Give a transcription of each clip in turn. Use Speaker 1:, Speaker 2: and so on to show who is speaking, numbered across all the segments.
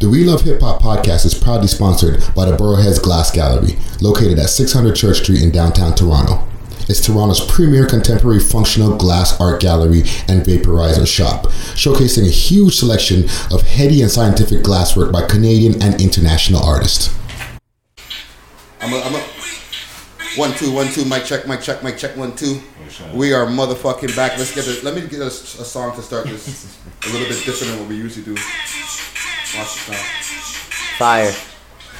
Speaker 1: The We Love Hip Hop podcast is proudly sponsored by the Boroughheads Glass Gallery, located at 600 Church Street in downtown Toronto. It's Toronto's premier contemporary functional glass art gallery and vaporizer shop, showcasing a huge selection of heady and scientific glasswork by Canadian and international artists.
Speaker 2: I'm a, I'm a, one two one two mic check mic check mic check one two. We are motherfucking back. Let's get a, let me get a, a song to start this. A little bit different than what we usually do. Watch this now.
Speaker 3: Fire.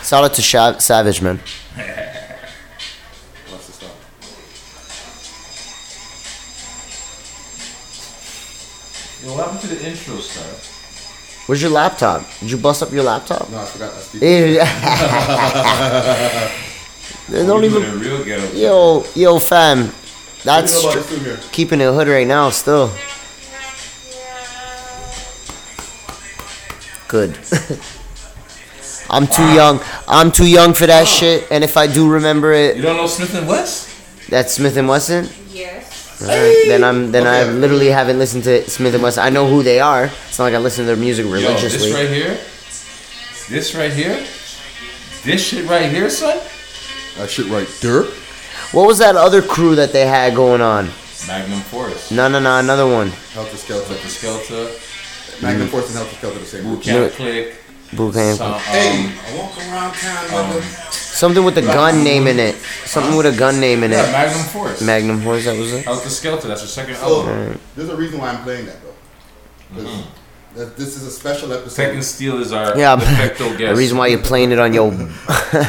Speaker 3: Shout out to Shav- Savage, man.
Speaker 2: Watch this now.
Speaker 4: Yo, what happened to the intro stuff?
Speaker 3: Where's your laptop? Did you bust up your laptop?
Speaker 2: No, I forgot. I speak.
Speaker 3: Ew. they don't
Speaker 4: We
Speaker 3: even.
Speaker 4: doing a real ghetto.
Speaker 3: Yo, yo, fam. That's
Speaker 2: What do
Speaker 3: str-
Speaker 2: you know about this room here?
Speaker 3: keeping it hood right now, still. Good. I'm too young. I'm too young for that shit. And if I do remember
Speaker 4: You
Speaker 3: it,
Speaker 4: don't know Smith and West?
Speaker 3: that's Smith and Wesson.
Speaker 5: Yes.
Speaker 3: Alright, then I'm then I
Speaker 2: Okay.
Speaker 3: literally haven't listened to Smith and Wesson. I know who they are. It's not like I listen to their music
Speaker 4: Yo, this
Speaker 3: religiously.
Speaker 4: right here, this right here, this shit right here, son.
Speaker 2: That shit right there.
Speaker 3: What was that other crew that they had going on?
Speaker 4: Magnum Force,
Speaker 3: No, no, no, another one.
Speaker 2: Helter Skelter.
Speaker 4: but the Skelta,
Speaker 2: Magnum Force and Helter Skelter the same room.
Speaker 4: Cat Click,
Speaker 3: Boot camp.
Speaker 4: some, um,
Speaker 2: Hey, I walk around town, mother.
Speaker 3: Something with a gun name in it. Something with a gun name in
Speaker 4: yeah,
Speaker 3: it.
Speaker 4: Magnum Force.
Speaker 3: Magnum Horse, that was it.
Speaker 4: Out the Skelter, that's her second
Speaker 2: So,
Speaker 4: album.
Speaker 2: Oh. there's a reason why I'm playing that though. 'Cause that- This is a special
Speaker 4: Tech
Speaker 2: episode.
Speaker 4: and Steel is our
Speaker 3: Yeah,
Speaker 4: yeah, de facto guest.
Speaker 3: the reason why you're playing it on your
Speaker 2: my
Speaker 4: Friday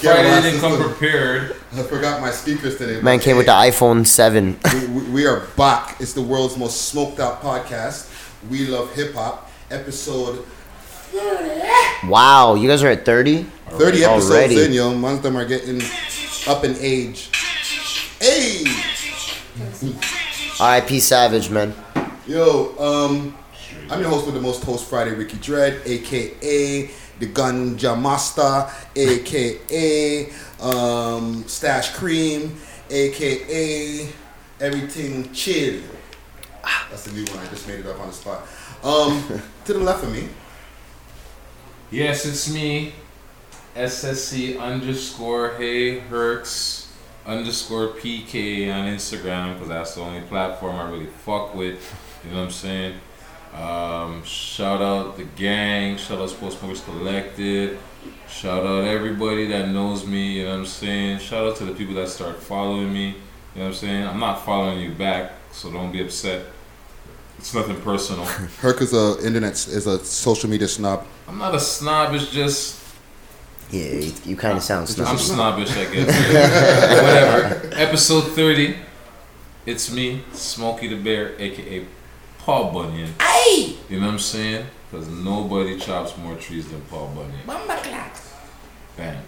Speaker 2: camera
Speaker 4: didn't come
Speaker 2: system-
Speaker 4: prepared.
Speaker 2: I forgot my speakers today.
Speaker 3: man
Speaker 2: but
Speaker 3: came with the
Speaker 2: hey,
Speaker 3: iPhone 7.
Speaker 2: we, we- we are back. It's the world's most smoked out podcast. We love hip hop. Episode
Speaker 3: Wow, you guys are at 30?
Speaker 2: 30 episodes
Speaker 3: Already.
Speaker 2: in, yo. Most of them are getting up in age. Hey!
Speaker 3: RIP Savage, man.
Speaker 2: Yo, um, I'm your host with the most host Friday, Ricky Dread, aka the Ganja Master, aka um, Stash Cream, aka Everything Chill. That's the new one. I just made it up on the spot. Um, to the left of me,
Speaker 4: Yes, it's me, SSC underscore Hey Herx underscore PK on Instagram because that's the only platform I really fuck with. You know what I'm saying? Um, shout out the gang. Shout out Sports Smokers Collective. Shout out everybody that knows me. You know what I'm saying? Shout out to the people that start following me. You know what I'm saying? I'm not following you back, so don't be upset. It's nothing personal.
Speaker 2: Herc is a internet is a social media snob.
Speaker 4: I'm not a snob. It's just
Speaker 3: Yeah, you, you kind of sound snobby.
Speaker 4: I'm snobbish, I guess. Whatever. Episode 30. It's me, Smokey the Bear, aka Paul Bunyan. You know what I'm saying? Because nobody chops more trees than Paul Bunyan. Bang.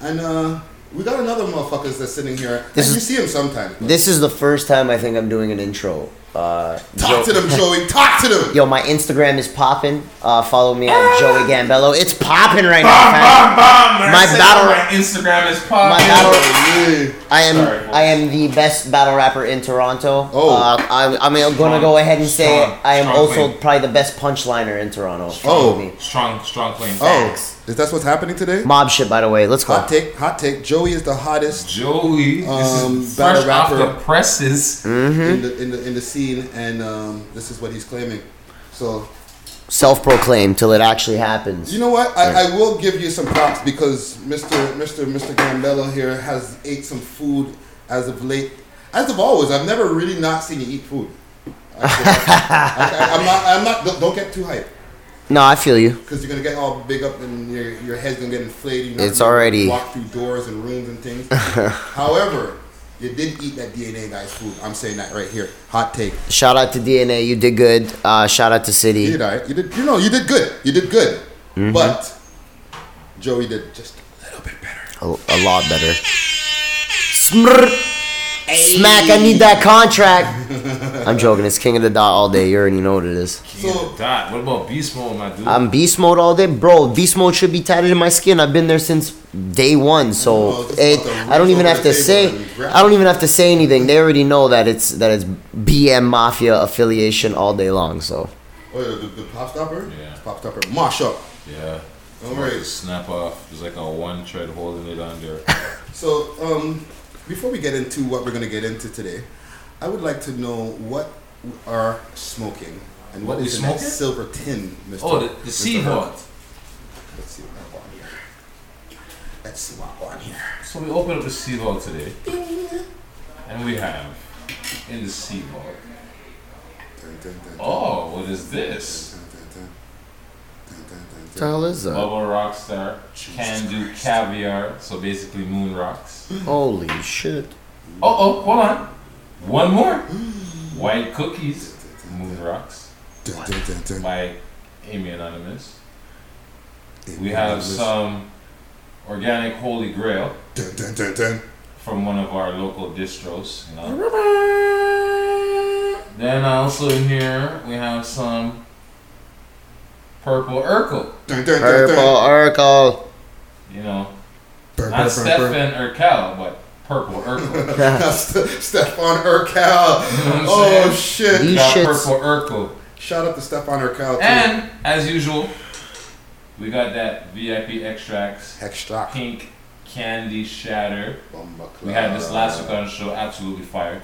Speaker 2: And uh, we got another motherfuckers that's sitting here.
Speaker 3: This
Speaker 2: and you
Speaker 3: is-
Speaker 2: see him sometimes. but-
Speaker 3: This is the first time I think I'm doing an intro. Uh,
Speaker 2: Talk to them, Joey. Talk to them.
Speaker 3: Yo, my Instagram is popping. Uh, follow me at Joey Gambello. It's popping right now, fam. My battle-
Speaker 4: My Instagram is
Speaker 3: My
Speaker 4: popping.
Speaker 3: battle.
Speaker 2: Oh, Yeah.
Speaker 3: I am
Speaker 4: Sorry, folks.
Speaker 3: I am the best battle rapper in Toronto.
Speaker 2: Oh.
Speaker 3: Uh, I'm, I'm gonna go ahead and say
Speaker 4: Strong,
Speaker 3: I am
Speaker 4: strong
Speaker 3: also
Speaker 4: claim.
Speaker 3: probably the best punchliner in Toronto.
Speaker 2: Oh.
Speaker 3: Me.
Speaker 4: Strong, strong claim.
Speaker 2: Oh, is that what's happening today?
Speaker 3: mob shit by the way. Let's go.
Speaker 2: Hot take, hot take. Joey is the hottest
Speaker 4: Joey,
Speaker 2: Um,
Speaker 4: this is
Speaker 2: battle
Speaker 4: fresh off
Speaker 2: rapper.
Speaker 4: the presses.
Speaker 3: Mm-hmm.
Speaker 2: in the in the in the scene, and um, this is what he's claiming. So
Speaker 3: Self proclaim till it actually happens.
Speaker 2: you know what? I, I will give you some props because Mr. Mr. Mr. Gambello here has ate some food as of late, as of always. I've never really not seen you eat food. I, am not. I'm not. Don't, don't get too hyped
Speaker 3: no, I feel you.
Speaker 2: because you're gonna get all big up and your your head's gonna get inflated. You're not
Speaker 3: It's
Speaker 2: gonna
Speaker 3: already-
Speaker 2: walk through doors and rooms and things. However, you did eat that DNA guy's food. I'm saying that right here. Hot take.
Speaker 3: Shout out to DNA, you did good. Uh, shout out to
Speaker 2: You
Speaker 3: City.
Speaker 2: did all right. You did. You know, you did good. You did good.
Speaker 3: Mm-hmm.
Speaker 2: But Joey did just a little bit better.
Speaker 3: A, a lot better. Smrr. Smack, I need that contract. I'm joking. It's king of the dot all day. You already know what it is.
Speaker 2: So-
Speaker 4: So, Dot. What about Beast Mode, my dude?
Speaker 2: Um,
Speaker 3: I'm beast mode all day, bro. Beast mode should be tatted in my skin. I've been there since day one,
Speaker 2: Oh,
Speaker 3: so
Speaker 2: just
Speaker 3: it,
Speaker 2: put the
Speaker 3: I don't
Speaker 2: roof
Speaker 3: even
Speaker 2: over
Speaker 3: have
Speaker 2: the
Speaker 3: to
Speaker 2: table
Speaker 3: say.
Speaker 2: and grab
Speaker 3: I don't even have to say anything. They already know that it's that it's BM Mafia affiliation all day long. So
Speaker 2: Oh, yeah, the, the pop stopper?
Speaker 4: Yeah.
Speaker 2: Pop stopper. Mash up.
Speaker 4: Yeah.
Speaker 2: All
Speaker 4: Or
Speaker 2: right.
Speaker 4: just Snap off. There's like a one tread holding it under.
Speaker 2: So, um, before we get into what we're going to get into today, I would like to know what we are smoking and
Speaker 4: What
Speaker 2: what
Speaker 4: we
Speaker 2: is in that
Speaker 4: smoking?
Speaker 2: silver tin, Mr.
Speaker 4: Oh, the,
Speaker 2: Mr.
Speaker 4: the sea
Speaker 2: Herc.
Speaker 4: hawk.
Speaker 2: Let's see what I got here. Let's see what I got here.
Speaker 4: So we opened up the sea vault today. And we have in the sea vault.
Speaker 2: Dun, dun, dun, dun,
Speaker 4: Oh, what is this?
Speaker 2: dun, dun, dun. Dun, dun, dun, dun.
Speaker 3: hell is that?
Speaker 4: Bubble Rockstar can do caviar, so basically moon rocks.
Speaker 3: Holy shit.
Speaker 4: Oh, oh, hold on. One more. White cookies, moon rocks
Speaker 2: Dun, dun, dun, dun.
Speaker 4: by Amy Anonymous.
Speaker 2: Dun,
Speaker 4: We
Speaker 2: dun,
Speaker 4: have
Speaker 2: dun,
Speaker 4: some organic holy grail
Speaker 2: dun, dun, dun, dun.
Speaker 4: from one of our local distros. You know. Then also in here we have some purple Urkel.
Speaker 2: Dun, dun, dun,
Speaker 3: Purple
Speaker 2: dun.
Speaker 3: Urkel.
Speaker 4: You know,
Speaker 2: Burr, burr,
Speaker 4: not
Speaker 2: burr, burr.
Speaker 4: Stefan Urkel, but purple Urkel.
Speaker 2: Stephon Urkel.
Speaker 4: You know what I'm
Speaker 2: Oh
Speaker 4: saying?
Speaker 2: shit!
Speaker 3: These
Speaker 4: Got
Speaker 3: shits-
Speaker 4: purple Urkel.
Speaker 2: Shout out to Stephon Urkel. too.
Speaker 4: And as usual, we got that VIP extracts
Speaker 2: Extra.
Speaker 4: pink candy shatter.
Speaker 2: Bomba
Speaker 4: We had this last week
Speaker 2: club.
Speaker 4: on the show, absolutely fire.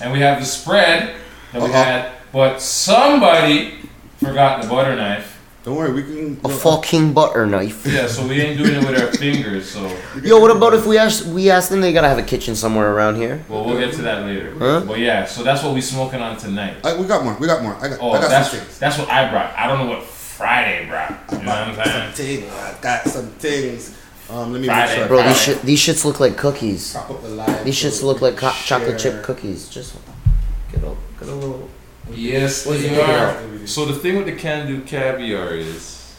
Speaker 4: And we have the spread that we
Speaker 2: Uh-oh.
Speaker 4: had, but somebody forgot the butter knife.
Speaker 2: Don't worry, we can.
Speaker 3: A fucking butter knife.
Speaker 4: Yeah, so we ain't doing it with our fingers. So,
Speaker 3: Yo, what about if we ask we ask them they gotta have a kitchen somewhere around here?
Speaker 4: well, we'll get to that later.
Speaker 3: Huh?
Speaker 4: But yeah, so that's what we smoking on tonight.
Speaker 2: I, we got more. We got more. I got.
Speaker 4: Oh,
Speaker 2: I got
Speaker 4: that's
Speaker 2: some things.
Speaker 4: that's what I brought. I don't know what Friday brought. You know what I'm saying?
Speaker 2: Some things. I got some things. Um, let me
Speaker 4: Friday,
Speaker 2: make sure.
Speaker 3: Bro,
Speaker 2: I
Speaker 3: these shit these shits look like cookies.
Speaker 2: Chop up the live.
Speaker 3: These
Speaker 2: so
Speaker 3: shits
Speaker 2: we
Speaker 3: look like
Speaker 2: can
Speaker 3: co- chocolate
Speaker 2: share.
Speaker 3: chip cookies. Just get a get a little.
Speaker 4: Yes,
Speaker 3: What's
Speaker 4: they
Speaker 3: it
Speaker 4: are.
Speaker 2: about?
Speaker 4: So the thing with the can do caviar is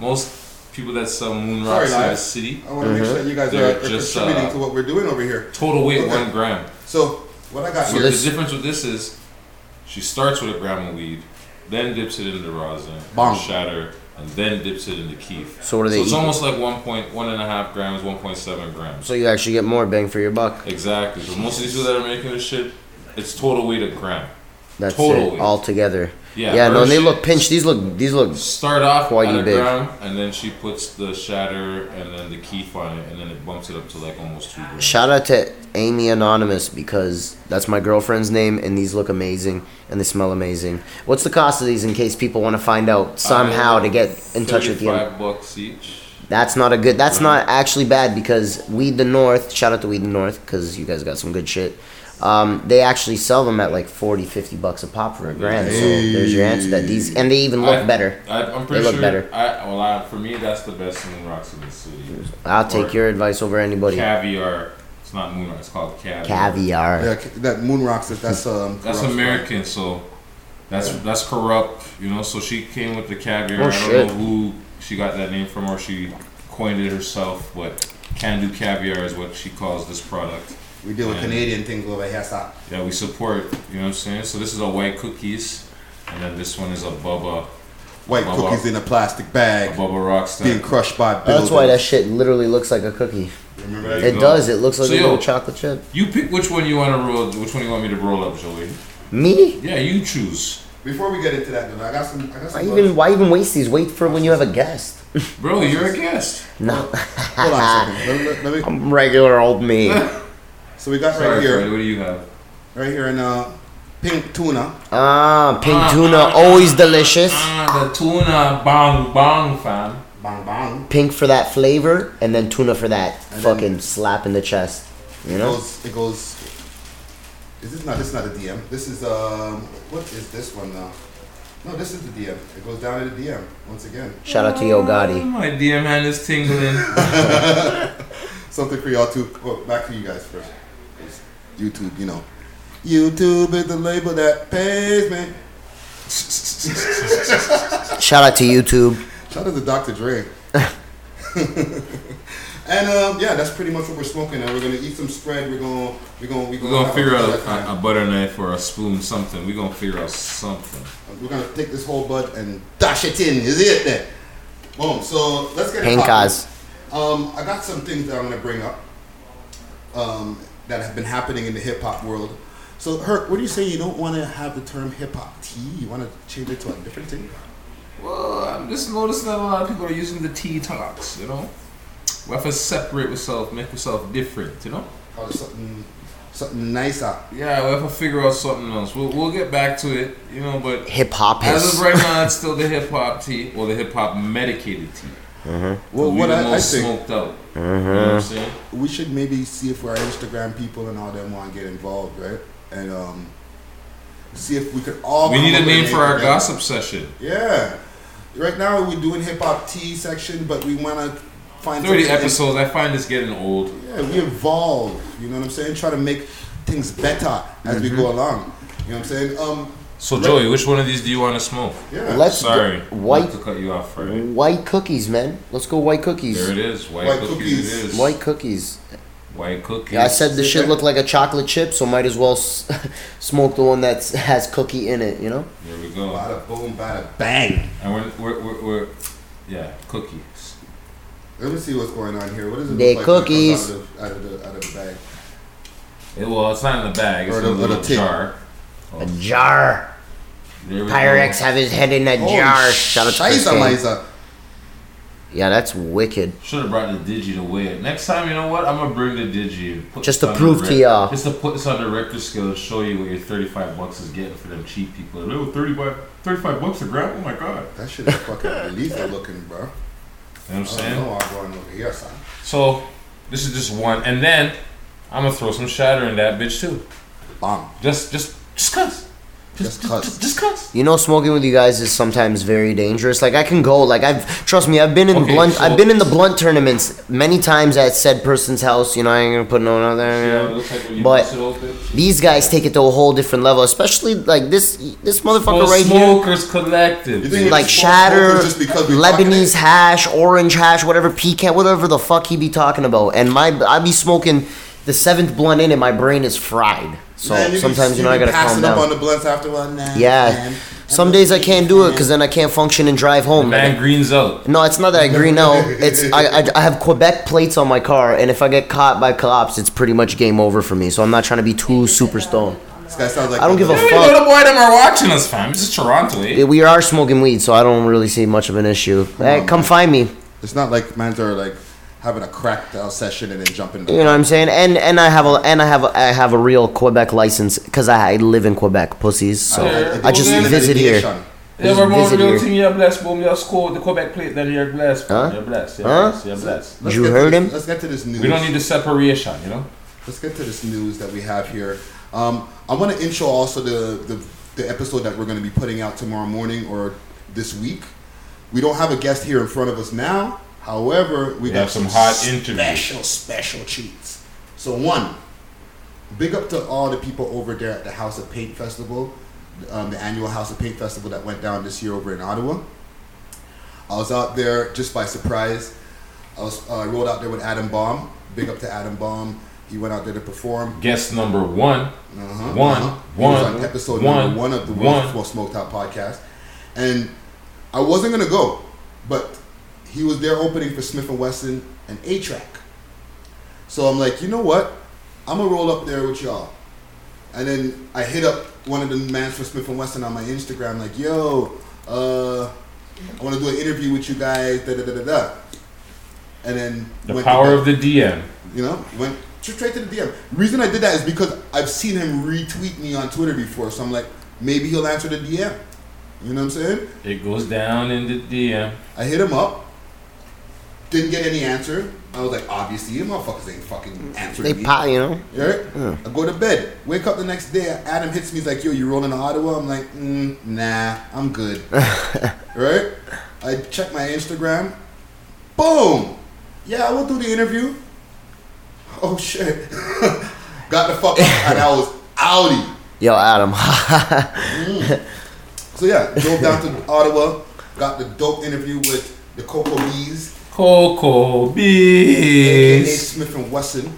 Speaker 4: most people that sell moon
Speaker 2: Sorry,
Speaker 4: rocks in the
Speaker 2: Lies.
Speaker 4: city
Speaker 2: I want to make
Speaker 3: Mm-hmm.
Speaker 2: sure that you guys
Speaker 4: They're
Speaker 2: are, are
Speaker 4: just,
Speaker 2: contributing
Speaker 4: uh,
Speaker 2: to what we're doing over here.
Speaker 4: total weight
Speaker 2: Okay.
Speaker 4: one gram.
Speaker 2: So what I got
Speaker 4: So
Speaker 2: here.
Speaker 4: the
Speaker 3: this-
Speaker 4: difference with this is she starts with a gram of weed, then dips it into rosin,
Speaker 2: Bong.
Speaker 4: shatter, and then dips it into keef.
Speaker 3: So what are they
Speaker 4: So it's
Speaker 3: eating?
Speaker 4: almost like one point one and a half grams, one point seven grams.
Speaker 3: So you actually get more bang for your buck.
Speaker 4: Exactly. So most of these people that are making this shit, it's total weight a gram.
Speaker 3: That's
Speaker 4: Totally.
Speaker 3: it all together.
Speaker 4: Yeah,
Speaker 3: Yeah, no,
Speaker 4: her
Speaker 3: they
Speaker 4: shit-
Speaker 3: look pinched. These look these look.
Speaker 4: start off
Speaker 3: Quite
Speaker 4: at a
Speaker 3: big.
Speaker 4: gram, and then she puts the shatter and then the keef on it, and then it bumps it up to like almost two grams.
Speaker 3: Shout out to Amy Anonymous because that's my girlfriend's name, and these look amazing and they smell amazing. What's the cost of these in case people want to find out somehow to get in touch with you?
Speaker 4: Five Uh-huh. bucks each.
Speaker 3: That's not a good. That's not actually bad because Weed the North. Shout out to Weed the North because you guys got some good shit. Um, they actually sell them at like 40, 50 bucks a pop for a grand. So there's your answer. That these and they even look
Speaker 4: I-
Speaker 3: better.
Speaker 4: I, I'm pretty
Speaker 3: They look
Speaker 4: sure.
Speaker 3: better.
Speaker 4: I, well, I, for me, that's the best moon rocks in the city.
Speaker 3: I'll take
Speaker 4: Or
Speaker 3: your advice over anybody.
Speaker 4: Caviar. It's not moon rock. It's called caviar.
Speaker 3: Caviar.
Speaker 2: Yeah, that moon rocks. That that's um.
Speaker 4: That's
Speaker 2: corrupt.
Speaker 4: American, so that's that's corrupt. You know. So she came with the caviar.
Speaker 3: Oh,
Speaker 4: I don't
Speaker 3: shit.
Speaker 4: know who she got that name from or she coined it herself, but can do caviar is what she calls this product.
Speaker 2: We deal with
Speaker 4: Yeah.
Speaker 2: Canadian things over here, sir.
Speaker 4: that we support. You know what I'm saying? So this is a white cookies, and then this one is a Bubba,
Speaker 2: White
Speaker 4: Bubba.
Speaker 2: cookies in a plastic
Speaker 4: a
Speaker 2: bag
Speaker 4: Bubba
Speaker 2: being
Speaker 4: Rockstar.
Speaker 2: crushed by buildings.
Speaker 3: That's why that shit literally looks like a cookie.
Speaker 2: Remember
Speaker 4: There
Speaker 2: that?
Speaker 3: It
Speaker 4: you go.
Speaker 3: does. It looks like
Speaker 4: So,
Speaker 3: a
Speaker 4: yo-
Speaker 3: little chocolate chip.
Speaker 4: You pick which one you want to roll. Which one you want me to roll up, Joey?
Speaker 3: Me?
Speaker 4: Yeah, you choose,
Speaker 2: Before we get into that, though, I got some. I got
Speaker 3: Why
Speaker 2: some.
Speaker 3: even? Why even waste these? Wait for when you have a guest.
Speaker 4: bro. You're a guest.
Speaker 3: No,
Speaker 2: Hold on a second. Let, let- let me,
Speaker 3: I'm regular old me.
Speaker 2: so we got right
Speaker 4: Sorry, Freddy,
Speaker 2: here,
Speaker 4: What do you have?
Speaker 2: right here in uh, pink tuna.
Speaker 3: Ah, pink tuna, always delicious.
Speaker 4: Ah, the tuna bong bong fam.
Speaker 2: Bang bang.
Speaker 3: Pink for that flavor, and then tuna for that
Speaker 2: And then-
Speaker 3: fucking slap in the chest. You
Speaker 2: It
Speaker 3: know?
Speaker 2: goes. It goes. Is this not? This is not a DM. This is um. What is this one now? No, this is the DM. It goes down to the DM once again.
Speaker 3: Shout out to Yo Gotti.
Speaker 4: Oh, My DM hand is tingling.
Speaker 2: Something for y'all to well, back to you guys first. YouTube, you know. YouTube is the label that pays me.
Speaker 3: Shout out to YouTube.
Speaker 2: Shout out to Dr. Dre. and um, yeah, that's pretty much what we're smoking. Now we're gonna eat some spread. We're gonna we're gonna we're
Speaker 4: We're
Speaker 2: gonna,
Speaker 4: gonna
Speaker 2: have
Speaker 4: figure out
Speaker 2: a-
Speaker 4: a, a butter knife or a spoon, something. We're gonna figure out something.
Speaker 2: We're gonna take this whole bud and dash it in. Is it there? Boom. So let's get it
Speaker 3: Pink
Speaker 2: poppin'.
Speaker 3: eyes.
Speaker 2: Um, I got some things that I'm gonna bring up um, that have been happening in the hip hop world. So, Herc, what do you say? You don't want to have the term hip hop T. You want to change it to a different thing?
Speaker 4: Well, I'm just noticing that a lot of people are using the T talks, you know? We have to separate ourselves, make ourselves different, you know?
Speaker 2: Or something, something nicer.
Speaker 4: Yeah, we have to figure out something else. We'll, we'll get back to it, you know, but
Speaker 3: Hip hop
Speaker 4: as
Speaker 3: is.
Speaker 4: of right now, it's still the hip hop tea, or the hip hop medicated tea.
Speaker 2: Well,
Speaker 4: we
Speaker 2: what
Speaker 4: the
Speaker 2: I, I
Speaker 4: most
Speaker 2: think
Speaker 4: smoked out. You know what I'm
Speaker 3: Mm-hmm.
Speaker 4: saying?
Speaker 2: we should maybe see if our Instagram people and all them want to get involved, right? And um, see if we could all.
Speaker 4: We
Speaker 2: come
Speaker 4: need
Speaker 2: up
Speaker 4: a
Speaker 2: with
Speaker 4: name for our
Speaker 2: together.
Speaker 4: gossip session.
Speaker 2: Yeah. Right now we're doing hip hop T section, but we want to find
Speaker 4: 30
Speaker 2: something-
Speaker 4: episodes, I find this getting old.
Speaker 2: Yeah, we evolve. You know what I'm saying? Try to make things better as
Speaker 3: Mm-hmm.
Speaker 2: we go along. You know what I'm saying? Um,
Speaker 4: So, Joey, which one of these do you want to smoke?
Speaker 2: yeah.
Speaker 3: Let's
Speaker 4: Sorry.
Speaker 3: go white
Speaker 4: Not to cut you off, Fred.
Speaker 3: white cookies, man. Let's go white
Speaker 4: There
Speaker 3: cookies.
Speaker 4: it is. White,
Speaker 2: White
Speaker 4: cookies.
Speaker 2: cookies.
Speaker 4: It is.
Speaker 3: White cookies.
Speaker 4: White cookies.
Speaker 3: Yeah, I said this shit looked like a chocolate chip, so might as well s- smoke the one that has cookie in it. You know.
Speaker 4: There we go.
Speaker 2: Bada boom, bada bang.
Speaker 4: And we're, we're, we're, we're yeah, cookies.
Speaker 2: Let me see what's going on here. What is it?
Speaker 3: They
Speaker 2: look like when it comes
Speaker 3: cookies.
Speaker 2: Out of, the, out, of the, out of the bag.
Speaker 4: It, well, it's not in the bag. It's
Speaker 2: Or
Speaker 4: in
Speaker 2: the-
Speaker 4: a
Speaker 2: or the
Speaker 4: little
Speaker 2: tin.
Speaker 4: jar.
Speaker 3: A jar.
Speaker 4: There we go.
Speaker 3: Pyrex have his head in a jar. Shout out to Chris
Speaker 2: Shiza,
Speaker 3: Kane.
Speaker 2: Liza.
Speaker 3: Yeah, that's wicked.
Speaker 4: Should have brought the digi to weigh it. Next time, you know what? I'm gonna bring the digi. and put
Speaker 3: Just
Speaker 4: this
Speaker 3: to
Speaker 4: on
Speaker 3: prove
Speaker 4: the
Speaker 3: to y'all.
Speaker 4: Just to put this on the Richter scale and show you what your 35 bucks is getting for them cheap people. Little 35, 35 bucks a gram. Oh my god.
Speaker 2: That shit is fucking lethal looking, bro.
Speaker 3: Oh,
Speaker 4: You know what
Speaker 2: I
Speaker 4: I'm
Speaker 2: don't
Speaker 4: saying?
Speaker 2: know why I'm going over here, son.
Speaker 4: So this is just one, and then I'm gonna throw some shatter in that bitch too.
Speaker 2: Bomb.
Speaker 4: Just, just, just cause.
Speaker 2: Just cuss.
Speaker 4: Just cause.
Speaker 3: You know, smoking with you guys is sometimes very dangerous. Like I can go. Like I've trust me, I've been in
Speaker 4: Okay,
Speaker 3: blunt.
Speaker 4: so-
Speaker 3: I've been in the blunt tournaments many times at said person's house. You know, I ain't gonna put no one out there. you
Speaker 4: Yeah,
Speaker 3: know.
Speaker 4: it looks like when you
Speaker 3: But-
Speaker 4: bust it open.
Speaker 3: These guys take it to a whole different level, especially like this this motherfucker
Speaker 4: Full
Speaker 3: right here.
Speaker 4: smokers collective.
Speaker 2: You
Speaker 4: dude.
Speaker 2: think
Speaker 3: Like
Speaker 2: Just
Speaker 3: shatter,
Speaker 2: smokers just because we
Speaker 3: Lebanese
Speaker 2: fucking-
Speaker 3: hash, orange hash, whatever pecan, whatever the fuck he be talking about. And my I be smoking the seventh blunt in, and my brain is fried. So
Speaker 2: Man, you be-
Speaker 3: sometimes you know
Speaker 2: be
Speaker 3: I gotta calm
Speaker 2: passing up on
Speaker 3: down.
Speaker 2: the blunts after one night.
Speaker 3: Yeah, some days I can't do it because then I can't function and drive home.
Speaker 4: Man, greens out.
Speaker 3: No, it's not that I agree. No, it's I, I, I have Quebec plates on my car, and if I get caught by cops, it's pretty much game over for me. So I'm not trying to be too super stoned.
Speaker 2: This guy sounds like
Speaker 3: I don't give a
Speaker 4: You
Speaker 3: fuck.
Speaker 4: know the boy them are watching us, fam. This is Toronto, eh?
Speaker 3: Yeah, We are smoking weed, so I don't really see much of an issue. hey,
Speaker 2: on,
Speaker 3: come
Speaker 2: man.
Speaker 3: find me. You
Speaker 2: It's not like mans are like having a cracked out session and then jumping.
Speaker 3: know what I'm saying? And and I have a and I have a, I have a real Quebec license because I, I live in Quebec, pussies. So
Speaker 4: Yeah.
Speaker 3: I just
Speaker 4: Well, then-
Speaker 3: visit here.
Speaker 2: Meditation.
Speaker 4: Yeah, we're more
Speaker 3: Visit
Speaker 4: real
Speaker 3: here.
Speaker 4: team. You're blessed, boom. You're scored the Quebec plate, then you're blessed.
Speaker 3: Huh?
Speaker 4: You're blessed. You're
Speaker 3: Huh?
Speaker 4: blessed. You're blessed.
Speaker 2: Let's
Speaker 3: You
Speaker 2: get to
Speaker 3: heard
Speaker 2: this-
Speaker 3: him?
Speaker 2: Let's get to this news.
Speaker 4: We don't need the separation, you know.
Speaker 2: Let's get to this news that we have here. Um, I want to intro also the, the the episode that we're going to be putting out tomorrow morning or this week. We don't have a guest here in front of us now. However, we
Speaker 4: We
Speaker 2: got
Speaker 4: have some hot
Speaker 2: special,
Speaker 4: interviews.
Speaker 2: special treats. So one, big up to all the people over there at the House of Paint Festival, um, the annual House of Paint Festival that went down this year over in Ottawa. I was out there just by surprise. I was uh, I rolled out there with Adam Baum. Big up to Adam Baum. Um, He went out there to perform.
Speaker 4: Guest number one.
Speaker 2: Uh-huh,
Speaker 4: One,
Speaker 2: uh-huh. He was
Speaker 4: one,
Speaker 2: on episode
Speaker 4: one,
Speaker 2: number one of the
Speaker 4: one.
Speaker 2: World's Most Smoked Out podcast, and I wasn't gonna go, but he was there opening for Smith and Wesson and A Track. So I'm like, you know what? I'm gonna roll up there with y'all, and then I hit up one of the mans from Smith and Wesson on my Instagram, like, yo, uh, I want to do an interview with you guys, da da da da da, and then
Speaker 4: The power
Speaker 2: the-
Speaker 4: of the DM.
Speaker 2: you know, went straight to the DM. Reason I did that is because I've seen him retweet me on Twitter before, so I'm like, maybe he'll answer the DM. You know what I'm saying?
Speaker 4: It goes down in the DM.
Speaker 2: I hit him up, didn't get any answer. I was like, obviously, you motherfuckers ain't fucking answering
Speaker 3: They
Speaker 2: me.
Speaker 3: pot, you know.
Speaker 2: Right? I go to bed. Wake up the next day. Adam hits me. He's like, "Yo, you rolling to Ottawa?" I'm like, mm, "Nah, I'm good." right? I check my Instagram. Boom. Yeah, I will do the interview. Oh shit! Got the fuck up, and I was outie.
Speaker 3: Yo, Adam.
Speaker 2: So yeah, drove down to Ottawa. Got the dope interview with the Coco Bees,
Speaker 4: Coco
Speaker 2: aka
Speaker 4: Bees.
Speaker 2: Smith and Wesson.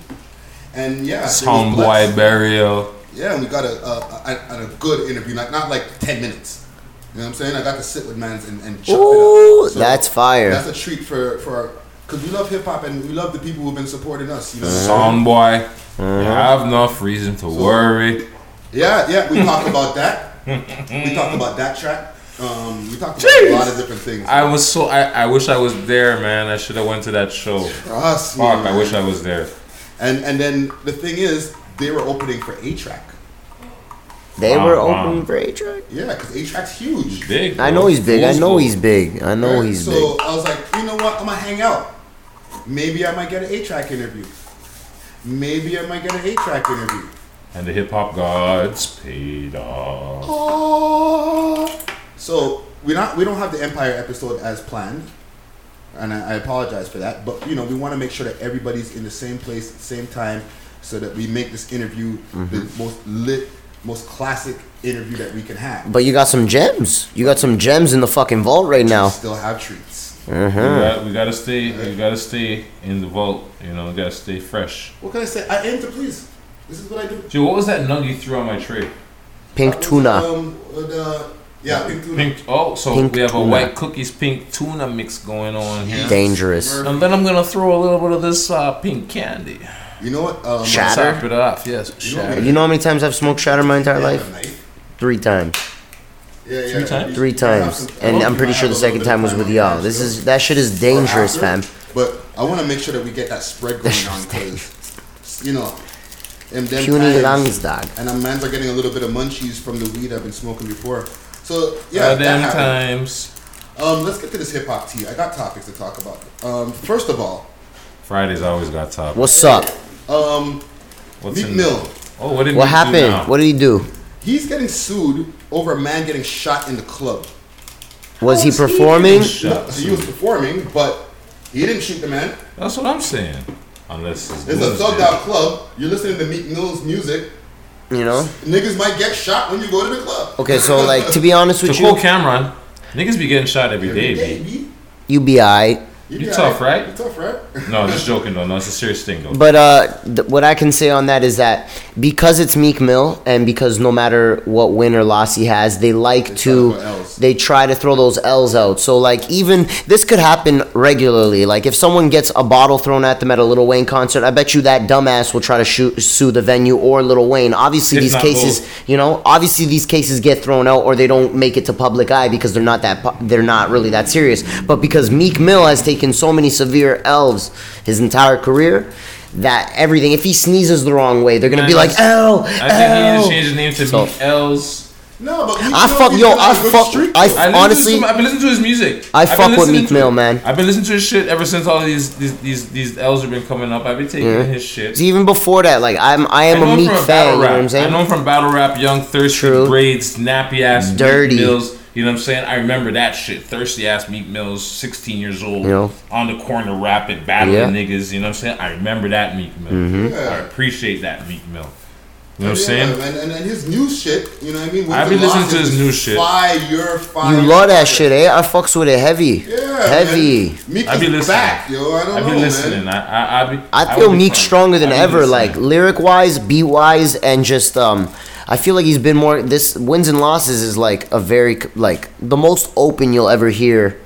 Speaker 2: And yeah, it was blessed.
Speaker 4: Homeboy burial.
Speaker 2: Yeah, and we got a a, a, a good interview, like not like ten minutes. You know what I'm saying? I got to sit with mans and, and chop it
Speaker 3: Ooh,
Speaker 2: up. So
Speaker 3: that's fire.
Speaker 2: That's a treat for for because we love hip hop and we love the people who've been supporting us. You know,
Speaker 3: Mm-hmm.
Speaker 4: Sound boy. You have enough reason to worry.
Speaker 2: Yeah, yeah, we talked about that. We talked about that track. Um, we talked about a lot of different things.
Speaker 4: I was so I, I wish I was there, man. I should have went to that show.
Speaker 2: Trust me,
Speaker 4: Fuck, I
Speaker 2: man.
Speaker 4: wish I was there.
Speaker 2: And and then the thing is, they were opening for A Track.
Speaker 3: They
Speaker 4: Wow,
Speaker 3: were
Speaker 4: wow.
Speaker 3: open for A-Track.
Speaker 2: Yeah, because A Track's huge.
Speaker 4: Big.
Speaker 3: I
Speaker 4: bro.
Speaker 3: know he's big. I
Speaker 4: Full
Speaker 3: know
Speaker 4: school.
Speaker 3: he's big. I know
Speaker 2: Right?
Speaker 3: he's
Speaker 2: so
Speaker 3: big.
Speaker 2: I was like, you know what? I'm gonna hang out. Maybe I might get an A Track interview. Maybe I might get an A Track interview.
Speaker 4: And the hip hop gods paid off.
Speaker 2: So we not we don't have the Empire episode as planned, and I, I apologize for that. But you know we want to make sure that everybody's in the same place, at the same time, so that we make this interview
Speaker 3: Mm-hmm.
Speaker 2: the most lit, most classic interview that we can have.
Speaker 3: But you got some gems. You got some gems in the fucking vault right
Speaker 2: We
Speaker 3: now.
Speaker 2: still have treats.
Speaker 3: Mm-hmm.
Speaker 4: We, got, we gotta stay. We gotta stay in the vault. You know, we gotta stay fresh.
Speaker 2: What can I say? I aim to please. This is what I do.
Speaker 4: Dude, what was that nug you threw on my tray?
Speaker 3: Pink tuna.
Speaker 2: Um, the, yeah, pink tuna.
Speaker 4: Pink. Oh, so
Speaker 3: Pink
Speaker 4: we have
Speaker 3: tuna.
Speaker 4: a white cookies pink tuna mix going on here.
Speaker 3: Dangerous.
Speaker 4: And then I'm gonna throw a little bit of this uh, pink candy.
Speaker 2: You know what? Um,
Speaker 3: Shatter.
Speaker 4: Top it off, yes.
Speaker 2: You know what?
Speaker 4: shatter.
Speaker 3: You know how many times I've smoked shatter my entire
Speaker 2: yeah,
Speaker 3: life?
Speaker 2: knife.
Speaker 3: Three times.
Speaker 2: Yeah, yeah.
Speaker 4: Three times?
Speaker 2: You-
Speaker 3: Three
Speaker 2: you might have
Speaker 3: times.
Speaker 2: some-
Speaker 3: And
Speaker 2: you
Speaker 3: I'm
Speaker 2: might
Speaker 3: pretty sure
Speaker 2: have
Speaker 3: the
Speaker 2: a little
Speaker 3: second
Speaker 2: bit of
Speaker 3: time was
Speaker 2: time
Speaker 3: with
Speaker 2: on your
Speaker 3: y'all.
Speaker 2: hands
Speaker 3: This
Speaker 2: still.
Speaker 3: is that shit is
Speaker 2: or
Speaker 3: dangerous,
Speaker 2: after,
Speaker 3: fam.
Speaker 2: But I want to make sure that we get that spread going on because, you know, and them
Speaker 3: Puny
Speaker 2: times,
Speaker 3: lungs, dog.
Speaker 2: and our mans are getting a little bit of munchies from the weed I've been smoking before. So yeah,
Speaker 4: Yeah,
Speaker 2: that
Speaker 4: Goddamn
Speaker 2: happened.
Speaker 4: times.
Speaker 2: Um, let's get to this hip hop tea. I got topics to talk about. Um, first of all,
Speaker 4: Fridays always got top.
Speaker 3: What's up?
Speaker 2: um,
Speaker 4: What's
Speaker 2: Meek
Speaker 4: in-
Speaker 2: Mill,
Speaker 4: Oh, what
Speaker 3: What
Speaker 4: did Meek do now?
Speaker 3: happened? What did he do?
Speaker 2: he's getting sued over a man getting shot in the club.
Speaker 3: Was he
Speaker 4: is he
Speaker 3: performing?
Speaker 4: getting shot?
Speaker 2: No, he was performing, but he didn't shoot the man.
Speaker 4: That's what I'm saying. Unless it's,
Speaker 2: It's a
Speaker 4: Blues,
Speaker 2: thugged
Speaker 4: dude.
Speaker 2: out club. You're listening to Meek Mill's music.
Speaker 3: You know.
Speaker 2: Niggas might get shot when you go to the club.
Speaker 3: Okay, so like to be honest
Speaker 4: To
Speaker 3: with
Speaker 4: quote
Speaker 3: you,
Speaker 4: Cameron, niggas be getting shot every day,
Speaker 2: Hey,
Speaker 4: B.
Speaker 2: B,
Speaker 3: you be alright.
Speaker 2: you
Speaker 4: You
Speaker 2: be
Speaker 4: tough,
Speaker 2: alright.
Speaker 4: right?
Speaker 2: You tough, right?
Speaker 4: No, just joking though. No, it's a serious thing though.
Speaker 3: But uh, th- what I can say on that is that because it's Meek Mill, and because no matter what win or loss he has, they like
Speaker 2: throw
Speaker 3: to
Speaker 2: Ls.
Speaker 3: they try to throw those L's out. So like even this could happen regularly. Like if someone gets a bottle thrown at them at a Little Wayne concert, I bet you that dumbass will try to shoot, sue the venue or Little Wayne. Obviously
Speaker 4: If
Speaker 3: these
Speaker 4: not
Speaker 3: cases, you know, obviously these cases get thrown out or they don't make it to public eye because they're not that pu- they're not really that serious. But because Meek Mill has taken so many severe elves his entire career. That everything, if he sneezes the wrong way, they're gonna
Speaker 4: Man,
Speaker 3: be like, "L,
Speaker 4: I think he
Speaker 3: L."
Speaker 4: should change his name to
Speaker 3: So-
Speaker 4: Meek L's.
Speaker 2: No, but we
Speaker 3: I
Speaker 2: know
Speaker 3: fuck-
Speaker 2: he's
Speaker 3: yo,
Speaker 2: got a
Speaker 3: I
Speaker 2: good
Speaker 3: fuck-
Speaker 2: streak,
Speaker 3: I
Speaker 2: though.
Speaker 3: f-
Speaker 4: I've been listening
Speaker 3: Honestly,
Speaker 4: to him- I've been listening to his music.
Speaker 3: I
Speaker 4: I've been
Speaker 3: fuck with
Speaker 4: listening
Speaker 3: Meek
Speaker 4: to
Speaker 3: Mill,
Speaker 4: it.
Speaker 3: man.
Speaker 4: I've been listening to his shit ever since all these these these, these L's have been coming up. I've been taking his shit.
Speaker 3: See, even before that, like I'm, I am
Speaker 4: I know
Speaker 3: a
Speaker 4: him
Speaker 3: Meek
Speaker 4: from
Speaker 3: fan.
Speaker 4: battle
Speaker 3: You know
Speaker 4: rap.
Speaker 3: what I'm saying?
Speaker 4: I know him from battle rap, young, thirsty,
Speaker 3: True.
Speaker 4: braids, nappy ass, Meek
Speaker 3: Dirty.
Speaker 4: Mills. You know what I'm saying? I remember that shit. Thirsty ass Meek Mills, 16 years old,
Speaker 3: You know?
Speaker 4: on the corner rapping, battling
Speaker 3: Yeah. Mm-hmm.
Speaker 4: niggas. You know what I'm saying? I remember that Meek Mill. I
Speaker 2: Yeah.
Speaker 4: appreciate that Meek Mill. You know what I'm
Speaker 2: Yeah,
Speaker 4: saying?
Speaker 2: And, and, and his new shit, you know what I mean?
Speaker 4: I've been
Speaker 2: Wins and
Speaker 4: listening to
Speaker 2: losses
Speaker 4: his new
Speaker 2: is
Speaker 4: shit.
Speaker 2: Fire, fire.
Speaker 3: you love that shit, eh? I fucks with it heavy,
Speaker 2: Yeah,
Speaker 3: heavy.
Speaker 2: Man. Meek
Speaker 4: I be
Speaker 2: is
Speaker 4: listening.
Speaker 2: back, yo. I
Speaker 4: I've
Speaker 2: don't know,
Speaker 4: been
Speaker 2: man.
Speaker 4: listening. I, I, I, be,
Speaker 3: I
Speaker 4: would
Speaker 3: feel
Speaker 4: be
Speaker 3: Meek
Speaker 4: fine.
Speaker 3: stronger than
Speaker 4: I've been
Speaker 3: ever,
Speaker 4: listening.
Speaker 3: like lyric wise, beat wise, and just um, I feel like he's been more. This wins and losses is like a very like the most open you'll ever hear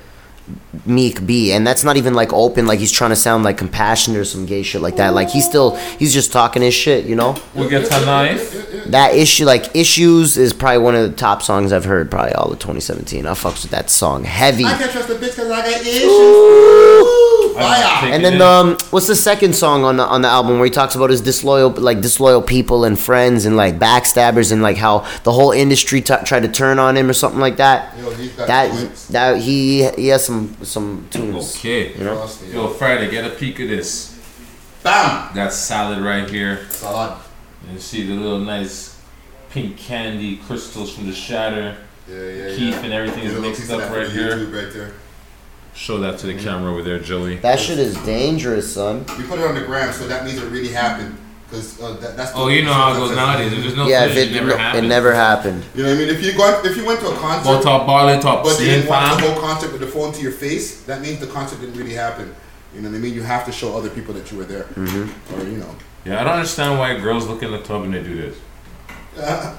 Speaker 3: Meek be, and that's not even like open. Like he's trying to sound like compassionate or some gay shit like that. Like he's still he's just talking his shit, you know.
Speaker 4: we get a knife.
Speaker 3: That issue, like issues, is probably one of the top songs I've heard probably all of 2017. I fucks with that song heavy.
Speaker 2: I can't trust the bitch because I got issues. Ooh,
Speaker 4: I
Speaker 2: Fire.
Speaker 4: think-
Speaker 3: And then
Speaker 4: Yeah.
Speaker 3: um, what's the second song on the on the album where he talks about his disloyal like disloyal people and friends and like backstabbers and like how the whole industry t- tried to turn on him or something like that.
Speaker 2: Yo, he's got
Speaker 3: That
Speaker 2: joints.
Speaker 3: that he he has some some tunes.
Speaker 4: Okay.
Speaker 3: You know?
Speaker 2: Trust me,
Speaker 4: Yo, Friday, get a peek of this.
Speaker 2: Bam.
Speaker 4: Got salad right here.
Speaker 2: Salad.
Speaker 4: And you see the little nice pink candy crystals from the shatter.
Speaker 2: Yeah, yeah, yeah.
Speaker 4: Keith and everything
Speaker 2: Here's
Speaker 4: is
Speaker 2: a little
Speaker 4: mixed
Speaker 2: piece of
Speaker 4: up
Speaker 2: that for
Speaker 4: right
Speaker 2: Mm-hmm. the
Speaker 4: here.
Speaker 2: YouTube right there.
Speaker 4: Show that to the camera over there, Joey.
Speaker 3: That shit is dangerous, son.
Speaker 2: We put it on the gram, so that means it really happened. Because uh, that, that's. the-
Speaker 4: Oh, you know how it goes nowadays. There's no
Speaker 3: yeah, if
Speaker 4: footage.
Speaker 3: it, no-
Speaker 4: It never
Speaker 3: it
Speaker 4: happened.
Speaker 3: never happened.
Speaker 2: You know what I mean? If you go, if you went to a concert,
Speaker 4: Ball top, ball top,
Speaker 2: But you
Speaker 4: seeing
Speaker 2: didn't watch the
Speaker 4: fam.
Speaker 2: whole concert with the phone to your face. That means the concert didn't really happen. You know what I mean? You have to show other people that you were there,
Speaker 3: Mm-hmm.
Speaker 2: or you know.
Speaker 4: Yeah, I don't understand why girls look in the club and they do this. I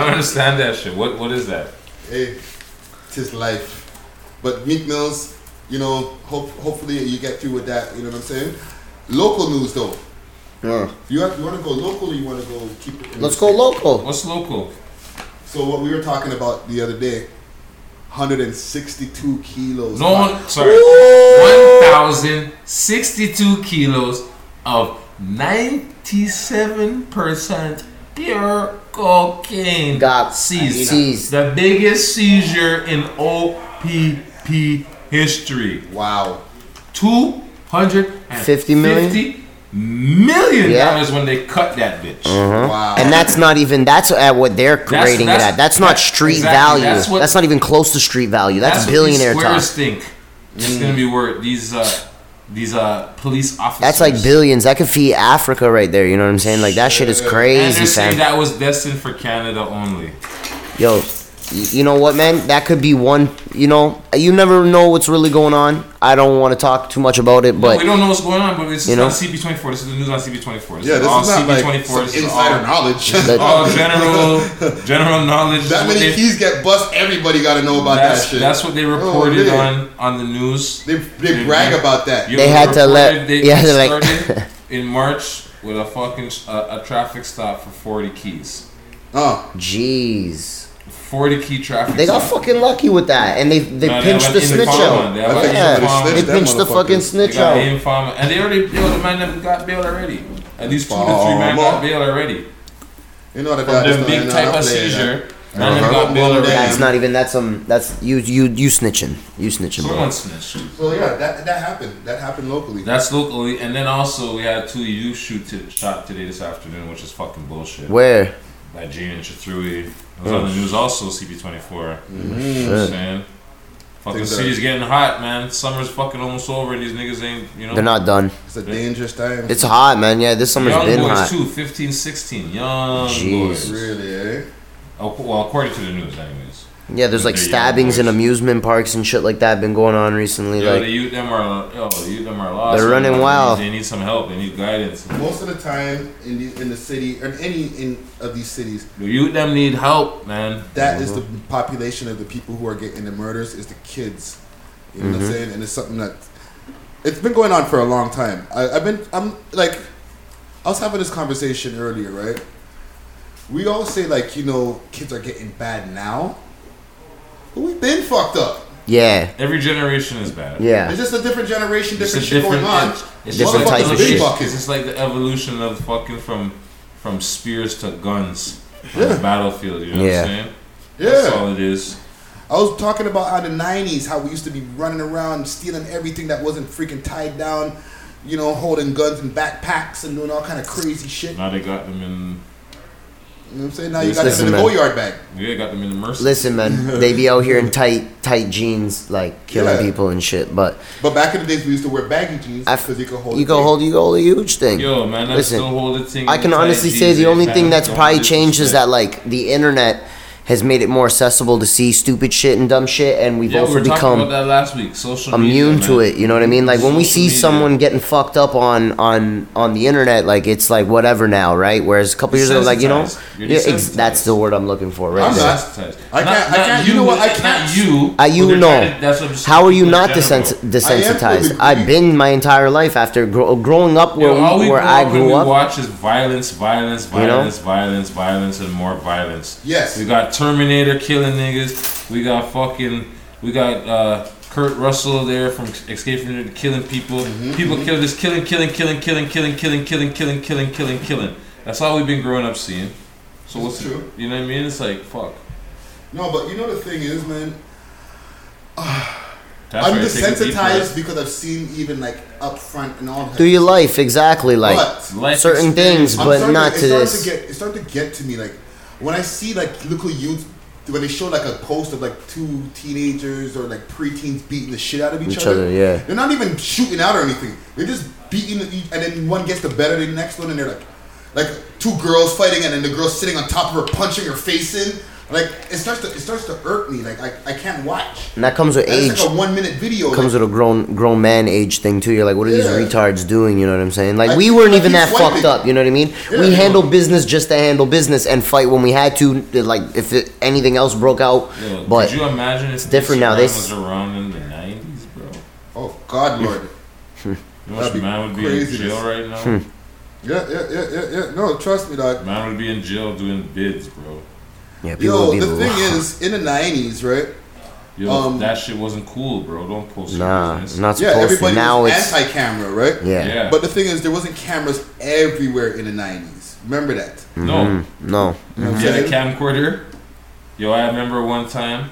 Speaker 4: don't understand that shit. What What is that?
Speaker 2: Hey, tis life. But Meek Mills, you know, hope, hopefully you get through with that. You know what I'm saying? Local news though.
Speaker 3: Yeah.
Speaker 2: You, have, you want to go local or you want to go keep it? in
Speaker 3: Let's
Speaker 2: the
Speaker 3: go
Speaker 2: state?
Speaker 3: local.
Speaker 4: What's local?
Speaker 2: So what we were talking about the other day, 162 kilos.
Speaker 4: No
Speaker 2: Wow.
Speaker 4: one, sorry, 1,062 kilos of 97% pure cocaine
Speaker 3: Got
Speaker 4: seized.
Speaker 3: seized.
Speaker 4: The biggest seizure in OPP history.
Speaker 2: Wow.
Speaker 4: 250
Speaker 3: 50 million?
Speaker 4: million
Speaker 3: Yeah.
Speaker 4: dollars when they cut that bitch.
Speaker 2: Wow.
Speaker 3: And that's not even that's at what they're rating
Speaker 4: that's-
Speaker 3: it at. That's not
Speaker 4: that-
Speaker 3: street
Speaker 4: exactly,
Speaker 3: value.
Speaker 4: that's
Speaker 3: That's,
Speaker 4: what-
Speaker 3: not even close to street value. That's,
Speaker 4: what
Speaker 3: billionaire
Speaker 4: these
Speaker 3: talk. Mm.
Speaker 4: squares think. It's gonna be worth these uh these uh police officers.
Speaker 3: That's like billions. That could feed Africa right there. You know what I'm saying? Like that shit is
Speaker 4: And
Speaker 3: crazy,
Speaker 4: they're saying
Speaker 3: fam.
Speaker 4: that was destined for Canada only.
Speaker 3: Yo, y- you know what, man? That could be one. You know, you never know what's really going on. I don't want to talk too much about it,
Speaker 4: we
Speaker 3: but
Speaker 4: don't know what's going on, but this
Speaker 3: you
Speaker 4: is
Speaker 3: know?
Speaker 4: on CB24. This is the news on CB24. This
Speaker 2: yeah, this
Speaker 4: all
Speaker 2: is not like
Speaker 4: CB24.
Speaker 2: some
Speaker 4: This is
Speaker 2: insider
Speaker 4: all,
Speaker 2: knowledge.
Speaker 3: That-
Speaker 4: all general general knowledge.
Speaker 2: that
Speaker 4: That's what
Speaker 2: many
Speaker 4: they-
Speaker 2: keys get bust. Everybody got to know about
Speaker 4: that's,
Speaker 2: that shit.
Speaker 4: that's what they reported
Speaker 2: Oh, man.
Speaker 4: on on the news.
Speaker 2: They, they brag about that.
Speaker 4: You
Speaker 3: They
Speaker 4: know,
Speaker 3: had to let-
Speaker 4: reported They,
Speaker 3: yeah,
Speaker 4: they
Speaker 3: they're like-
Speaker 4: started in March with a fucking uh, a traffic stop for 40 keys.
Speaker 2: Oh,
Speaker 3: jeez,
Speaker 4: 40 key traffic.
Speaker 3: they got
Speaker 4: stop.
Speaker 3: fucking lucky with that, and they they
Speaker 4: No, they
Speaker 3: pinched
Speaker 4: went
Speaker 3: the
Speaker 4: in the
Speaker 3: snitch
Speaker 4: column.
Speaker 3: out.
Speaker 4: They
Speaker 2: went in
Speaker 3: Yeah,
Speaker 2: the column.
Speaker 3: they
Speaker 2: That
Speaker 3: pinched the
Speaker 2: motherfucker.
Speaker 3: fucking
Speaker 4: They
Speaker 3: snitch
Speaker 4: got
Speaker 3: out.
Speaker 4: Aim Farmer, and they already bailed the man that got bailed already. At least two to three man
Speaker 2: Farmer.
Speaker 4: got bailed already.
Speaker 2: you know that
Speaker 4: From
Speaker 2: guy
Speaker 4: them
Speaker 2: just
Speaker 4: big
Speaker 2: not-
Speaker 4: type
Speaker 2: not
Speaker 4: of
Speaker 2: playing that.
Speaker 4: seizure, man
Speaker 2: Uh-huh.
Speaker 4: them got bailed already.
Speaker 2: Damn.
Speaker 3: That's not even. That's um. That's you. You. You snitching. You snitching, bro.
Speaker 4: Someone snitched.
Speaker 2: So yeah, that that happened. That happened locally.
Speaker 4: That's locally, and then also we had two youth shoot to, shot today this afternoon, which is fucking bullshit.
Speaker 3: Where?
Speaker 4: By Gene and Chatrui. It was on the news also, CB24. You know what I'm
Speaker 3: Oh. Mm-hmm. Shit.
Speaker 4: saying? Fucking
Speaker 2: Things that-
Speaker 4: city's getting hot, man. Summer's fucking almost over, and these niggas ain't, you know.
Speaker 3: They're not done.
Speaker 2: it's a dangerous time.
Speaker 3: It's hot, man. Yeah, this summer's
Speaker 4: Young
Speaker 3: been
Speaker 4: boys
Speaker 3: hot.
Speaker 4: too, 15, 16. Young
Speaker 3: Jeez.
Speaker 4: boys.
Speaker 2: really, eh?
Speaker 4: Oh, well, according to the news, anyways.
Speaker 3: Yeah, there's like
Speaker 4: They're young
Speaker 3: stabbings in
Speaker 4: boys.
Speaker 3: amusement parks and shit like that been going on recently.
Speaker 4: Yo, the
Speaker 3: like,
Speaker 4: youth them are, yo, the youth them are lost.
Speaker 3: They're running
Speaker 4: They need-
Speaker 3: wild.
Speaker 4: They need some help. They need guidance.
Speaker 2: Most of the time in the, in the city or any in of these cities,
Speaker 4: The youth them need help, man.
Speaker 2: that is the population of the people who are getting the murders is the kids. You know what I'm saying? And it's something that it's been going on for a long time. I, I've been I'm like I was having this conversation earlier, right? We all say like you know kids are getting bad now, but we've been fucked up.
Speaker 3: yeah,
Speaker 4: Every generation is bad.
Speaker 2: It's
Speaker 3: yeah,
Speaker 2: just a different generation,
Speaker 4: It's a
Speaker 2: different shit
Speaker 4: different,
Speaker 2: going on.
Speaker 4: it's, it's
Speaker 3: Different
Speaker 4: just like
Speaker 3: type of
Speaker 4: the-
Speaker 3: shit.
Speaker 4: It's just like the evolution of fucking from from spears to guns on the
Speaker 2: Yeah.
Speaker 4: battlefield. You know
Speaker 3: Yeah.
Speaker 4: what I'm saying?
Speaker 2: Yeah.
Speaker 4: That's all it is.
Speaker 2: I was talking about how the '90s, how we used to be running around stealing everything that wasn't freaking tied down, you know, holding guns and backpacks and doing all kind of crazy shit. You know
Speaker 4: Now they got them in.
Speaker 2: what I'm saying? Now you got
Speaker 3: Listen,
Speaker 2: to in a
Speaker 3: man.
Speaker 2: Goyard bag.
Speaker 4: Yeah, they got them in the mercy.
Speaker 3: Listen, man, they be out here in tight, tight jeans, like killing
Speaker 2: Yeah.
Speaker 3: people and shit. But
Speaker 2: But back in the days, we used to wear baggy jeans
Speaker 3: I f-
Speaker 2: because you could hold.
Speaker 3: you
Speaker 2: a
Speaker 3: go
Speaker 2: thing.
Speaker 3: hold, you go hold a huge thing.
Speaker 4: Yo, man, I
Speaker 3: Listen,
Speaker 4: still hold the thing.
Speaker 3: I
Speaker 4: in
Speaker 3: can
Speaker 4: tight
Speaker 3: honestly
Speaker 4: jeans,
Speaker 3: say the
Speaker 4: they
Speaker 3: only
Speaker 4: bad,
Speaker 3: thing that's
Speaker 4: don't
Speaker 3: probably
Speaker 4: do
Speaker 3: changed is
Speaker 4: shit.
Speaker 3: that like the internet has made it more accessible to see stupid shit and dumb shit, and we've
Speaker 4: Yeah, we
Speaker 3: also
Speaker 4: were talking about
Speaker 3: become
Speaker 4: that last week. Social
Speaker 3: immune
Speaker 4: media,
Speaker 3: to
Speaker 4: man.
Speaker 3: it. You know what I mean? Like when we
Speaker 4: Social
Speaker 3: see
Speaker 4: media.
Speaker 3: someone getting fucked up on on on the internet, like it's like whatever now, right? Whereas a couple years ago, like you know,
Speaker 4: Desensitized. You're
Speaker 3: yeah, ex-
Speaker 4: desensitized.
Speaker 3: that's the word I'm looking for, right?
Speaker 2: I'm
Speaker 3: there.
Speaker 2: not.
Speaker 4: desensitized.
Speaker 2: I can't- I can't- you know what, I can't-
Speaker 4: Not you.
Speaker 3: Uh, you
Speaker 4: but they're
Speaker 3: know.
Speaker 4: trying to- that's what I'm saying,
Speaker 3: How are you
Speaker 4: people in
Speaker 3: not
Speaker 4: general.
Speaker 3: desens-
Speaker 2: I am fully
Speaker 3: desensitized?
Speaker 2: green.
Speaker 3: I've been my entire life after gro- growing up
Speaker 4: You
Speaker 3: where,
Speaker 4: know, all we
Speaker 3: we, where
Speaker 4: grew
Speaker 3: I
Speaker 4: up, when
Speaker 3: grew
Speaker 4: we
Speaker 3: up.
Speaker 4: watch is violence, violence,
Speaker 3: You know?
Speaker 4: violence, violence, violence, and more violence.
Speaker 2: Yes.
Speaker 4: We got Terminator killing niggas. We got fucking. We got uh, Kurt Russell there from Escape from New York killing people.
Speaker 2: Mm-hmm,
Speaker 4: people kill just killing, killing, killing, killing, killing, killing, killing, killing, killing, killing, killing. That's all we've been growing up seeing. So
Speaker 2: It's
Speaker 4: what's
Speaker 2: true.
Speaker 4: You know what I mean? It's like fuck.
Speaker 2: No, but you know the thing is, man,
Speaker 4: That's
Speaker 2: I'm
Speaker 4: right, take a deep
Speaker 2: desensitized
Speaker 4: breath.
Speaker 2: because I've seen even like up front and all. that.
Speaker 3: Through your life, exactly, like
Speaker 2: But-
Speaker 4: Life
Speaker 3: certain
Speaker 4: experience.
Speaker 3: things,
Speaker 2: I'm
Speaker 3: but
Speaker 2: starting
Speaker 3: not
Speaker 2: it's
Speaker 3: to
Speaker 2: starting
Speaker 3: this.
Speaker 2: To get, it's starting to get to me. Like when I see like local youth when they show like a post of like two teenagers or like preteens beating the shit out of each,
Speaker 3: Each other, yeah.
Speaker 2: They're not even shooting out or anything. They're just beating, the- and then one gets the better than the next one, and they're like, like two girls fighting, and then the girl sitting on top of her punching her face in. Like it starts to it starts to irk me. Like I, I can't watch.
Speaker 3: and that comes with
Speaker 2: And
Speaker 3: age.
Speaker 2: It's like a one minute video.
Speaker 3: comes
Speaker 2: like,
Speaker 3: with a grown grown man age thing too. You're like, what are
Speaker 2: Yeah.
Speaker 3: these retards doing? You know what I'm saying? Like
Speaker 2: I
Speaker 3: we
Speaker 2: keep-
Speaker 3: weren't
Speaker 2: I
Speaker 3: even
Speaker 2: keep
Speaker 3: that fucked
Speaker 2: swiping.
Speaker 3: up. You know what I mean?
Speaker 2: Yeah.
Speaker 3: we handled business just to handle business and fight when we had to. Like if it, anything else broke out,
Speaker 4: Yo,
Speaker 3: but
Speaker 4: could you imagine if
Speaker 3: different now.
Speaker 4: Instagram
Speaker 3: They s-
Speaker 4: was around in the nineties, bro. You
Speaker 2: oh God, Lord.
Speaker 4: know how much
Speaker 2: That'd be
Speaker 4: man would be in
Speaker 2: craziness.
Speaker 3: Hmm.
Speaker 4: jail right now.
Speaker 2: Yeah, yeah, yeah, yeah, yeah. No, trust me, dog.
Speaker 4: Man would be in jail doing bids, bro.
Speaker 3: Yeah,
Speaker 2: Yo,
Speaker 3: would be
Speaker 2: the
Speaker 3: like,
Speaker 2: thing
Speaker 3: "Wow."
Speaker 2: is, in the nineties, right?
Speaker 4: Yo,
Speaker 2: Um,
Speaker 4: that shit wasn't cool, bro. Don't post your
Speaker 3: Nah,
Speaker 4: business.
Speaker 3: not
Speaker 2: Yeah,
Speaker 3: supposed to.
Speaker 2: everybody
Speaker 3: Now
Speaker 2: was
Speaker 3: it's
Speaker 2: anti-camera, right?
Speaker 3: yeah.
Speaker 4: Yeah.
Speaker 2: But the thing is, there wasn't cameras everywhere in the nineties. Remember that?
Speaker 3: Mm-hmm. No.
Speaker 4: no.
Speaker 2: You know what I'm
Speaker 4: Yeah, the
Speaker 2: saying?
Speaker 4: camcorder. Yo, I remember one time,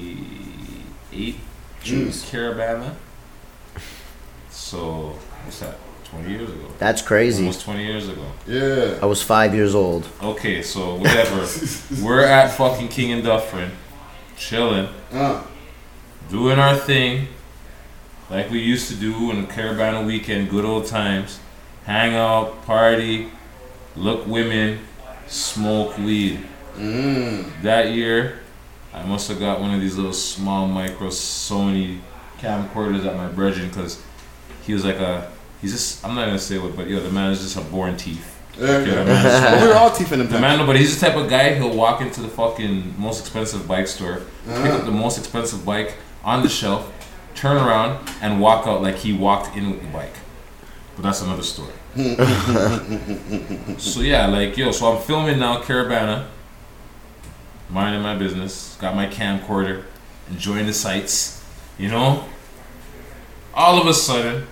Speaker 4: 98,
Speaker 2: Jeez.
Speaker 4: Caravana. So, what's that? 20 years ago.
Speaker 3: That's crazy.
Speaker 4: Almost 20 years ago.
Speaker 2: Yeah.
Speaker 3: I was five years old.
Speaker 4: Okay, so whatever. We're at fucking King and Dufferin, chilling,
Speaker 2: Uh,
Speaker 4: doing our thing, like we used to do in the Caravana weekend, good old times. Hang out, party, look women, smoke weed.
Speaker 2: mm,
Speaker 4: That year, I must have got one of these little small micro Sony camcorders at my brethren because he was like a. He's just. I'm not gonna say what, but yo, the man is just a born thief.
Speaker 2: there you
Speaker 4: Yeah,
Speaker 2: go.
Speaker 4: the man's
Speaker 2: But we were all teething them.
Speaker 4: The man, no, but he's the type of guy he'll walk into the fucking most expensive bike store, pick
Speaker 2: Ah.
Speaker 4: up the most expensive bike on the shelf, turn around, and walk out like he walked in with the bike. But that's another story. so yeah, like yo, so I'm filming now, Caravana, minding my business, got my camcorder, enjoying the sights, you know. All of a sudden,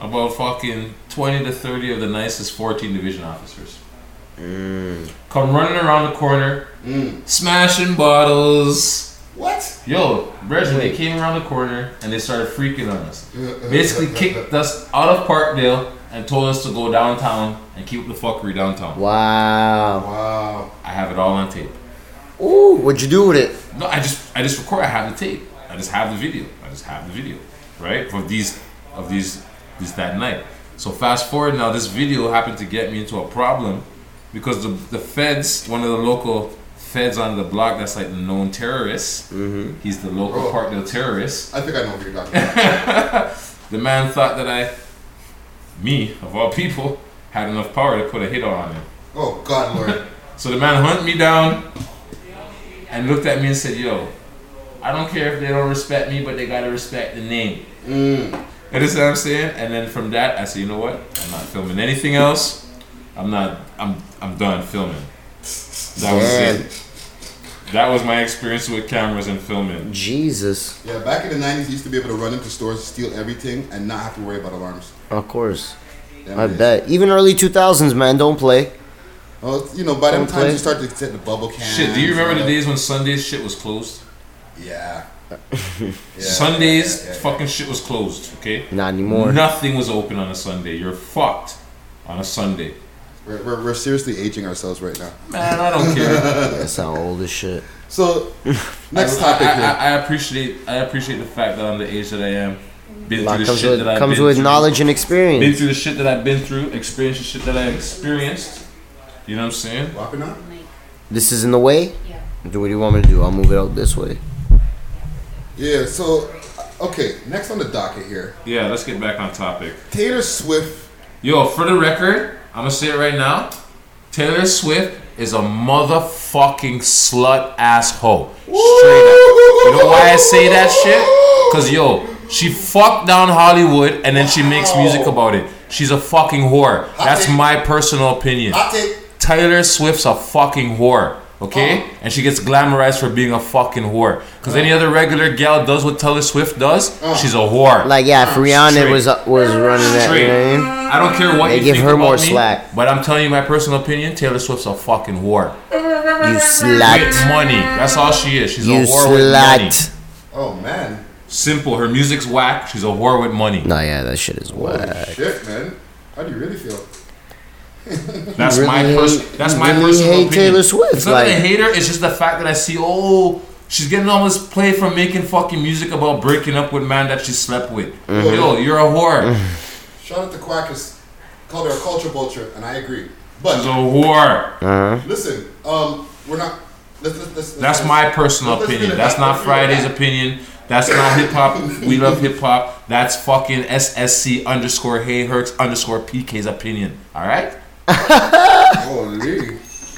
Speaker 4: about fucking 20 to 30 of the nicest 14 division officers come running around the corner,
Speaker 2: Mm.
Speaker 4: smashing bottles.
Speaker 2: What?
Speaker 4: Yo, Brethren, they came around the corner and they started freaking on us.
Speaker 2: Uh,
Speaker 4: Basically, kicked us out of Parkdale and told us to go downtown and keep the fuckery downtown.
Speaker 3: Wow.
Speaker 2: Wow.
Speaker 4: I have it all on tape.
Speaker 3: Ooh, what'd you do with it?
Speaker 4: No, I just I just record. I have the tape. I just have the video. I just have the video, right? For these of these this that night. So fast forward now, this video happened to get me into a problem because the the feds, one of the local feds on the block, that's like the known terrorist. Mm-hmm. He's the local
Speaker 2: Bro.
Speaker 4: Parkdale terrorist.
Speaker 2: I think I know what you're talking about.
Speaker 4: The man thought that I, me of all people, had enough power to put a hit on him.
Speaker 2: oh God, Lord.
Speaker 4: So the man hunted me down and looked at me and said, Yo, I don't care if they don't respect me, but they gotta respect the name.
Speaker 2: Mm.
Speaker 4: You understand what I'm saying? And then from that, I said, You know what? I'm not filming anything else. I'm not, I'm, I'm done filming. That was it. That was my experience with cameras and filming.
Speaker 3: Jesus.
Speaker 2: Yeah, back in the nineties, you used to be able to run into stores, steal everything, and not have to worry about alarms.
Speaker 3: Of course.
Speaker 2: Them
Speaker 3: I
Speaker 2: days.
Speaker 3: bet. Even early 2000s, man, don't play.
Speaker 2: Well, you know, by the
Speaker 3: Don't
Speaker 2: time
Speaker 3: play.
Speaker 2: you start to get the bubble can.
Speaker 4: Shit, do you remember the days when Sundays shit was closed?
Speaker 2: Yeah. Yeah,
Speaker 4: Sundays,
Speaker 2: yeah, yeah, yeah.
Speaker 4: fucking shit was closed, okay?
Speaker 3: Not anymore.
Speaker 4: Nothing was open on a Sunday. You're fucked on a Sunday.
Speaker 2: We're, we're, we're seriously aging ourselves right now.
Speaker 4: Man, I don't care.
Speaker 2: Mm-hmm.
Speaker 3: That's how old as shit.
Speaker 2: So, next
Speaker 4: I-
Speaker 2: topic
Speaker 4: I,
Speaker 2: here.
Speaker 4: I, I appreciate I appreciate the fact that I'm the age that I am. Been
Speaker 3: Lot
Speaker 4: through the
Speaker 3: comes
Speaker 4: shit
Speaker 3: with,
Speaker 4: that I've
Speaker 3: comes
Speaker 4: been
Speaker 3: with
Speaker 4: through.
Speaker 3: knowledge and
Speaker 4: Been
Speaker 3: experience.
Speaker 4: through the shit that I've been through, experienced the shit that I experienced. You know what I'm saying?
Speaker 2: Whopping up?
Speaker 3: This is in the way?
Speaker 5: Yeah.
Speaker 3: Do what do you want me to do? I'll move it out this way.
Speaker 2: Yeah, so, okay, next on the docket here
Speaker 4: Yeah, let's get back on topic.
Speaker 2: Taylor Swift.
Speaker 4: Yo, for the record, I'm gonna say it right now. Taylor Swift is a motherfucking slut ass hoe. Straight up. You know why I say that shit? Cause yo, she fucked down Hollywood and then she makes music about it. She's a fucking whore. That's
Speaker 2: take.
Speaker 4: my personal opinion.
Speaker 2: I take. Uh-huh.
Speaker 4: Taylor Swift's a fucking whore. Okay? And she gets glamorized for being a fucking whore. Because any other regular gal does what Taylor Swift does,
Speaker 2: Uh-huh.
Speaker 4: she's a whore.
Speaker 3: Like, yeah, if Rihanna
Speaker 4: Oh, Straight.
Speaker 3: was uh, was running that, you
Speaker 4: Straight.
Speaker 3: know what I mean?
Speaker 4: I don't care what
Speaker 3: They
Speaker 4: you
Speaker 3: give
Speaker 4: think
Speaker 3: her
Speaker 4: about
Speaker 3: more
Speaker 4: me,
Speaker 3: slack.
Speaker 4: But I'm telling you my personal opinion, Taylor Swift's a fucking whore.
Speaker 3: You
Speaker 4: With
Speaker 3: slut.
Speaker 4: money. That's all she is. She's
Speaker 3: You
Speaker 4: a whore with money.
Speaker 3: slut.
Speaker 2: Oh, man.
Speaker 4: Simple. Her music's whack. She's a whore with money.
Speaker 3: Nah, yeah, that shit is
Speaker 2: Holy
Speaker 3: whack.
Speaker 2: shit, man. How do you really feel?
Speaker 4: That's
Speaker 3: really
Speaker 4: my
Speaker 3: hate-
Speaker 4: person. That's
Speaker 3: you
Speaker 4: my
Speaker 3: really
Speaker 4: personal
Speaker 3: hate
Speaker 4: opinion.
Speaker 3: Taylor Swift,
Speaker 4: It's not that I
Speaker 3: like-
Speaker 4: hate her. It's just the fact that I see, oh, she's getting all this play from making fucking music about breaking up with man that she slept with.
Speaker 3: Mm-hmm.
Speaker 4: Yo, you're a whore.
Speaker 2: Shout out to Quackus. Called her a culture vulture, and I agree.
Speaker 4: She's a
Speaker 2: But
Speaker 4: whore.
Speaker 2: listen, um, we're not. Let's, let's, let's,
Speaker 4: That's
Speaker 2: let's-
Speaker 4: my personal
Speaker 2: let's get
Speaker 4: opinion.
Speaker 2: it
Speaker 4: That's
Speaker 2: back.
Speaker 4: not
Speaker 2: Let's get it back.
Speaker 4: Friday's opinion. That's not hip hop. We love hip hop. That's fucking SSC underscore Hey Herx underscore PK's opinion. All right?
Speaker 2: Holy.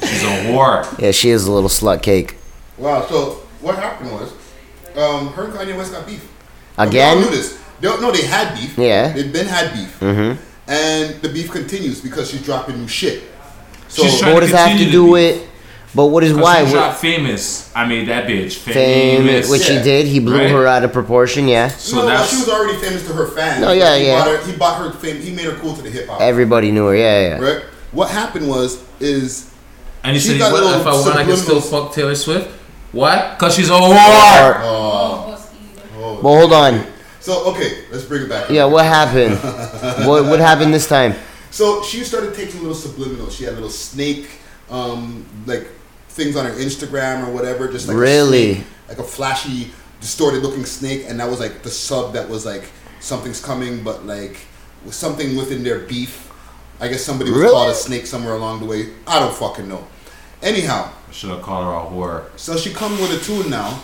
Speaker 4: She's a whore.
Speaker 3: Yeah, she is a little slut cake.
Speaker 2: Wow. So what happened was, um, her and Kanye West got beef. And we all
Speaker 3: Again?
Speaker 2: knew this. They, no, they had beef.
Speaker 3: Yeah.
Speaker 2: They've been had beef.
Speaker 3: Mhm.
Speaker 4: Mm-hmm.
Speaker 2: And the beef continues because she's dropping new shit. So
Speaker 4: She's
Speaker 3: But
Speaker 4: trying-
Speaker 3: what does that have to
Speaker 4: Continue
Speaker 3: do
Speaker 4: to be.
Speaker 3: with? But what is why?
Speaker 4: She
Speaker 3: What,
Speaker 4: shot famous. I made that bitch famous.
Speaker 3: famous, which he
Speaker 2: yeah.
Speaker 3: did. He blew
Speaker 4: Right.
Speaker 3: her out of proportion. Yeah,
Speaker 4: So
Speaker 2: no, no,
Speaker 4: that's
Speaker 2: she was already famous to her fans.
Speaker 3: No, Oh, yeah,
Speaker 2: he
Speaker 3: yeah.
Speaker 2: Bought her, he bought her fame. He made her cool to the hip hop.
Speaker 3: everybody knew her. Yeah, yeah.
Speaker 2: Right. What happened was is
Speaker 4: and he
Speaker 2: She
Speaker 4: said,
Speaker 2: got
Speaker 4: "What
Speaker 2: little
Speaker 4: if I want? I can still
Speaker 2: subliminals.
Speaker 4: fuck Taylor Swift. What? Cause she's a whore."
Speaker 3: Or-
Speaker 2: oh,
Speaker 3: well, hold on.
Speaker 2: so okay. Let's bring it back.
Speaker 3: Yeah, what happened? what what happened this time?
Speaker 2: So she started taking little subliminals. She had little snake, um, like things on her Instagram or whatever, just like
Speaker 3: Really?
Speaker 2: a snake, like a flashy, distorted-looking snake, and that was like the sub that was like something's coming, but like was something within their beef. I guess somebody was
Speaker 3: Really?
Speaker 2: called a snake somewhere along the way. I don't fucking know. Anyhow,
Speaker 4: Should have called her a whore.
Speaker 2: so she come with a tune now,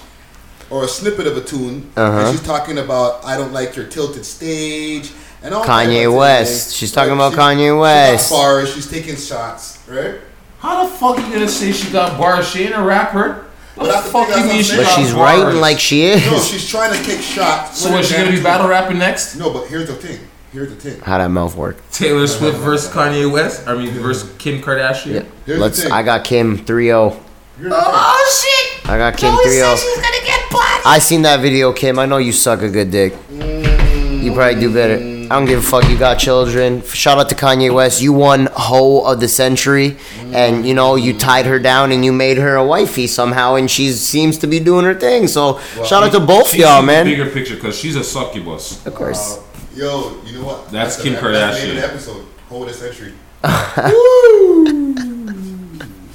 Speaker 2: or a snippet of a tune,
Speaker 3: Uh-huh.
Speaker 2: and she's talking about "I don't like your tilted stage" and all.
Speaker 3: Kanye
Speaker 2: kinds of
Speaker 3: West.
Speaker 2: things.
Speaker 3: She's talking about Kanye
Speaker 2: she got
Speaker 3: West.
Speaker 2: bars. She's taking shots, right?
Speaker 4: How the fuck you gonna say she got bars? She ain't a rapper. What
Speaker 2: But that's
Speaker 4: the
Speaker 2: the
Speaker 4: fuck
Speaker 2: thing,
Speaker 4: you
Speaker 2: that's
Speaker 4: mean
Speaker 2: what
Speaker 4: she
Speaker 2: I'm
Speaker 3: But
Speaker 4: got
Speaker 2: saying.
Speaker 3: she's
Speaker 4: bars?
Speaker 3: writing like she is.
Speaker 2: No, she's trying to take shots.
Speaker 4: So what? She gonna be battle rapping next?
Speaker 2: No, but here's the thing. Here's the thing.
Speaker 3: How that mouth work?
Speaker 4: Taylor Swift versus Kanye West. I mean versus Kim Kardashian.
Speaker 3: Yeah.
Speaker 2: Here's
Speaker 3: Let's.
Speaker 2: the thing.
Speaker 3: I got Kim 3-0.
Speaker 2: Here's the thing.
Speaker 3: Ah! I got Kim 3-0. I seen that video, Kim. I know you suck a good dick. You probably do better. I don't give a fuck. You got children. Shout out to Kanye West. You won hoe of the century, and you know you tied her down and you made her a wifey somehow, and she seems to be doing her thing. So shout out to both
Speaker 4: She's
Speaker 3: y'all,
Speaker 4: the
Speaker 3: man.
Speaker 4: Bigger picture, cause she's a succubus.
Speaker 3: Of course.
Speaker 2: Yo, you know what?
Speaker 4: That's
Speaker 2: the-
Speaker 4: Kim
Speaker 2: the name of the episode. Hold the century.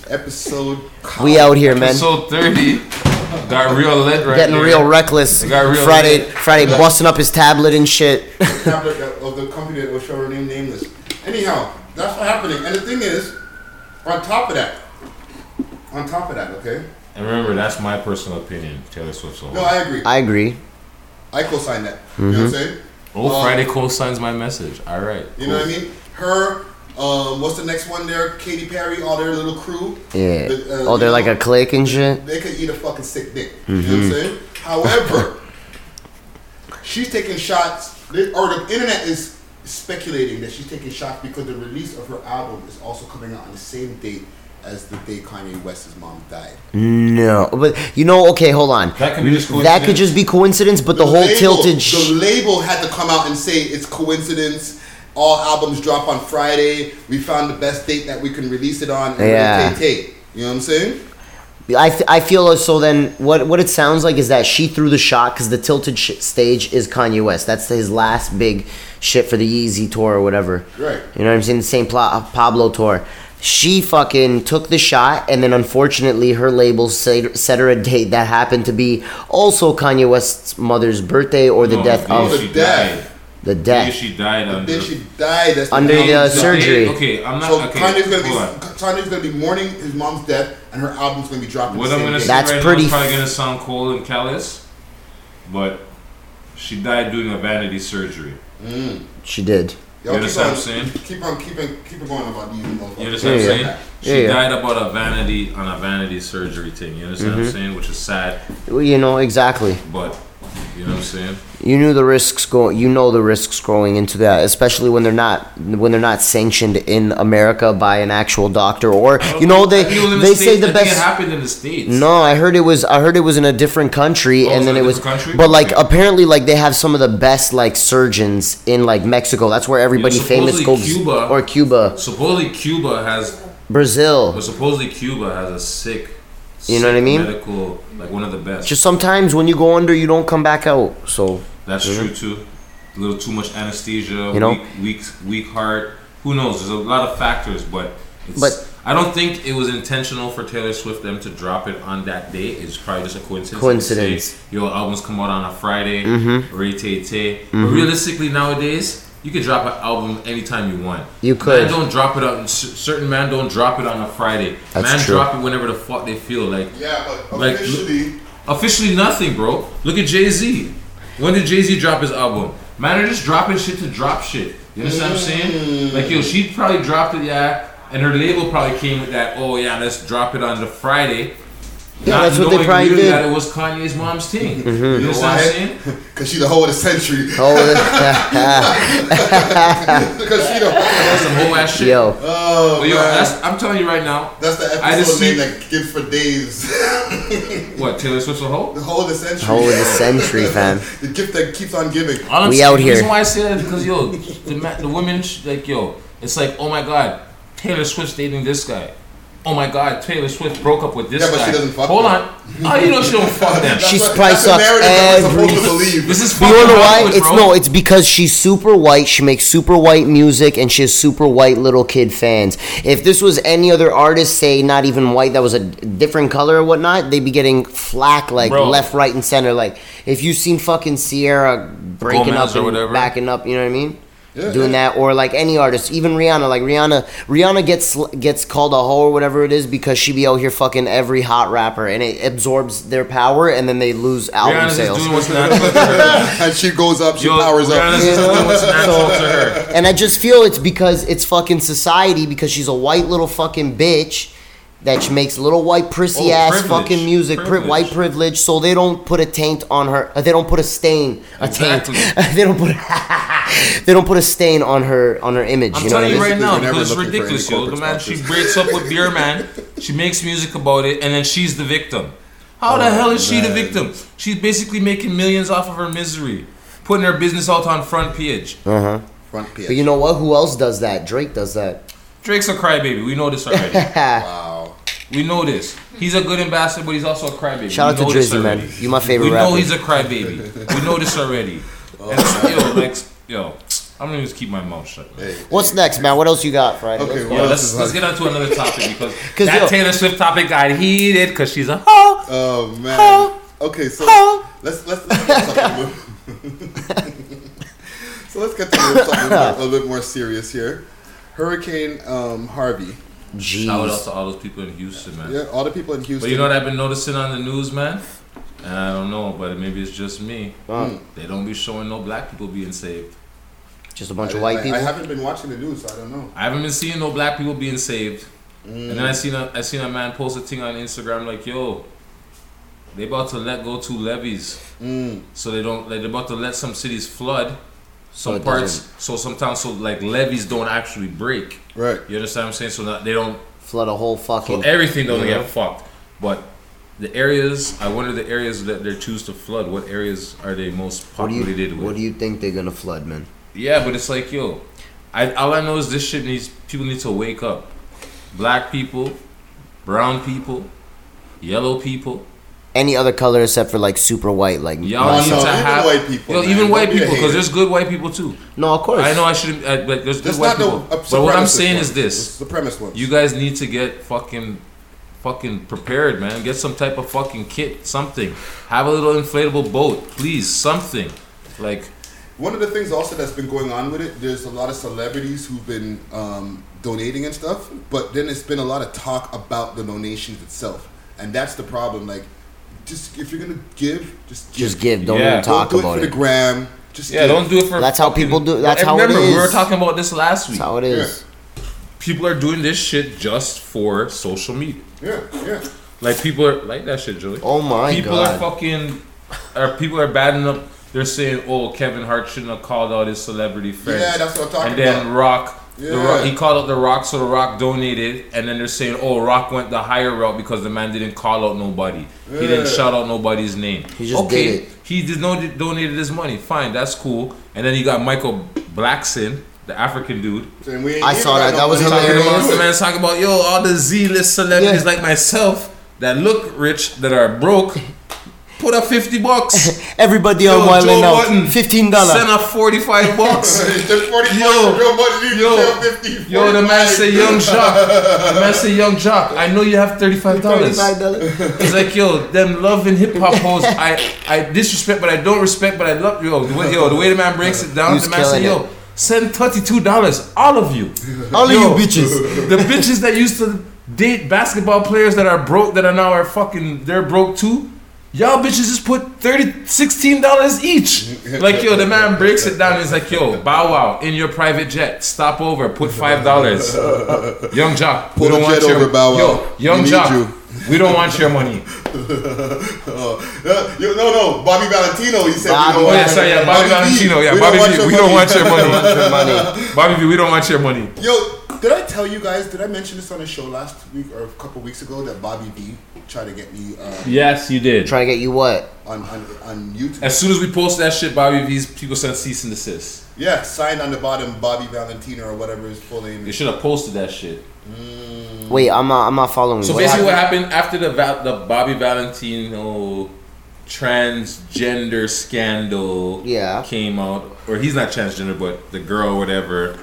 Speaker 2: Episode.
Speaker 3: We out here, man.
Speaker 4: Episode thirty got real lit right
Speaker 3: Getting
Speaker 4: there.
Speaker 3: real reckless.
Speaker 4: They got real
Speaker 3: Friday,
Speaker 4: lit.
Speaker 3: Friday, busting up his tablet and shit.
Speaker 2: tablet of the company that will show her name nameless. Anyhow, that's what happening. And the thing is, on top of that, on top of that, okay?
Speaker 4: And remember, that's my personal opinion. Taylor Swift's a whore.
Speaker 2: No, I agree. I,
Speaker 3: I agree.
Speaker 2: co-sign that. You know what I'm saying?
Speaker 4: Old
Speaker 2: Um,
Speaker 4: Friday co-signs my message. All right.
Speaker 2: You know what I mean? Her, um, what's the next one there? Katy Perry, all their little crew.
Speaker 3: Yeah.
Speaker 2: The, uh,
Speaker 3: Oh, they're
Speaker 2: you
Speaker 3: like
Speaker 2: know,
Speaker 3: a clique and shit.
Speaker 2: They could eat a fucking sick dick. You know what
Speaker 3: Mm-hmm.
Speaker 2: I'm saying? However, she's taking shots, they- or the internet is speculating that she's taking shots because the release of her album is also coming out on the same date as the day Kanye West's mom died.
Speaker 3: No, but you know, okay, hold on.
Speaker 4: That could be just
Speaker 3: That could just be coincidence, but the, whole tilted. Sh-
Speaker 2: The label had to come out and say it's coincidence. All albums drop on Friday. We found the best date that we can release it on. And we're
Speaker 3: Yeah.
Speaker 2: gonna take- take. You know what I'm saying?
Speaker 3: I, th- I feel as so. Then what? What it sounds like is that she threw the shot because the tilted sh- stage is Kanye West. That's his last big shit for the Yeezy tour or whatever.
Speaker 2: Right.
Speaker 3: You know what I'm saying? The same pla- Pablo tour. She fucking took the shot, and then unfortunately, her label set, set her a date that happened to be also Kanye West's mother's birthday or the
Speaker 4: No,
Speaker 3: death
Speaker 4: the-
Speaker 3: of
Speaker 2: The
Speaker 4: died.
Speaker 2: death.
Speaker 3: the
Speaker 4: Maybe
Speaker 3: death.
Speaker 4: she died under.
Speaker 2: Then she died. That's
Speaker 3: Under
Speaker 2: thing.
Speaker 3: the
Speaker 2: So-
Speaker 3: Uh, surgery.
Speaker 4: Okay, I'm not.
Speaker 2: So
Speaker 4: okay,
Speaker 2: Kanye's gonna be
Speaker 4: hold on.
Speaker 2: Kanye's gonna be mourning his mom's death, and her album's gonna be dropping.
Speaker 4: What
Speaker 2: the
Speaker 4: I'm
Speaker 2: same
Speaker 4: gonna
Speaker 2: day.
Speaker 4: say
Speaker 3: That's
Speaker 4: right
Speaker 3: pretty
Speaker 4: now is probably
Speaker 3: f-
Speaker 4: gonna sound cold and callous, but she died doing a vanity surgery.
Speaker 3: She did.
Speaker 2: Y'all
Speaker 4: You understand
Speaker 2: keep
Speaker 4: what I'm
Speaker 2: on-
Speaker 4: saying?
Speaker 2: Keep on keeping keep going about these. motherfuckers.
Speaker 4: You understand
Speaker 3: Yeah,
Speaker 4: what I'm
Speaker 3: yeah.
Speaker 4: saying? She
Speaker 3: Yeah, yeah.
Speaker 4: died about a vanity on a vanity surgery thing. You understand what I'm
Speaker 3: Mm-hmm.
Speaker 4: saying? Which is sad,
Speaker 3: Well, You know exactly.
Speaker 4: but you know what I'm saying.
Speaker 3: you knew the risks go you know the risks going into that especially when they're not when they're not sanctioned in america by an actual doctor or you know they
Speaker 4: I think it was in
Speaker 3: they say
Speaker 4: States.
Speaker 3: the
Speaker 4: I think it
Speaker 3: best
Speaker 4: happened in the states.
Speaker 3: no i heard it was i heard it was in a different country
Speaker 4: Oh,
Speaker 3: and
Speaker 4: it's
Speaker 3: then
Speaker 4: in
Speaker 3: it
Speaker 4: a
Speaker 3: was
Speaker 4: different country?
Speaker 3: but like
Speaker 4: Okay.
Speaker 3: apparently like they have some of the best like surgeons in like mexico that's where everybody famous
Speaker 4: supposedly
Speaker 3: goes
Speaker 4: Cuba-
Speaker 3: or cuba
Speaker 4: Supposedly Cuba has,
Speaker 3: brazil
Speaker 4: but supposedly Cuba has a sick.
Speaker 3: You know what I
Speaker 4: sick
Speaker 3: mean?
Speaker 4: Medical, like one of the best.
Speaker 3: just sometimes when you go under you don't come back out so
Speaker 4: That's true too. A little too much anesthesia.
Speaker 3: Mm-hmm. You know?
Speaker 4: weak, weak, weak heart. Who knows? There's a lot of factors, but it's,
Speaker 3: But-
Speaker 4: I don't think it was intentional for Taylor Swift them to drop it on that day. It's probably just a coincidence. Like
Speaker 3: Coincidence. Mm-hmm.
Speaker 4: say, Your albums come out on a Friday. Ray Tay Tay. But realistically, nowadays. You could drop an album anytime you want.
Speaker 3: You could.
Speaker 4: Man don't drop it on. c- Certain man don't drop it on a Friday.
Speaker 3: That's
Speaker 4: man
Speaker 3: true.
Speaker 4: drop it whenever the fuck they feel like.
Speaker 2: Yeah, but
Speaker 4: Like,
Speaker 2: officially,
Speaker 4: Officially nothing, bro. Look at Jay Z. When did Jay Z drop his album? Man, they're just dropping shit to drop shit. You understand what I'm
Speaker 3: Mm.
Speaker 4: saying? Like, yo, she probably dropped it, yeah, and her label probably came with that, oh, yeah, let's drop it on the Friday.
Speaker 3: Yeah,
Speaker 4: Not
Speaker 3: that's what they
Speaker 4: knowing
Speaker 3: probably
Speaker 4: really
Speaker 3: did. Mm-hmm.
Speaker 4: That it was Kanye's mom's team. You know
Speaker 2: know
Speaker 4: what I'm
Speaker 2: why?
Speaker 4: saying?
Speaker 2: Cause she the whole of the century.
Speaker 3: Oh,
Speaker 2: Cause she the
Speaker 4: That's some whole ass shit.
Speaker 3: yo,
Speaker 2: oh
Speaker 4: But yo,
Speaker 2: man.
Speaker 4: that's, I'm telling you right now.
Speaker 2: that's the
Speaker 4: I
Speaker 2: episode
Speaker 4: just
Speaker 2: name
Speaker 4: see-
Speaker 2: that gives for days.
Speaker 4: What Taylor Swift's a hoe?
Speaker 2: the whole of the century.
Speaker 3: whole of the century, fam.
Speaker 2: the gift that keeps on giving.
Speaker 4: All I'm
Speaker 3: We
Speaker 4: saying,
Speaker 3: out
Speaker 4: the
Speaker 3: here.
Speaker 4: reason why I say that is because yo, the ma- the women sh- like yo, it's like oh my god, Taylor Swift's dating this guy. Oh my god, Taylor Swift broke up with this
Speaker 2: Yeah, but
Speaker 4: guy.
Speaker 2: she doesn't fuck
Speaker 4: Hold
Speaker 2: them.
Speaker 4: on, how do you know she don't fuck them?
Speaker 3: She
Speaker 2: what-
Speaker 3: spiced
Speaker 2: the
Speaker 3: up
Speaker 2: narrative that we're
Speaker 3: every-
Speaker 2: supposed to believe.
Speaker 4: This is
Speaker 3: You
Speaker 4: fucking
Speaker 3: wanna know why?
Speaker 4: Hollywood,
Speaker 3: It's
Speaker 4: bro.
Speaker 3: no, it's because she's super white. She makes super white music, and she has super white little kid fans. If this was any other artist, say not even white, that was a different color or whatnot, they'd be getting flack like
Speaker 4: Bro.
Speaker 3: left, right, and center. Like if you seen fucking Sierra breaking
Speaker 4: Gomez
Speaker 3: up
Speaker 4: or
Speaker 3: and
Speaker 4: whatever.
Speaker 3: backing up, you know what I mean?
Speaker 2: Yeah,
Speaker 3: Doing that, or like any artist, even Rihanna. Like Rihanna, Rihanna gets gets called a hoe or whatever it is because she be out here fucking every hot rapper, and it absorbs their power, and then they lose album
Speaker 4: Rihanna's
Speaker 3: sales.
Speaker 4: just doing what's natural to her.
Speaker 2: and she goes up, she
Speaker 4: Yo,
Speaker 2: powers up.
Speaker 4: Rihanna's just doing what's natural to her.
Speaker 3: And I just feel it's because it's fucking society because she's a white little fucking bitch that she makes little white prissy
Speaker 4: Oh,
Speaker 3: ass
Speaker 4: privilege.
Speaker 3: fucking music, pri-
Speaker 4: Privilege.
Speaker 3: white privilege, so they don't put a taint on her. uh, They don't put a stain, a
Speaker 4: Exactly.
Speaker 3: taint. they don't put. they don't put a stain on her on her image.
Speaker 4: I'm
Speaker 3: you know what I
Speaker 4: telling you
Speaker 3: mean?
Speaker 4: right
Speaker 2: Basically,
Speaker 4: now,
Speaker 2: we're never
Speaker 4: because it's
Speaker 2: looking for any
Speaker 4: ridiculous, yo. The
Speaker 2: corporate
Speaker 4: man, she
Speaker 2: sponsors.
Speaker 4: breaks up with Beer Man, she makes music about it, and then she's the victim. How
Speaker 3: Oh,
Speaker 4: the hell is she the victim? She's basically making millions off of her misery, putting her business out on front page.
Speaker 2: Front page.
Speaker 3: Uh-huh. But you know what? Who else does that? Drake does that.
Speaker 4: Drake's a crybaby. We know this already.
Speaker 2: wow.
Speaker 4: we know this. He's a good ambassador, but he's also a crybaby.
Speaker 3: Shout
Speaker 4: we
Speaker 3: out
Speaker 4: know
Speaker 3: to
Speaker 4: this
Speaker 3: Drizzy, man.
Speaker 4: already.
Speaker 3: You my favorite
Speaker 4: We
Speaker 3: rapper.
Speaker 4: know he's a crybaby. we know this already. And it's- yo, like, yo, I'm gonna just keep my mouth shut.
Speaker 2: Hey.
Speaker 3: What's next, man? What else you got, Friday?
Speaker 2: Okay,
Speaker 4: Yo,
Speaker 2: what else
Speaker 4: let's,
Speaker 2: is
Speaker 4: let's
Speaker 2: on-
Speaker 4: get on to another topic because
Speaker 3: 'Cause,
Speaker 4: that
Speaker 3: yo-
Speaker 4: Taylor Swift topic got heated because she's a hoe.
Speaker 2: Oh man.
Speaker 4: Huh?
Speaker 2: Okay, so
Speaker 4: Huh?
Speaker 2: let's let's let's get something. so let's get to a little- something a little bit more serious here. Hurricane um, Harvey.
Speaker 4: Shout out
Speaker 3: Jeez.
Speaker 4: to all those people in Houston, man.
Speaker 2: Yeah, all the people in Houston.
Speaker 4: But you know what I've been noticing on the news, man? And I don't know, but maybe it's just me.
Speaker 3: Uh,
Speaker 4: They don't be showing no black people being saved.
Speaker 3: just a bunch
Speaker 2: I,
Speaker 3: of white
Speaker 2: I-
Speaker 3: people.
Speaker 2: I haven't been watching the news, so I don't know.
Speaker 4: I haven't been seeing no black people being saved. And then I seen a I seen a man post a thing on Instagram like, yo, they about to let go two levees.
Speaker 2: Mm.
Speaker 4: So they don't like they're about to let some cities flood.
Speaker 3: So
Speaker 4: Some
Speaker 3: it
Speaker 4: parts so sometimes so like levees don't actually break.
Speaker 2: Right.
Speaker 4: You understand what I'm saying? So that they don't
Speaker 3: Flood a whole fucking.
Speaker 4: Well, everything don't
Speaker 3: Yeah.
Speaker 4: get fucked. But the areas, I wonder the areas that they choose to flood. What areas are they most
Speaker 3: What do
Speaker 4: populated
Speaker 3: you
Speaker 4: with?
Speaker 3: What do you think they're gonna flood, man?
Speaker 4: yeah, but it's like yo, I, all I know is this shit needs people need to wake up. Black people, brown people, yellow people.
Speaker 3: Any other color except for like super white, like
Speaker 4: Y'all
Speaker 2: Oh,
Speaker 4: need
Speaker 2: no,
Speaker 4: to
Speaker 2: even
Speaker 4: have
Speaker 2: white people,
Speaker 4: Yo,
Speaker 2: man.
Speaker 4: even
Speaker 2: Don't
Speaker 4: white
Speaker 2: be a
Speaker 4: people, because
Speaker 2: hater.
Speaker 4: there's good white people too.
Speaker 3: no, of course.
Speaker 4: I know I shouldn't, I, like, there's good
Speaker 2: That's
Speaker 4: white
Speaker 2: not
Speaker 4: people.
Speaker 2: the.
Speaker 4: But what I'm saying is this:
Speaker 2: The premise one.
Speaker 4: You guys need to get fucking fucking prepared, man. Get some type of fucking kit, something. Have a little inflatable boat, please, something. Like
Speaker 2: One of the things also that's been going on with it, there's a lot of celebrities who've been um, donating and stuff, but then it's been a lot of talk about the donations itself, and that's the problem. Like, just if you're gonna give, just give.
Speaker 3: Just give. Don't
Speaker 4: Yeah.
Speaker 3: even
Speaker 4: Don't
Speaker 3: talk
Speaker 2: do it
Speaker 3: about
Speaker 2: for
Speaker 3: it.
Speaker 2: the gram. Just
Speaker 4: yeah,
Speaker 2: give.
Speaker 4: don't do it for
Speaker 3: That's how
Speaker 4: fucking-
Speaker 3: people do- that's
Speaker 4: And
Speaker 3: how it
Speaker 4: remember, we were
Speaker 3: is.
Speaker 4: talking about this last week.
Speaker 3: That's how it is.
Speaker 4: people are doing this shit just for social media.
Speaker 2: Yeah, yeah.
Speaker 4: Like people are like that shit, Julie.
Speaker 3: Oh my
Speaker 4: people
Speaker 3: god.
Speaker 4: are fucking or people are batting up they're saying oh kevin hart shouldn't have called out his celebrity friends
Speaker 2: Yeah, that's what I'm talking
Speaker 4: and then
Speaker 2: about.
Speaker 4: rock the rock
Speaker 2: Yeah.
Speaker 4: he called out the rock so the rock donated and then they're saying oh rock went the higher route because the man didn't call out nobody he didn't
Speaker 2: Yeah.
Speaker 4: shout out nobody's name
Speaker 3: He just
Speaker 4: okay
Speaker 3: did it.
Speaker 4: he did no donated his money fine that's cool and then you got michael blackson the African dude.
Speaker 2: And we ain't
Speaker 3: I
Speaker 2: even
Speaker 3: saw that.
Speaker 2: got no
Speaker 3: That was
Speaker 2: money.
Speaker 4: Talking about,
Speaker 3: hilarious.
Speaker 4: the man's talking about, yo, all the Z list celebrities
Speaker 3: Yeah.
Speaker 4: like myself that look rich, that are broke, put up 50 bucks.
Speaker 3: Everybody
Speaker 4: Yo,
Speaker 3: on Wild
Speaker 4: Joe
Speaker 3: now.
Speaker 4: Button,
Speaker 3: Fifteen
Speaker 4: Send
Speaker 3: dollar.
Speaker 4: her 45 bucks.
Speaker 2: There's 40
Speaker 4: Yo,
Speaker 2: bucks, real money, you
Speaker 4: yo,
Speaker 2: can sell 50,
Speaker 4: Yo, the man
Speaker 2: 45.
Speaker 4: said, Young Jock. The man said, Young Jock, I know you have $35.
Speaker 3: dollar.
Speaker 4: He's like, yo, them love and hip hop hoes, I, I disrespect, but I don't respect, but I love you. Yo, the way, yo, the way the man breaks it down,
Speaker 3: He's
Speaker 4: the man said,
Speaker 3: killing it.
Speaker 4: yo, send $32, all of you.
Speaker 3: All of
Speaker 4: Yo.
Speaker 3: you bitches.
Speaker 4: the bitches that used to date basketball players that are broke that are now are fucking they're broke too. Y'all bitches just put 30 16 dollars each. Like yo, the man breaks it down. He's like, yo, bow wow, in your private jet, stop over, put five dollars. Young Jock,
Speaker 2: Pull the jet over, Bow Wow.
Speaker 4: Yo, Young
Speaker 2: We need
Speaker 4: Jock,
Speaker 2: you.
Speaker 4: We don't want your money.
Speaker 2: Uh, you- no, no, Bobby Valentino. He said,
Speaker 3: Bobby
Speaker 2: you know
Speaker 4: Oh,
Speaker 2: what?
Speaker 4: yeah, sorry, yeah, Bobby
Speaker 2: V,
Speaker 4: Valentino. Yeah,
Speaker 2: we
Speaker 4: Bobby
Speaker 2: don't
Speaker 4: V,
Speaker 2: your
Speaker 4: we don't
Speaker 2: money.
Speaker 4: want your money.
Speaker 3: your money.
Speaker 4: Bobby V, we don't want your money.
Speaker 2: Yo, did I tell you guys? Did I mention this on a show last week or a couple weeks ago that Bobby B tried to get me uh,
Speaker 4: Yes, you did.
Speaker 3: Trying to get you what?
Speaker 2: on, on on YouTube?
Speaker 4: As soon as we post that shit, Bobby V's people sent cease and desist.
Speaker 2: Yeah, signed on the bottom, Bobby Valentino or whatever his full name
Speaker 4: They
Speaker 2: is.
Speaker 4: should have posted that shit.
Speaker 3: Wait, I'm not. I'm not following.
Speaker 4: So
Speaker 3: you.
Speaker 4: basically,
Speaker 3: happened?
Speaker 4: what happened after the Val- the Bobby Valentino transgender scandal?
Speaker 3: Yeah.
Speaker 4: came out, or he's not transgender, but the girl, whatever,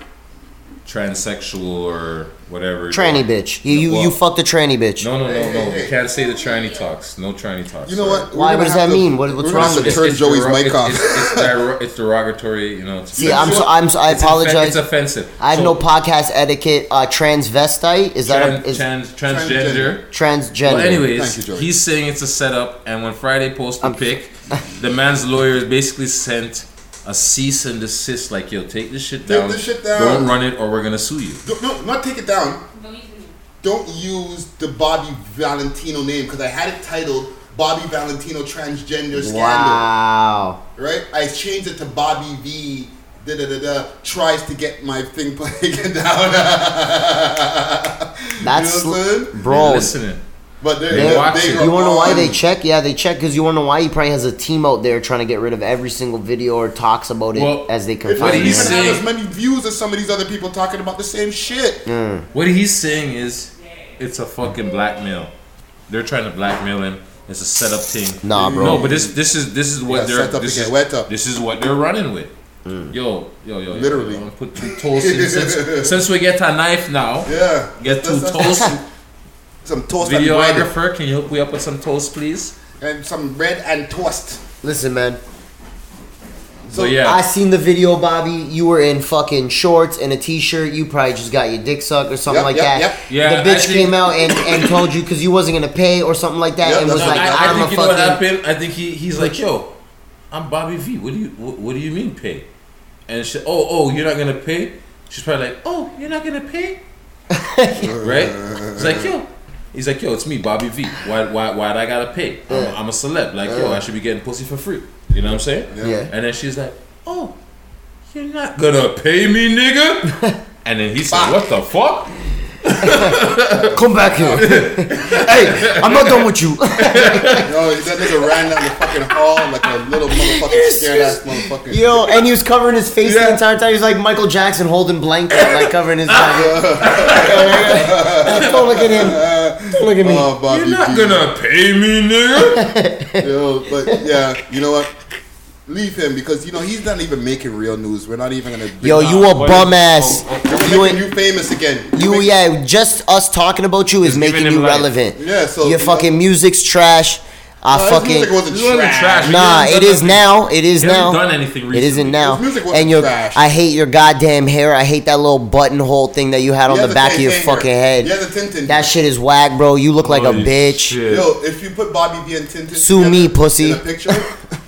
Speaker 4: transsexual or whatever.
Speaker 3: Tranny bitch. You you,
Speaker 4: Well-
Speaker 3: you fucked a tranny bitch.
Speaker 4: No, no, no,
Speaker 2: Hey,
Speaker 4: no.
Speaker 2: hey, hey.
Speaker 4: We can't say the tranny talks. No tranny talks.
Speaker 2: You know
Speaker 4: sorry.
Speaker 2: what? We're
Speaker 3: Why?
Speaker 2: gonna
Speaker 3: What does
Speaker 2: have
Speaker 3: that mean? What- what's
Speaker 2: we're gonna
Speaker 3: wrong
Speaker 2: have
Speaker 3: with
Speaker 2: to
Speaker 3: it?
Speaker 2: Turn Joey's
Speaker 4: dero-
Speaker 2: mic
Speaker 4: it's,
Speaker 2: off.
Speaker 4: It's, it's, dero- it's derogatory, you know. It's
Speaker 3: See, I'm
Speaker 4: offensive.
Speaker 3: so, I'm so, I
Speaker 4: It's offen-
Speaker 3: apologize.
Speaker 4: It's offensive.
Speaker 3: I have
Speaker 4: So,
Speaker 3: no podcast etiquette. Uh, transvestite is
Speaker 4: tran-
Speaker 3: that a, is
Speaker 4: trans, transgender.
Speaker 3: transgender?
Speaker 4: But
Speaker 2: Thank you,
Speaker 4: anyways,
Speaker 2: Joey.
Speaker 4: he's saying it's a setup, and when Friday posted the pic, the man's lawyers basically sent a cease and desist, like, "Yo, take this shit down.
Speaker 2: this shit down.
Speaker 4: Don't run it, or we're gonna sue you."
Speaker 2: Don't- No, not take it down.
Speaker 5: Don't use me.
Speaker 2: Don't use the Bobby Valentino name because I had it titled Bobby Valentino transgender scandal.
Speaker 3: wow.
Speaker 2: Right? I changed it to Bobby V. Da da da da. Tries to get my thing taken down.
Speaker 3: That's
Speaker 2: you know what I'm saying?
Speaker 3: bro.
Speaker 4: Listening.
Speaker 2: But they're,
Speaker 3: they-
Speaker 2: they're,
Speaker 4: watch
Speaker 2: they
Speaker 4: it.
Speaker 2: are
Speaker 3: you wanna know why
Speaker 2: on-
Speaker 3: they check? Yeah, they check because you wanna know why he probably has a team out there trying to get rid of every single video or talks about it
Speaker 4: Well,
Speaker 3: as they
Speaker 2: If
Speaker 4: What
Speaker 2: I
Speaker 3: confine
Speaker 4: do
Speaker 2: even
Speaker 4: you
Speaker 3: him.
Speaker 2: have
Speaker 4: say?
Speaker 2: as many views as some of these other people talking about the same shit.
Speaker 4: What he's saying is, it's a fucking blackmail. They're trying to blackmail him. It's a setup thing.
Speaker 3: Nah, bro.
Speaker 4: No, but this this is this is what
Speaker 2: Yeah,
Speaker 4: they're
Speaker 2: set up
Speaker 4: this
Speaker 2: to get
Speaker 4: is,
Speaker 2: wet up. Hmm.
Speaker 4: This is what they're running with. Yo, yo, yo, yo.
Speaker 2: Literally.
Speaker 4: yo, I'm gonna put two toasts in since, since we get a knife now.
Speaker 2: Yeah.
Speaker 4: Get two
Speaker 2: That's- that's-
Speaker 4: toasts.
Speaker 2: Some toast and bread.
Speaker 4: Videographer, can you hook me up with some toast, please?
Speaker 2: And some bread and toast.
Speaker 3: Listen, man.
Speaker 4: So yeah,
Speaker 3: I seen the video, Bobby. You were in fucking shorts and a t-shirt. You probably just got your dick sucked or something like
Speaker 2: Yep, yep,
Speaker 3: that.
Speaker 2: yep.
Speaker 4: Yeah,
Speaker 3: the
Speaker 4: I
Speaker 3: bitch
Speaker 4: think-
Speaker 3: came out and, and told you because you wasn't gonna pay or something like that,
Speaker 2: Yep,
Speaker 3: and was
Speaker 2: that's
Speaker 3: like,
Speaker 2: right.
Speaker 4: I, I
Speaker 3: I'm
Speaker 4: think you
Speaker 3: a
Speaker 4: know what
Speaker 3: fucking.
Speaker 4: happened. I think he he's like, yo, I'm Bobby V. What do you what, what do you mean pay? And she, oh oh, you're not gonna pay. She's probably like, oh, you're not gonna pay, right? It's like yo. He's like, yo, it's me, Bobby V. Why, why, why'd I gotta pay? I'm, I'm a celeb. Like, yo, I should be getting pussy for free. You know what I'm saying?
Speaker 3: Yeah.
Speaker 4: And then she's like, oh, you're not gonna pay me, nigga. and then he said, what the fuck?
Speaker 3: Come back here. hey, I'm not done with you.
Speaker 2: Yo, that nigga ran down the fucking hall like a little motherfucking scared ass motherfucker.
Speaker 3: Yo, and he was covering his face
Speaker 4: Yeah.
Speaker 3: the entire time. He was like Michael Jackson holding blanket, like covering his body. Don't look at him. Don't look at me.
Speaker 2: Oh, Bobby
Speaker 4: You're not
Speaker 2: B.
Speaker 4: gonna pay me, nigga.
Speaker 2: Yo, but yeah, you know what? Leave him because you know he's not even making real news. We're not even gonna.
Speaker 3: Yo, you
Speaker 4: Nah,
Speaker 3: a
Speaker 4: what
Speaker 3: bum
Speaker 4: is-
Speaker 3: ass.
Speaker 4: oh,
Speaker 2: We're
Speaker 3: You ain't.
Speaker 2: making you famous again.
Speaker 3: You yeah, just us talking about you is
Speaker 4: Just giving
Speaker 3: making
Speaker 4: him
Speaker 3: you
Speaker 4: life.
Speaker 3: relevant.
Speaker 2: Yeah, so,
Speaker 3: your
Speaker 2: you
Speaker 3: fucking
Speaker 2: know-
Speaker 3: music's trash. I
Speaker 2: Nah, his music
Speaker 3: fucking
Speaker 2: wasn't
Speaker 4: It wasn't
Speaker 2: trash.
Speaker 4: trash. He
Speaker 3: nah.
Speaker 4: hasn't
Speaker 3: It
Speaker 4: done
Speaker 3: is
Speaker 4: nothing.
Speaker 3: now. It is
Speaker 4: He
Speaker 3: now.
Speaker 4: hasn't done anything
Speaker 3: It isn't
Speaker 4: recently.
Speaker 3: now.
Speaker 2: His music wasn't
Speaker 3: And your,
Speaker 2: trash.
Speaker 3: I hate your goddamn hair. I hate that little buttonhole thing that you had on
Speaker 2: He has
Speaker 3: the
Speaker 2: a
Speaker 3: back of
Speaker 2: tin
Speaker 3: your
Speaker 2: finger.
Speaker 3: fucking head.
Speaker 2: He has a tin tin.
Speaker 3: That shit is whack, bro. You look like a
Speaker 4: Holy
Speaker 3: bitch.
Speaker 4: shit.
Speaker 2: Yo, if you put Bobby B and Tintin
Speaker 3: Sue
Speaker 2: together
Speaker 3: me, pussy.
Speaker 2: in a picture,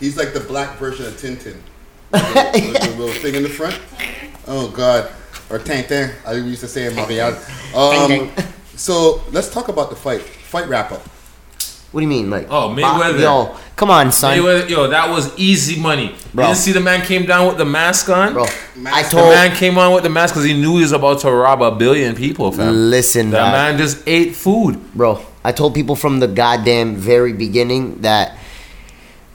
Speaker 2: he's like the black version of Tintin. With the- with the little thing in the front. Oh God, or Tintin. I we used to say in Montreal. Um, so let's talk about the fight. Fight wrap up.
Speaker 3: What do you mean, like?
Speaker 4: Oh,
Speaker 3: Bob-
Speaker 4: Mayweather.
Speaker 3: Yo, come on, son,
Speaker 4: Mayweather- yo, that was easy money.
Speaker 3: Bro.
Speaker 4: You didn't see the man came down with the mask on?
Speaker 3: bro. I
Speaker 2: Master
Speaker 4: The
Speaker 3: told.
Speaker 4: man came on with the mask because he knew he was about to rob a billion people, fam.
Speaker 3: Listen,
Speaker 4: That
Speaker 3: dog.
Speaker 4: man just ate food.
Speaker 3: bro. I told people from the goddamn very beginning that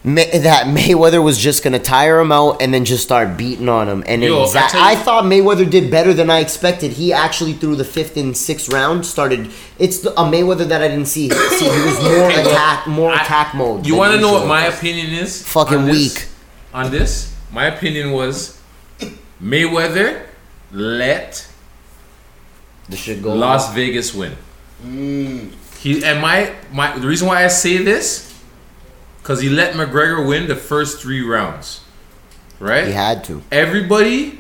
Speaker 3: May- that Mayweather was just gonna tire him out and then just start beating on him. And
Speaker 4: Yo, I
Speaker 3: exact-
Speaker 4: tell you-
Speaker 3: I, thought Mayweather did better than I expected. He actually threw the fifth and sixth round. Started. It's the, a Mayweather that I didn't see. see he was more
Speaker 4: Okay, well,
Speaker 3: attack, more
Speaker 4: I-
Speaker 3: attack mode.
Speaker 4: You
Speaker 3: than
Speaker 4: want to know
Speaker 3: usual.
Speaker 4: what my opinion is?
Speaker 3: Fucking
Speaker 4: on this-
Speaker 3: weak.
Speaker 4: On this, my opinion was Mayweather let
Speaker 3: This should go.
Speaker 4: Las Vegas win. He and my my the reason why I say this, because he let McGregor win the first three rounds, right?
Speaker 3: He had to.
Speaker 4: Everybody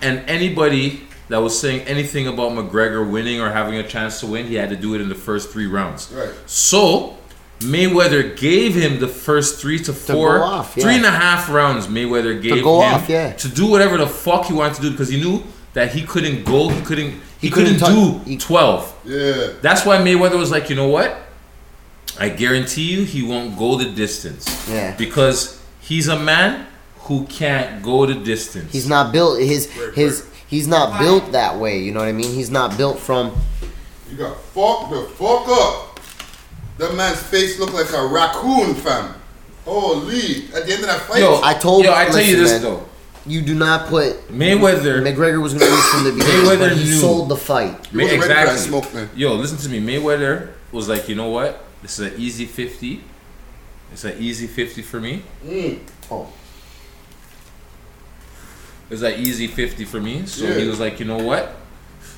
Speaker 4: and anybody that was saying anything about McGregor winning or having a chance to win, he had to do it in the first three rounds.
Speaker 2: Right.
Speaker 4: So Mayweather gave him the first three
Speaker 3: go
Speaker 4: to four,
Speaker 3: off, yeah.
Speaker 4: three and a half rounds. Mayweather gave
Speaker 3: go
Speaker 4: him
Speaker 3: off, yeah.
Speaker 4: to do whatever the fuck he wanted to do because he knew that he couldn't go, he couldn't, he, couldn't,
Speaker 3: couldn't tou-
Speaker 4: do
Speaker 3: he-
Speaker 4: twelve.
Speaker 2: Yeah.
Speaker 4: That's why Mayweather was like, you know what? I guarantee you he won't go the distance.
Speaker 3: Yeah.
Speaker 4: Because he's a man who can't go the distance.
Speaker 3: He's not built his his he's not built that way. You know what I mean? He's not built from
Speaker 2: You got fuck the fuck up. That man's face looked like a raccoon, fam. Holy! At the end of that fight,
Speaker 4: Yo,
Speaker 3: I told-
Speaker 4: yo, I tell you this
Speaker 3: listen, man.
Speaker 4: though.
Speaker 3: you do not put
Speaker 4: Mayweather
Speaker 3: McGregor was going to lose from the beginning,
Speaker 4: Mayweather
Speaker 3: but he
Speaker 4: knew.
Speaker 3: sold the fight.
Speaker 4: May-
Speaker 2: wasn't ready for that
Speaker 4: exactly.
Speaker 2: smoke, man.
Speaker 4: Yo, listen to me. Mayweather was like, you know what? This is an easy 50. It's an easy 50 for me.
Speaker 2: Mm.
Speaker 3: Oh.
Speaker 4: It's an easy 50 for me. So
Speaker 2: Yeah.
Speaker 4: he was like, you know what?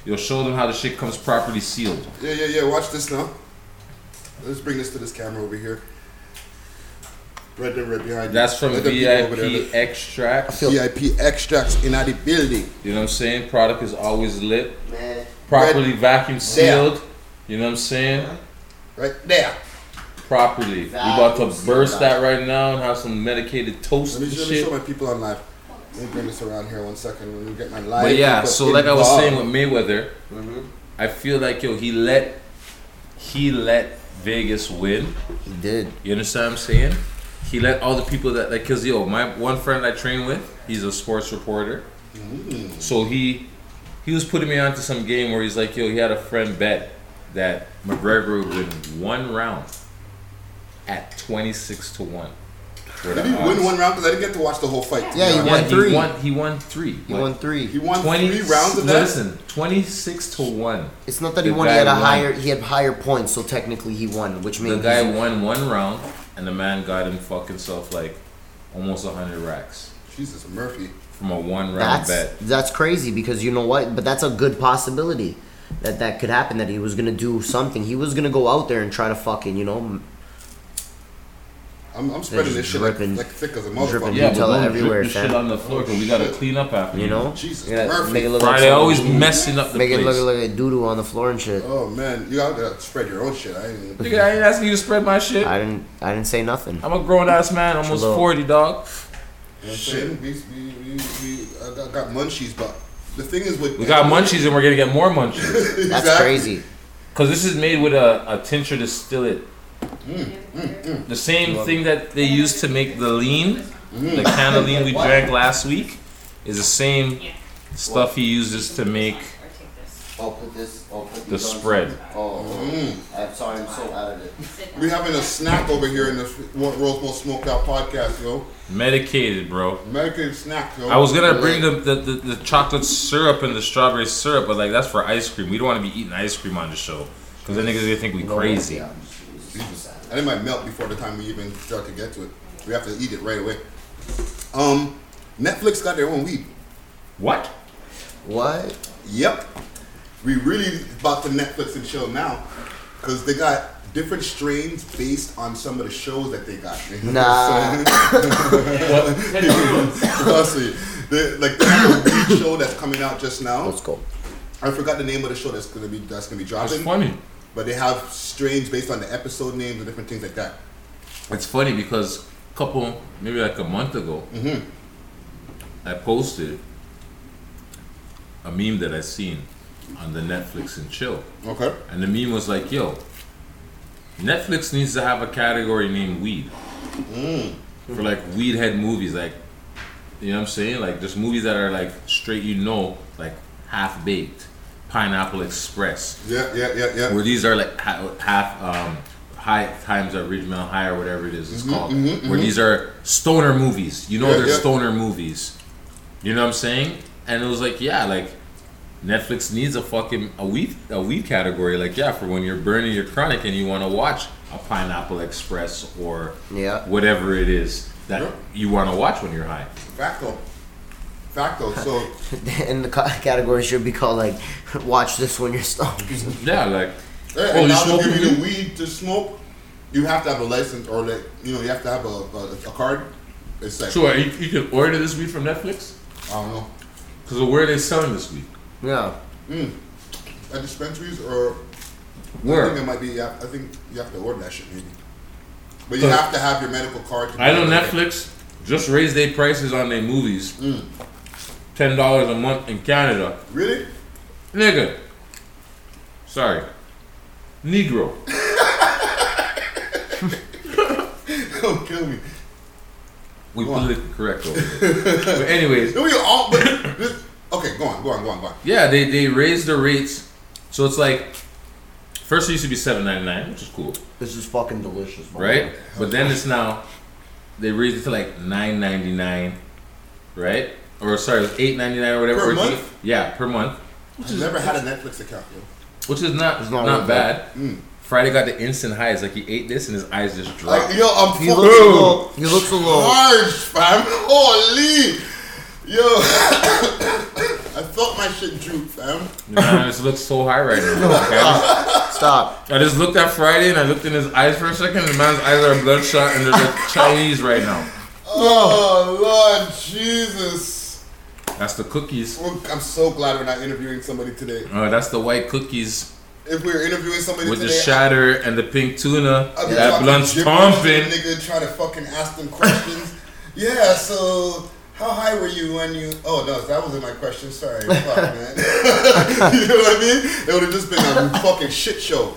Speaker 4: You'll show them how the shit comes properly sealed.
Speaker 2: yeah, yeah, yeah. Watch this now. Let's bring this to this camera over here. Right there, right behind you.
Speaker 4: That's from
Speaker 2: Let the people over there
Speaker 4: VIP extract.
Speaker 3: feel-
Speaker 2: look. VIP extracts in the building.
Speaker 4: You know what I'm saying? Product is always lit.
Speaker 3: Man.
Speaker 4: Properly vacuum sealed. You know what I'm
Speaker 2: Uh-huh.
Speaker 4: saying?
Speaker 2: Right there.
Speaker 4: Properly. We about to burst that right now and have some medicated toast
Speaker 2: Let me,
Speaker 4: and
Speaker 2: let me show
Speaker 4: shit.
Speaker 2: my people on live. Let me bring this around here one second. Let me get my live.
Speaker 4: But yeah,
Speaker 2: people
Speaker 4: so like I was
Speaker 2: involved.
Speaker 4: saying with Mayweather, I feel like yo, he let he let Vegas win.
Speaker 3: He did.
Speaker 4: You understand what I'm saying? He let all the people that like, cause yo, my one friend I train with, he's a sports reporter. So he he was putting me onto some game where he's like, yo, he had a friend bet that McGregor would win one round at 26 to one. Were the
Speaker 2: Did he
Speaker 4: odds.
Speaker 2: win one round? Because I didn't get to watch the whole fight.
Speaker 3: Yeah, he
Speaker 4: Yeah,
Speaker 3: won three.
Speaker 4: He won, he won three.
Speaker 3: He
Speaker 4: Like,
Speaker 3: won three.
Speaker 2: He won
Speaker 4: 20
Speaker 2: three rounds of
Speaker 4: no,
Speaker 2: that.
Speaker 4: Listen, 26 to one.
Speaker 3: it's not that he
Speaker 4: the
Speaker 3: won. He
Speaker 4: guy
Speaker 3: had a
Speaker 4: won.
Speaker 3: higher. He had higher points, so technically he won, which
Speaker 4: The
Speaker 3: means
Speaker 4: guy
Speaker 3: he's-
Speaker 4: won one round, and the man got him fucking self like almost hundred racks
Speaker 2: Jesus Murphy.
Speaker 4: from a one round
Speaker 3: that's
Speaker 4: bet.
Speaker 3: that's crazy because you know what? But that's a good possibility that that could happen. That he was going to do something. He was going to go out there and try to fucking you know m-
Speaker 2: I'm, I'm spreading
Speaker 3: just
Speaker 2: this shit like,
Speaker 3: dripping-
Speaker 2: like thick as a
Speaker 3: dripping
Speaker 2: motherfucker.
Speaker 3: Yeah, Nutella
Speaker 4: don't
Speaker 3: everywhere,
Speaker 4: drip the
Speaker 3: fam.
Speaker 4: shit on the floor because we gotta clean up after
Speaker 3: you know
Speaker 2: Jesus
Speaker 3: You gotta
Speaker 2: Murphy.
Speaker 3: make it look
Speaker 4: Friday
Speaker 3: like
Speaker 4: always
Speaker 3: something-
Speaker 4: messing up the
Speaker 3: make
Speaker 4: place.
Speaker 3: it look like a doo doo on the floor and shit.
Speaker 2: Oh man, you gotta spread your own shit. I ain't.
Speaker 4: Nigga, I ain't asking you to spread my shit.
Speaker 3: I didn't. I didn't say nothing.
Speaker 4: I'm a grown ass man, almost
Speaker 3: Chill out.
Speaker 4: forty, dog.
Speaker 2: Shit. We, we, we, we, I got, got munchies, but the thing is with
Speaker 4: We got munchies and we're gonna get more munchies
Speaker 3: That's crazy.
Speaker 4: because this is made with a, a tincture distillate. The same thing that they use to make the lean, the can of lean we drank last week, is the same stuff he uses to make
Speaker 5: Or take this.
Speaker 3: I'll put this. I'll put
Speaker 4: the spread.
Speaker 3: Oh, I'm sorry. I'm so out of it.
Speaker 5: Sit
Speaker 2: We
Speaker 5: down.
Speaker 2: having a snack over here in the What Rolls Most Smoked Out podcast, yo.
Speaker 4: Medicated, bro.
Speaker 2: American snack, yo.
Speaker 4: I was gonna bring the, the, the, the chocolate syrup and the strawberry syrup, but like that's for ice cream. We don't want to be eating ice cream on the show because then niggas gonna think we crazy.
Speaker 2: And it might melt before the time we even start to get to it. We have to eat it right away. Um, Netflix got their own weed.
Speaker 4: What?
Speaker 3: What?
Speaker 2: Yep. We really about to Netflix and chill now, cause they got different strains based on some of the shows that they got.
Speaker 3: Nah.
Speaker 2: Trust me. They- like they have a weed show that's coming out just now.
Speaker 3: Let's go.
Speaker 2: I forgot the name of the show that's gonna be that's gonna be
Speaker 4: It's
Speaker 2: dropping.
Speaker 4: funny.
Speaker 2: But they have strains based on the episode names and different things like that.
Speaker 4: It's funny because a couple, maybe like a month ago, I posted a meme that I seen on the Netflix and chill,
Speaker 2: Okay.
Speaker 4: and the meme was like, "Yo, Netflix needs to have a category named weed for like weed head movies, like you know what I'm saying, like just movies that are like straight, you know, like half baked, Pineapple Express,
Speaker 2: Yeah, yeah, yeah, yeah.
Speaker 4: where these are like ha- half um, high times at Ridgemont High or whatever it is it's called. where these are stoner movies. You know
Speaker 2: Mm-hmm, Yeah,
Speaker 4: they're
Speaker 2: yeah.
Speaker 4: stoner movies. You know what I'm saying? And it was like, yeah, like Netflix needs a fucking a weed a weed category. Like yeah, for when you're burning your chronic and you want to watch a Pineapple Express or
Speaker 3: Yeah.
Speaker 4: whatever it is that
Speaker 2: Yeah.
Speaker 4: you want to watch when you're high.
Speaker 2: Facto. Facto. So
Speaker 3: and the ca- category should be called like, watch this when you're stoned.
Speaker 4: Yeah, like
Speaker 2: Yeah,
Speaker 4: Oh,
Speaker 2: and
Speaker 4: you
Speaker 2: now to
Speaker 4: smoking
Speaker 2: give you the weed to smoke, you have to have a license or like you know you have to have a, a, a card. It's like
Speaker 4: so uh, you, you can order this weed from Netflix
Speaker 2: I don't know
Speaker 4: because where are they selling this weed?
Speaker 3: Yeah.
Speaker 2: at dispensaries or I think
Speaker 4: Where?
Speaker 2: it might be. yeah, I think you have to order that shit maybe. But you have to have your medical card. To
Speaker 4: I know
Speaker 2: do that.
Speaker 4: Netflix just raised their prices on their movies.
Speaker 2: Mm.
Speaker 4: Ten dollars a month in Canada,
Speaker 2: Really?
Speaker 4: nigga. Sorry, Negro. We
Speaker 2: Go on.
Speaker 4: politically correct over here. but anyways,
Speaker 2: Then we all. But this, okay, go on, go on, go on, go on.
Speaker 4: yeah, they they raised the rates, so it's like first it used to be seven ninety nine, which is cool,
Speaker 3: This is fucking delicious.
Speaker 2: Oh,
Speaker 3: by the
Speaker 4: right?
Speaker 3: way.
Speaker 4: But then it's now they raised it to like nine ninety nine, right? Or sorry, it was eight ninety nine or whatever.
Speaker 2: Per
Speaker 4: Or
Speaker 2: month?
Speaker 4: eight- Yeah, per month, which Uh,
Speaker 2: I've
Speaker 4: is
Speaker 2: never had a Netflix account, yo.
Speaker 4: which is not
Speaker 3: It's not
Speaker 4: not,
Speaker 3: worth it.
Speaker 4: bad.
Speaker 2: Mm.
Speaker 4: Friday got the instant highs. Like he ate this and his eyes just dropped.
Speaker 2: Like, yo, I'm
Speaker 3: He looks a
Speaker 2: fucking
Speaker 3: little. He looks a little.
Speaker 2: hard, fam. Holy, yo. I felt my shit droop, fam.
Speaker 4: Man, I just look so high right now. Like, I,
Speaker 3: Stop.
Speaker 4: just, I just looked at Friday and I looked in his eyes for a second. And the man's eyes are bloodshot and they're like Chinese right now.
Speaker 2: Oh Lord Jesus!
Speaker 4: That's the cookies.
Speaker 2: Well, I'm so glad we're not interviewing somebody today.
Speaker 4: Uh, that's the white cookies
Speaker 2: If we were interviewing somebody
Speaker 4: with the
Speaker 2: today,
Speaker 4: shatter and the pink tuna.
Speaker 2: I'd be
Speaker 4: That
Speaker 2: talking
Speaker 4: blunt's
Speaker 2: gibberish to the
Speaker 4: stomping.
Speaker 2: Nigga, trying to fucking ask them questions. yeah. So, how high were you when you? Oh no, that wasn't my question. Sorry, fuck, man. you know what I mean? It would have just been a fucking shit show.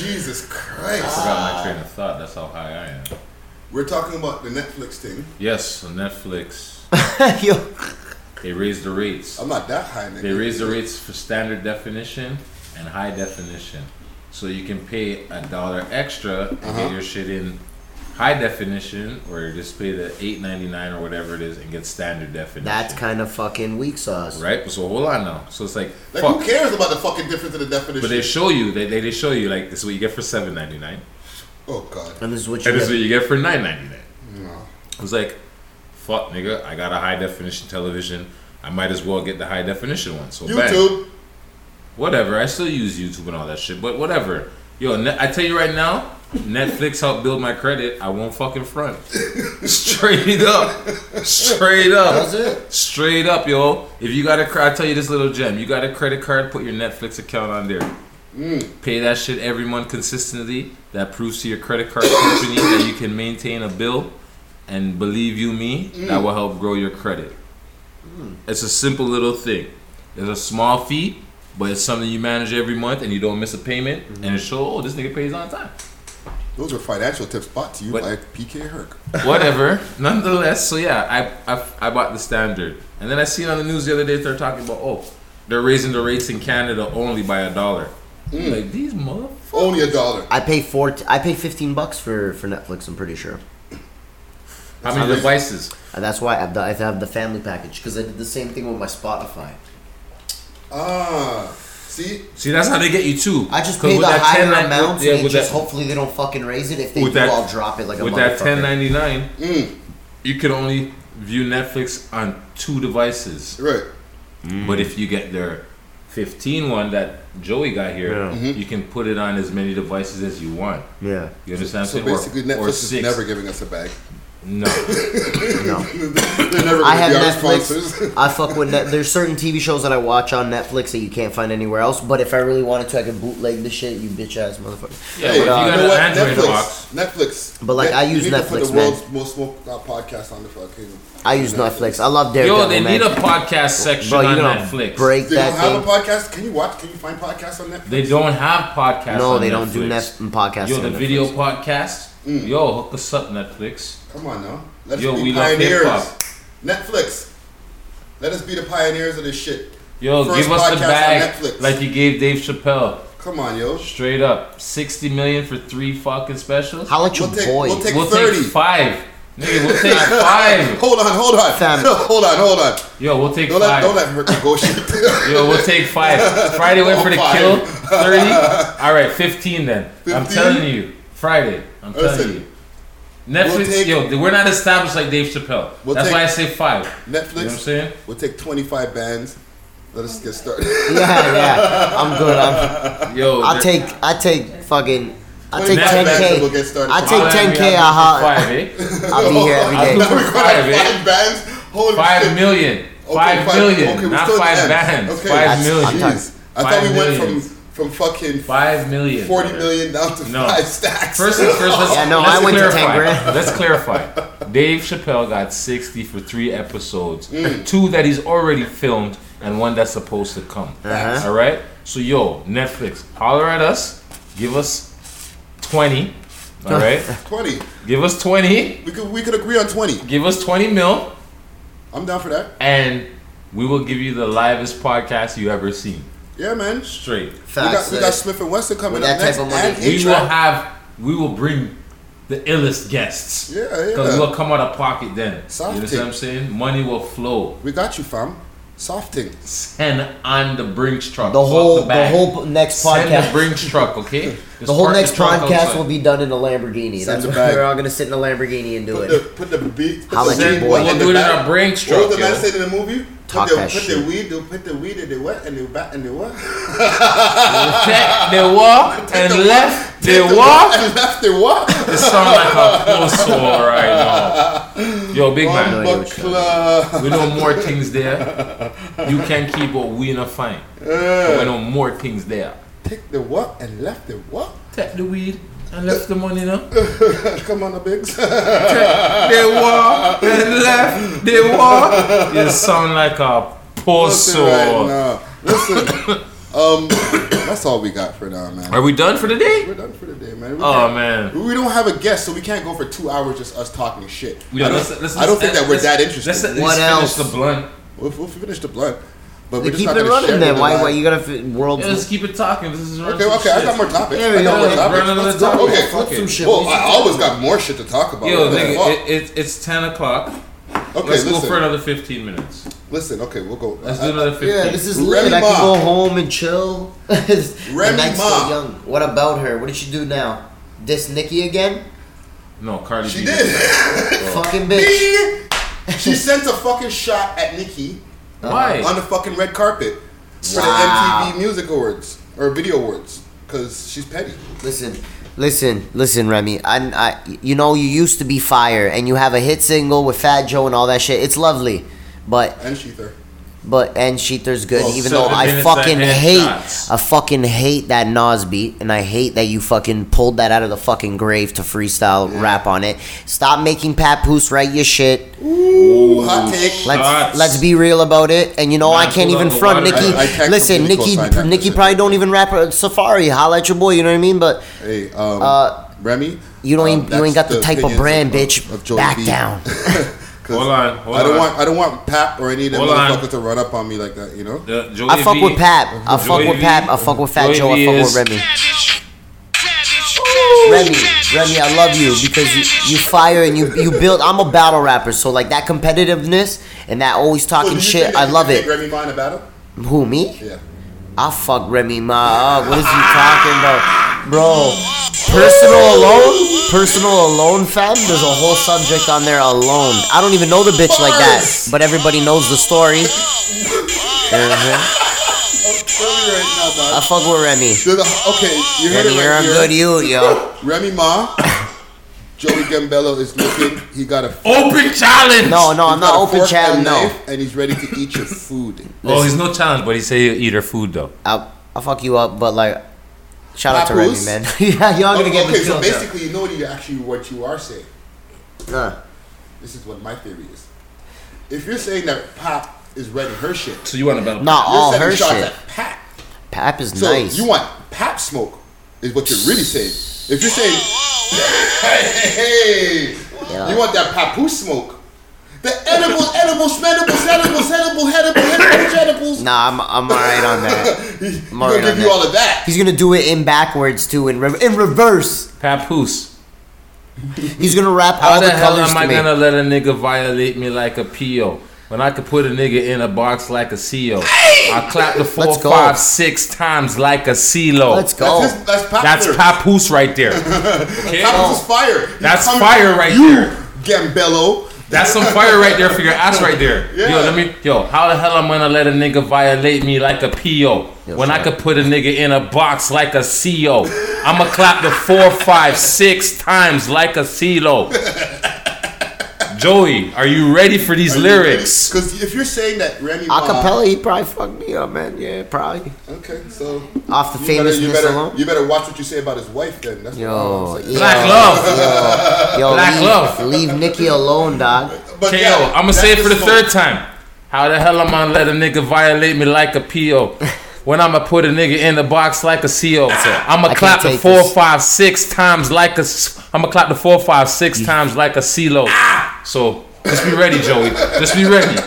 Speaker 2: Jesus Christ.
Speaker 4: Forgot my train of thought. That's how high I am.
Speaker 2: We're talking about the Netflix thing.
Speaker 4: Yes, on Netflix,
Speaker 3: Yo.
Speaker 4: they raised the rates.
Speaker 2: I'm not that high,
Speaker 4: They
Speaker 2: nigga.
Speaker 4: raise the rates for standard definition and high definition. So you can pay a dollar extra and
Speaker 2: Uh-huh.
Speaker 4: get your shit in high definition or just pay the eight ninety nine or whatever it is and get standard definition.
Speaker 3: That's kind of fucking weak sauce.
Speaker 4: right? So hold on now. So it's like,
Speaker 2: Like,
Speaker 4: fuck.
Speaker 2: who cares about the fucking difference in the definition?
Speaker 4: But they show you, they, they, they show you like this is what you get for seven ninety nine.
Speaker 2: oh God.
Speaker 3: And this is what you.
Speaker 4: And this is
Speaker 3: Get.
Speaker 4: what you get for nine ninety nine.
Speaker 2: No.
Speaker 4: I was like, fuck nigga, I got a high definition television. I might as well get the high definition one. So bang.
Speaker 2: YouTube.
Speaker 4: Whatever. I still use YouTube and all that shit, but whatever. Yo, ne- I tell you right now, Netflix helped build my credit. I won't fucking front. Straight up. Straight
Speaker 3: That's
Speaker 4: up.
Speaker 3: it.
Speaker 4: Straight up, yo. If you got a, cre- I tell you this little gem. You got a credit card, put your Netflix account on there.
Speaker 3: Mm.
Speaker 4: Pay that shit every month consistently. That proves to your credit card company that you can maintain a bill. And believe you me, that
Speaker 3: Mm.
Speaker 4: will help grow your credit. It's a simple little thing. It's a small fee, but it's something you manage every month and you don't miss a payment.
Speaker 3: Mm-hmm.
Speaker 4: And it shows, oh, this nigga pays on time.
Speaker 2: Those are financial tips brought to you
Speaker 4: But-
Speaker 2: by PK Herc.
Speaker 4: Whatever. Nonetheless, so yeah, I, I I bought the standard. And then I seen on the news the other day they're talking about, oh, they're raising the rates in Canada only by a dollar.
Speaker 3: Mm.
Speaker 4: Like, these motherfuckers.
Speaker 2: Only a dollar.
Speaker 3: I pay four. I pay fifteen bucks for for Netflix. I'm pretty sure.
Speaker 4: How many devices?
Speaker 3: And that's why I have the, I have the family package because I did the same thing with my Spotify.
Speaker 2: Ah. See,
Speaker 4: See, that's how they get you too.
Speaker 3: I just
Speaker 4: 'Cause
Speaker 3: pay
Speaker 4: with
Speaker 3: the
Speaker 4: that
Speaker 3: higher
Speaker 4: 10
Speaker 3: amounts.
Speaker 4: yeah,
Speaker 3: and they
Speaker 4: with
Speaker 3: just
Speaker 4: that,
Speaker 3: hopefully they don't fucking raise it. If they do,
Speaker 4: with that-
Speaker 3: I'll drop it like a
Speaker 4: with
Speaker 3: motherfucker. Mm.
Speaker 4: that 10.99, you can only view Netflix on two devices.
Speaker 2: right.
Speaker 4: But if you get their 15 one that Joey got here,
Speaker 3: Yeah.
Speaker 2: Mm-hmm.
Speaker 4: you can put it on as many devices as you want.
Speaker 3: Yeah.
Speaker 4: You understand?
Speaker 2: So
Speaker 4: what I'm saying?
Speaker 2: basically,
Speaker 4: or,
Speaker 2: Netflix
Speaker 4: or
Speaker 2: is
Speaker 4: six.
Speaker 2: never giving us a bag.
Speaker 4: No,
Speaker 3: No.
Speaker 2: They're never
Speaker 3: I
Speaker 2: going to
Speaker 3: have
Speaker 2: be our
Speaker 3: Netflix.
Speaker 2: sponsors.
Speaker 3: I fuck with net. There's certain TV shows that I watch on Netflix that you can't find anywhere else. But if I really wanted to, I could bootleg the shit. You bitch ass motherfucker.
Speaker 4: yeah.
Speaker 2: Hey,
Speaker 4: but if you got
Speaker 2: know
Speaker 4: an
Speaker 2: what?
Speaker 4: Android
Speaker 2: Netflix,
Speaker 4: box,
Speaker 2: Netflix.
Speaker 3: But, like, I
Speaker 2: you
Speaker 3: use
Speaker 2: need to put
Speaker 3: Netflix,
Speaker 2: the
Speaker 3: man.
Speaker 2: world's most smoked out podcast on the fucking.
Speaker 3: I use Netflix. I love Daredevil.
Speaker 4: yo, they
Speaker 3: man.
Speaker 4: need a podcast section
Speaker 3: Bro, you
Speaker 4: on
Speaker 3: gonna
Speaker 4: Netflix.
Speaker 3: break
Speaker 2: They don't
Speaker 3: that
Speaker 2: have a
Speaker 3: thing?
Speaker 2: podcast. Can you watch? Can you find podcasts on Netflix?
Speaker 4: They don't have podcasts.
Speaker 3: no,
Speaker 4: on
Speaker 3: they
Speaker 4: Netflix.
Speaker 3: don't do net podcasts.
Speaker 4: Yo,
Speaker 3: on
Speaker 4: the
Speaker 3: Netflix.
Speaker 4: video podcast.
Speaker 2: Mm.
Speaker 4: Yo, hook us up, Netflix.
Speaker 2: Come on now. Let us
Speaker 4: Yo,
Speaker 2: be
Speaker 4: we love
Speaker 2: pioneers.
Speaker 4: hip-hop.
Speaker 2: Netflix. Let us be the pioneers of this shit.
Speaker 4: Yo,
Speaker 2: First
Speaker 4: give us the
Speaker 2: podcast on
Speaker 4: bag
Speaker 2: Netflix.
Speaker 4: like you gave Dave Chappelle.
Speaker 2: Come on, yo.
Speaker 4: Straight up, sixty million for three fucking specials.
Speaker 3: How about your
Speaker 2: We'll take-
Speaker 3: boy?
Speaker 2: we'll take-
Speaker 4: we'll
Speaker 2: 30.
Speaker 4: take five. Nigga, we'll take five.
Speaker 2: Hold on, hold on.
Speaker 3: Fam.
Speaker 2: hold on, hold on.
Speaker 4: Yo, we'll take
Speaker 2: Don't let,
Speaker 4: five.
Speaker 2: don't let her negotiate.
Speaker 4: Yo, we'll take five. Friday went for the
Speaker 2: Oh, Five.
Speaker 4: kill. Thirty. All right, fifteen then. I'm
Speaker 2: 15?
Speaker 4: telling you, Friday. I'm telling
Speaker 2: Listen,
Speaker 4: you. Netflix,
Speaker 2: we'll take-
Speaker 4: yo, we're not established like Dave Chappelle.
Speaker 2: We'll
Speaker 4: That's
Speaker 2: take-
Speaker 4: why I say five. You
Speaker 2: Netflix.
Speaker 4: know what I'm saying?
Speaker 2: We'll take 25 bands. Let us get started.
Speaker 3: yeah, yeah. I'm good. I'm,
Speaker 4: Yo,
Speaker 3: I'll
Speaker 4: they're-
Speaker 3: take. I take fucking. I take
Speaker 2: Twenty-five bands and we'll get
Speaker 3: 10k.
Speaker 2: started.
Speaker 3: I
Speaker 4: Holla at
Speaker 3: take
Speaker 4: me,
Speaker 3: 10k. I'll
Speaker 4: I'll do
Speaker 3: holla-
Speaker 4: for Five, eh?
Speaker 3: I'll be here every
Speaker 4: I'll do
Speaker 3: day.
Speaker 4: for five, eh?
Speaker 2: Five bands. Holy
Speaker 4: Five
Speaker 2: shit.
Speaker 4: million.
Speaker 2: Okay,
Speaker 4: Five million.
Speaker 2: okay, we're
Speaker 4: Not
Speaker 2: still in
Speaker 4: five
Speaker 2: M's.
Speaker 4: bands.
Speaker 2: Okay.
Speaker 4: Five
Speaker 3: That's- I'm
Speaker 4: million.
Speaker 3: talking-
Speaker 2: Jeez. I
Speaker 4: Five
Speaker 2: thought we went from
Speaker 4: millions.
Speaker 2: from fucking
Speaker 4: Five million.
Speaker 2: 40
Speaker 4: brother.
Speaker 2: million down to
Speaker 4: No.
Speaker 2: five stacks.
Speaker 4: First things first, let's,
Speaker 3: Yeah, no,
Speaker 4: let's
Speaker 3: I went to
Speaker 4: clarify.
Speaker 3: 10 grand.
Speaker 4: Let's clarify. Dave Chappelle got 60 for three episodes.
Speaker 3: Mm.
Speaker 4: Two that he's already filmed and one that's supposed to come.
Speaker 3: Uh-huh.
Speaker 4: All right? So, yo, Netflix, holler at us. Give us 20 All right,
Speaker 2: Twenty.
Speaker 4: give us twenty.
Speaker 2: We could we could agree on twenty.
Speaker 4: Give us twenty mil,
Speaker 2: I'm down for that.
Speaker 4: and we will give you the livest podcast you ever seen.
Speaker 2: Yeah, man. Sh-
Speaker 4: Straight.
Speaker 2: We got,
Speaker 3: Facts.
Speaker 2: we got Smith and Wesson coming
Speaker 3: With
Speaker 2: up
Speaker 3: that
Speaker 2: next,
Speaker 3: type of money.
Speaker 2: and
Speaker 4: We
Speaker 2: intro.
Speaker 4: will have. We will bring the illest guests.
Speaker 2: Yeah, yeah.
Speaker 4: Because we'll come out of pocket then.
Speaker 2: Soft
Speaker 4: you know
Speaker 2: thing.
Speaker 4: what I'm saying? Money will flow.
Speaker 2: we got you, fam. Softing.
Speaker 4: Send on the Brinks truck.
Speaker 3: The
Speaker 4: Fuck
Speaker 3: whole the
Speaker 4: bag.
Speaker 3: whole next
Speaker 4: Send the
Speaker 3: podcast.
Speaker 4: Brinks truck, okay? Just
Speaker 3: The whole
Speaker 4: park
Speaker 3: next
Speaker 4: truck
Speaker 3: podcast
Speaker 4: outside.
Speaker 3: will be done in a Lamborghini.
Speaker 2: Send
Speaker 3: That's
Speaker 2: the
Speaker 3: what
Speaker 2: bag.
Speaker 3: we're all gonna sit in a Lamborghini and do
Speaker 2: Put
Speaker 3: it.
Speaker 2: the put the beat. Put
Speaker 3: How
Speaker 2: the
Speaker 3: much you
Speaker 2: weed
Speaker 3: boy?
Speaker 2: in
Speaker 4: We'll
Speaker 2: the
Speaker 4: do it in
Speaker 2: back.
Speaker 4: our brain
Speaker 2: What was
Speaker 4: stroke,
Speaker 2: the man
Speaker 4: yo.
Speaker 2: said in the movie?
Speaker 3: Talk
Speaker 2: put the,
Speaker 3: that
Speaker 2: put the
Speaker 3: shit.
Speaker 2: weed. They put the weed in the what and the back and the what.
Speaker 4: Take the walk and
Speaker 2: the-
Speaker 4: left
Speaker 2: Take
Speaker 4: the
Speaker 2: the
Speaker 4: walk.
Speaker 2: and left the what.
Speaker 4: It sound like a post war right now. Yo, big
Speaker 2: One
Speaker 4: man,
Speaker 3: no, you
Speaker 2: buck
Speaker 3: was
Speaker 2: club.
Speaker 4: we know more things there. You can keep what we not find. But we know more things there.
Speaker 2: Take the what and left the what.
Speaker 4: Take the weed and left the money now.
Speaker 2: Come on, the bigs.
Speaker 4: they walk and left. They walk. You sound like a
Speaker 2: Listen
Speaker 4: poso.
Speaker 2: right now. Listen. um, that's all we got for now, man.
Speaker 4: Are we done for the day?
Speaker 2: We're done for the day, man. We
Speaker 4: Oh
Speaker 2: can't-
Speaker 4: man.
Speaker 2: We don't have a guest, so we can't go for two hours just us talking shit.
Speaker 4: Yeah,
Speaker 2: I don't,
Speaker 4: let's- let's-
Speaker 2: I don't think
Speaker 4: let's-
Speaker 2: that we're that
Speaker 4: let's-
Speaker 2: interested.
Speaker 4: Let's at
Speaker 3: What
Speaker 4: least
Speaker 3: else?
Speaker 4: finish the blunt.
Speaker 2: we'll, we'll finish the blunt, but we're
Speaker 3: They
Speaker 2: just
Speaker 3: keep
Speaker 2: not
Speaker 3: it
Speaker 2: gonna share
Speaker 3: running
Speaker 2: with
Speaker 3: then.
Speaker 2: the
Speaker 3: Why
Speaker 2: live-
Speaker 3: why you gotta f- world?
Speaker 4: Yeah, let's keep it talking. This is
Speaker 2: Okay, okay, I got more topics.
Speaker 3: There
Speaker 2: I
Speaker 3: we
Speaker 2: got
Speaker 3: go.
Speaker 2: more
Speaker 3: Hey,
Speaker 2: topics.
Speaker 4: run another
Speaker 2: Let's go.
Speaker 4: topic.
Speaker 2: Okay.
Speaker 4: Fuck it.
Speaker 2: Well, I always got more shit to talk about.
Speaker 4: Yo,
Speaker 2: What the fuck?
Speaker 4: nigga, it, it, it's ten o'clock.
Speaker 2: okay,
Speaker 4: Let's
Speaker 2: listen,
Speaker 4: go for another fifteen minutes.
Speaker 2: listen. Okay, we'll go.
Speaker 4: Let's
Speaker 2: I-
Speaker 4: do another fifteen.
Speaker 3: Yeah, this is
Speaker 2: Remy
Speaker 3: lit. I
Speaker 2: Ma.
Speaker 3: can go home and chill. The
Speaker 2: Remy
Speaker 3: night's
Speaker 2: Ma.
Speaker 3: still young. What about her? What did she do now? Diss Nikki again?
Speaker 4: no, Cardi
Speaker 2: She
Speaker 4: B.
Speaker 2: did.
Speaker 3: Fucking bitch.
Speaker 2: she sent a fucking shot at Nicki
Speaker 4: Why?
Speaker 2: on the fucking red carpet for
Speaker 3: Wow.
Speaker 2: the MTV Music Awards or Video Awards because she's petty.
Speaker 3: Listen, listen, listen, Remy. I, I, you know, you used to be fire, and you have a hit single with Fat Joe and all that shit. It's lovely, but
Speaker 2: And Sheether.
Speaker 3: But and Sheether's good,
Speaker 2: Well,
Speaker 3: even
Speaker 4: so
Speaker 3: though
Speaker 4: the
Speaker 3: I
Speaker 4: minutes
Speaker 3: fucking
Speaker 4: that
Speaker 3: hate,
Speaker 4: headshots.
Speaker 3: I fucking hate that Nas beat, and I hate that you fucking pulled that out of the fucking grave to freestyle rap on it. Stop making Papoose write your shit.
Speaker 2: Ooh, hot take.
Speaker 3: Let's
Speaker 4: Shots.
Speaker 3: let's be real about it. And you know
Speaker 4: Man,
Speaker 3: I can't
Speaker 4: pull out
Speaker 3: even
Speaker 4: the
Speaker 3: front
Speaker 4: water.
Speaker 3: Nikki.
Speaker 2: I- I technically
Speaker 3: listen, Nikki,
Speaker 2: co-signed that
Speaker 3: Nikki
Speaker 2: shit.
Speaker 3: probably don't even rap a Safari. Holla at your boy, you know what I mean? But
Speaker 2: Hey, um,
Speaker 3: Uh,
Speaker 2: Remy,
Speaker 3: you don't
Speaker 2: um,
Speaker 3: even- you
Speaker 2: that's
Speaker 3: ain't got the type of
Speaker 2: opinions
Speaker 3: brand, bitch.
Speaker 2: Joey
Speaker 3: Back
Speaker 2: B.
Speaker 3: down.
Speaker 2: 'Cause
Speaker 4: Hold on, hold
Speaker 2: I don't
Speaker 4: on.
Speaker 2: want I don't want Pap or any of them
Speaker 4: Hold on.
Speaker 2: motherfuckers to run up on me like that. You know,
Speaker 4: The Joey
Speaker 3: I fuck
Speaker 4: B.
Speaker 3: with Pap. I fuck
Speaker 4: Joey
Speaker 3: with
Speaker 4: B.
Speaker 3: Pap. I fuck with Fat
Speaker 4: Joey
Speaker 3: Joe. I
Speaker 4: B
Speaker 3: fuck
Speaker 4: is-
Speaker 3: with Remy. Remy, Remy, I love you because you, you fire and you you build. I'm a battle rapper, so like that competitiveness and that always
Speaker 2: So do
Speaker 3: talking
Speaker 2: you
Speaker 3: shit,
Speaker 2: think that
Speaker 3: I
Speaker 2: you
Speaker 3: love
Speaker 2: can
Speaker 3: it.
Speaker 2: make Remy Ma in a battle?
Speaker 3: Who me?
Speaker 2: Yeah.
Speaker 3: I fuck Remy Ma. up. What is he talking about, bro? Personal alone, personal alone, fam. There's a whole subject on there alone. I don't even know the bitch like that, but everybody knows the story. Mhm.
Speaker 4: Oh,
Speaker 2: Tell me right now, dog.
Speaker 3: I fuck with Remy.
Speaker 2: There's a- okay, you heard
Speaker 3: Remy,
Speaker 2: it
Speaker 3: you're
Speaker 2: right
Speaker 3: a
Speaker 2: here.
Speaker 3: good you, yo.
Speaker 2: Remy Ma, Joey Gambello is looking. He got a.
Speaker 4: Open challenge.
Speaker 3: No, no,
Speaker 2: he's
Speaker 3: I'm
Speaker 2: got
Speaker 3: not
Speaker 2: a
Speaker 3: open
Speaker 2: fork
Speaker 3: challenge.
Speaker 2: and
Speaker 3: No,
Speaker 2: knife, and he's ready to eat your food.
Speaker 4: Oh, he's no challenge, but he say he'll eat her food though.
Speaker 3: I'll, I'll fuck you up, but like, shout out to Remy,
Speaker 2: Papoose?
Speaker 3: man. yeah, y'all gonna
Speaker 2: okay,
Speaker 3: get me
Speaker 2: so
Speaker 3: killed.
Speaker 2: basically, you know what you actually what you are saying.
Speaker 3: Nah.
Speaker 2: This is what my theory is. If you're saying that Pop is running her shit,
Speaker 4: So you want to battle?
Speaker 3: Not
Speaker 2: you're
Speaker 3: all
Speaker 2: sending
Speaker 3: her
Speaker 2: shots
Speaker 3: shit.
Speaker 2: at Pap.
Speaker 3: Pap is
Speaker 2: So
Speaker 3: nice.
Speaker 2: you want Pap smoke is what you're really saying. If you're saying, hey,
Speaker 3: Yeah.
Speaker 2: you want that Papu smoke. The edible, edible, smellibles, edibles, edible, edible, edibles, edibles.
Speaker 3: nah, I'm, I'm alright on that.
Speaker 2: He's
Speaker 3: alright
Speaker 2: gonna
Speaker 3: on
Speaker 2: give you
Speaker 3: that.
Speaker 2: all of that.
Speaker 3: He's gonna do it in backwards too, in re- in reverse.
Speaker 4: Papoose.
Speaker 3: He's gonna wrap
Speaker 4: How
Speaker 3: all
Speaker 4: the
Speaker 3: the,
Speaker 4: hell
Speaker 3: colors
Speaker 4: am I
Speaker 3: to me.
Speaker 4: gonna let a nigga violate me like a PO when I could put a nigga in a box like a CO? I clap the four,
Speaker 3: Let's go.
Speaker 4: five, six times like a CeeLo.
Speaker 3: Let's go.
Speaker 2: Oh, That's, his, that's Pap.
Speaker 4: That's
Speaker 2: lyrics.
Speaker 4: Papoose right there. Okay?
Speaker 2: Pap is fire. He's
Speaker 4: That's
Speaker 2: coming
Speaker 4: fire
Speaker 2: for
Speaker 4: right
Speaker 2: you,
Speaker 4: there.
Speaker 2: Gambello.
Speaker 4: That's some fire right there for your ass right there.
Speaker 2: Yeah.
Speaker 4: Yo, let me. Yo, how the hell am I gonna let a nigga violate me like a PO when I
Speaker 3: sure.
Speaker 4: could put a nigga in a box like a CO? I'ma clap the four, five, six times like a CeeLo. Joey, are you ready for these lyrics?
Speaker 2: Because if you're saying that Remy Ma,
Speaker 3: Acapella, he probably fucked me up, man. Yeah, probably.
Speaker 2: Okay, so
Speaker 3: Off the
Speaker 2: you better,
Speaker 3: famousness
Speaker 2: you better,
Speaker 3: alone.
Speaker 2: you better watch what you say about his wife. Then that's
Speaker 3: Yo,
Speaker 2: what I'm
Speaker 3: yo,
Speaker 2: saying.
Speaker 4: Black love.
Speaker 3: Yo, yo
Speaker 4: Black
Speaker 3: leave,
Speaker 4: love.
Speaker 3: Leave Nikki alone, dog.
Speaker 2: But
Speaker 4: KO,
Speaker 2: yeah,
Speaker 4: I'ma
Speaker 2: that's
Speaker 4: say it for the
Speaker 2: smoke.
Speaker 4: third time. How the hell am I gonna let a nigga violate me like a PO When I'ma put a nigga in the box like a CO, I'ma
Speaker 3: can't
Speaker 4: clap the
Speaker 3: take
Speaker 4: four,
Speaker 3: this.
Speaker 4: five, six times like a. s- I'ma clap the four, five, six times like a CeeLo. So just be ready, Joey. Just be ready.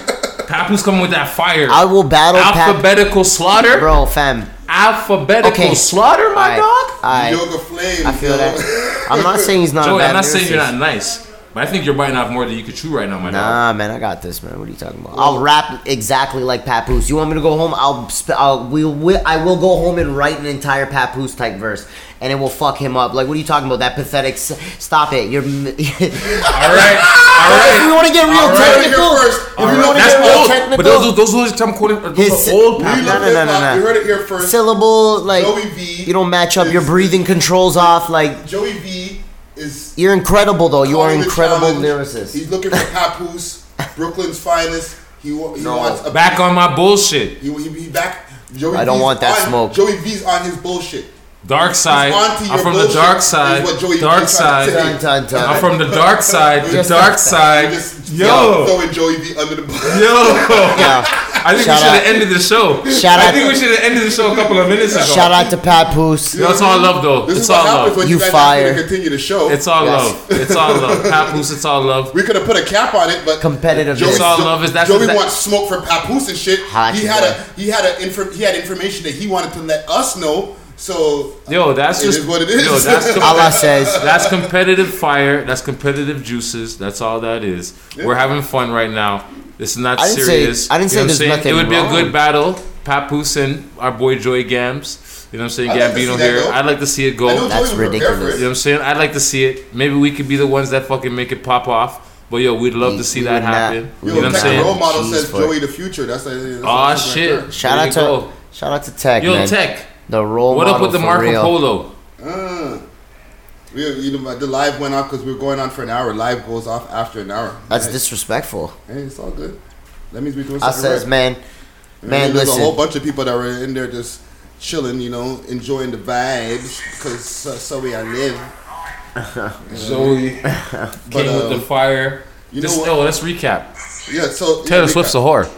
Speaker 4: Papu's coming with that fire.
Speaker 3: I will battle Pat.
Speaker 4: Alphabetical slaughter.
Speaker 3: Bro, fam.
Speaker 4: Alphabetical
Speaker 3: Okay.
Speaker 4: slaughter, my dog.
Speaker 3: I,
Speaker 2: Yoga flame.
Speaker 3: I, I feel
Speaker 2: yo.
Speaker 3: that. I'm not saying he's not a
Speaker 4: Joey,
Speaker 3: bad
Speaker 4: I'm not saying you're
Speaker 3: lyricist.
Speaker 4: not nice, but I think you're biting off more than you could chew right now, my dog.
Speaker 3: Nah, man, I got this, man. What are you talking about? I'll rap exactly like Papoose. You want me to go home? I'll, sp- I'll we will, I will go home and write an entire Papoose type verse, and it will fuck him up. Like, what are you talking about? That pathetic. S- stop it. You're. m-
Speaker 4: All right, all
Speaker 3: If
Speaker 4: right.
Speaker 3: you want to get real
Speaker 4: All right.
Speaker 3: technical,
Speaker 2: Here first.
Speaker 3: if
Speaker 2: All
Speaker 3: you
Speaker 2: right.
Speaker 3: want to
Speaker 4: That's
Speaker 3: get real
Speaker 4: old,
Speaker 3: technical,
Speaker 4: but those those those I'm quoting those
Speaker 3: His-
Speaker 4: are old
Speaker 2: We
Speaker 4: Papoose.
Speaker 2: love
Speaker 3: no,
Speaker 2: hip
Speaker 3: no,
Speaker 2: hop.
Speaker 3: no.
Speaker 2: You heard it here first.
Speaker 3: syllable like
Speaker 2: Joey V
Speaker 3: you don't match up. Your
Speaker 2: is-
Speaker 3: breathing controls off. Like
Speaker 2: Joey V is.
Speaker 3: you're incredible, though. You are
Speaker 2: calling the
Speaker 3: incredible
Speaker 2: challenge.
Speaker 3: lyricist.
Speaker 2: He's looking for Papoose, Brooklyn's finest. He, wa- he
Speaker 3: No.
Speaker 2: wants a
Speaker 4: Back on my bullshit.
Speaker 2: He, he, he back. Joey
Speaker 3: I don't
Speaker 2: V's
Speaker 3: want that
Speaker 2: on,
Speaker 3: smoke.
Speaker 2: Joey V's on his bullshit.
Speaker 4: Dark side.
Speaker 2: onto your
Speaker 4: I'm from the
Speaker 2: bullshit
Speaker 4: dark
Speaker 2: is
Speaker 4: side.
Speaker 2: what Joey
Speaker 4: Dark
Speaker 2: V's trying
Speaker 4: side.
Speaker 2: to say.
Speaker 3: Dun, dun, dun.
Speaker 4: I'm from the dark side. The
Speaker 3: Just like
Speaker 4: dark
Speaker 3: that.
Speaker 2: You
Speaker 4: side.
Speaker 2: just
Speaker 4: Yo,
Speaker 2: throwing Joey V under the bus.
Speaker 4: yo.
Speaker 3: Yeah.
Speaker 4: I think we
Speaker 3: Shout
Speaker 4: should have
Speaker 3: out.
Speaker 4: ended the show.
Speaker 3: Shout
Speaker 4: I
Speaker 3: out.
Speaker 4: think we should have ended the show a couple of minutes ago.
Speaker 3: Shout out to Papoose.
Speaker 4: Yo, it's all love though.
Speaker 2: This
Speaker 4: it's
Speaker 2: is what
Speaker 4: all
Speaker 2: happens
Speaker 4: love.
Speaker 2: when
Speaker 3: You
Speaker 2: you guys
Speaker 3: fire.
Speaker 2: to continue the show.
Speaker 4: It's all
Speaker 3: Yes.
Speaker 4: love. It's all love. Papoose, it's all love.
Speaker 2: we could have put a cap on it, but
Speaker 3: Competitive.
Speaker 4: It's all
Speaker 2: Jo-
Speaker 4: love is- that's
Speaker 2: Joey
Speaker 4: exact-
Speaker 2: wants smoke for Papoose and shit.
Speaker 3: Hot
Speaker 2: he
Speaker 3: shit,
Speaker 2: had
Speaker 3: yeah.
Speaker 2: a he had a infor- he had information that he wanted to let us know. So
Speaker 4: Yo, that's
Speaker 2: It
Speaker 4: just
Speaker 2: is what it is.
Speaker 4: Yo, that's com-
Speaker 3: Allah says.
Speaker 4: that's competitive fire. That's competitive juices. That's all that is. We're having fun right now. This is not
Speaker 3: I didn't say-
Speaker 4: serious.
Speaker 3: I didn't say
Speaker 4: You know what I'm
Speaker 3: there's
Speaker 4: saying?
Speaker 3: nothing
Speaker 4: It would
Speaker 3: wrong.
Speaker 4: be a good battle. Papoose and our boy Joy Gams. You know what I'm saying?
Speaker 2: I'd like to see
Speaker 4: Gambino
Speaker 2: that
Speaker 4: here.
Speaker 2: go.
Speaker 4: I'd like to see it go.
Speaker 2: I know
Speaker 4: You
Speaker 3: That's
Speaker 2: Joey would prepare
Speaker 3: ridiculous.
Speaker 4: know what
Speaker 2: For it.
Speaker 4: I'm saying? I'd like to see it. Maybe we could be the ones that fucking make it pop off. But yo, we'd love
Speaker 3: We-
Speaker 4: to see
Speaker 3: we
Speaker 4: that
Speaker 3: would not-
Speaker 4: happen.
Speaker 3: we
Speaker 4: you
Speaker 2: Yo,
Speaker 4: know
Speaker 3: would
Speaker 4: what I'm
Speaker 2: Tech
Speaker 3: not.
Speaker 2: role
Speaker 4: saying?
Speaker 2: model
Speaker 3: Jeez,
Speaker 2: says
Speaker 3: fuck.
Speaker 2: Joey the future. That's, that's, that's
Speaker 4: Aw
Speaker 2: right there.
Speaker 4: shit.
Speaker 3: Shout
Speaker 4: There
Speaker 3: out
Speaker 4: you
Speaker 3: to
Speaker 4: go.
Speaker 3: shout out to Tech,
Speaker 4: Yo,
Speaker 3: man.
Speaker 4: Tech.
Speaker 3: The role
Speaker 4: What up
Speaker 3: model
Speaker 4: with the
Speaker 3: for
Speaker 4: Marco
Speaker 3: real.
Speaker 4: Polo?
Speaker 2: We, you know, the live went off because we were going on for an hour. Live goes off after an hour.
Speaker 3: That's
Speaker 2: Hey,
Speaker 3: disrespectful.
Speaker 2: Hey, it's all good. That means we're doing
Speaker 3: I
Speaker 2: something
Speaker 3: says,
Speaker 2: right.
Speaker 3: man,
Speaker 2: And
Speaker 3: man,
Speaker 2: there's a whole
Speaker 3: listen.
Speaker 2: bunch of people that were in there just chilling, you know, enjoying the vibes because so, so we are live.
Speaker 4: Zoe came
Speaker 2: But, uh,
Speaker 4: with the fire.
Speaker 2: you
Speaker 4: Just-
Speaker 2: know what-
Speaker 4: yo, let's recap.
Speaker 2: Yeah, so
Speaker 4: Taylor
Speaker 2: yeah, we
Speaker 4: Swift's a
Speaker 2: got-
Speaker 4: whore.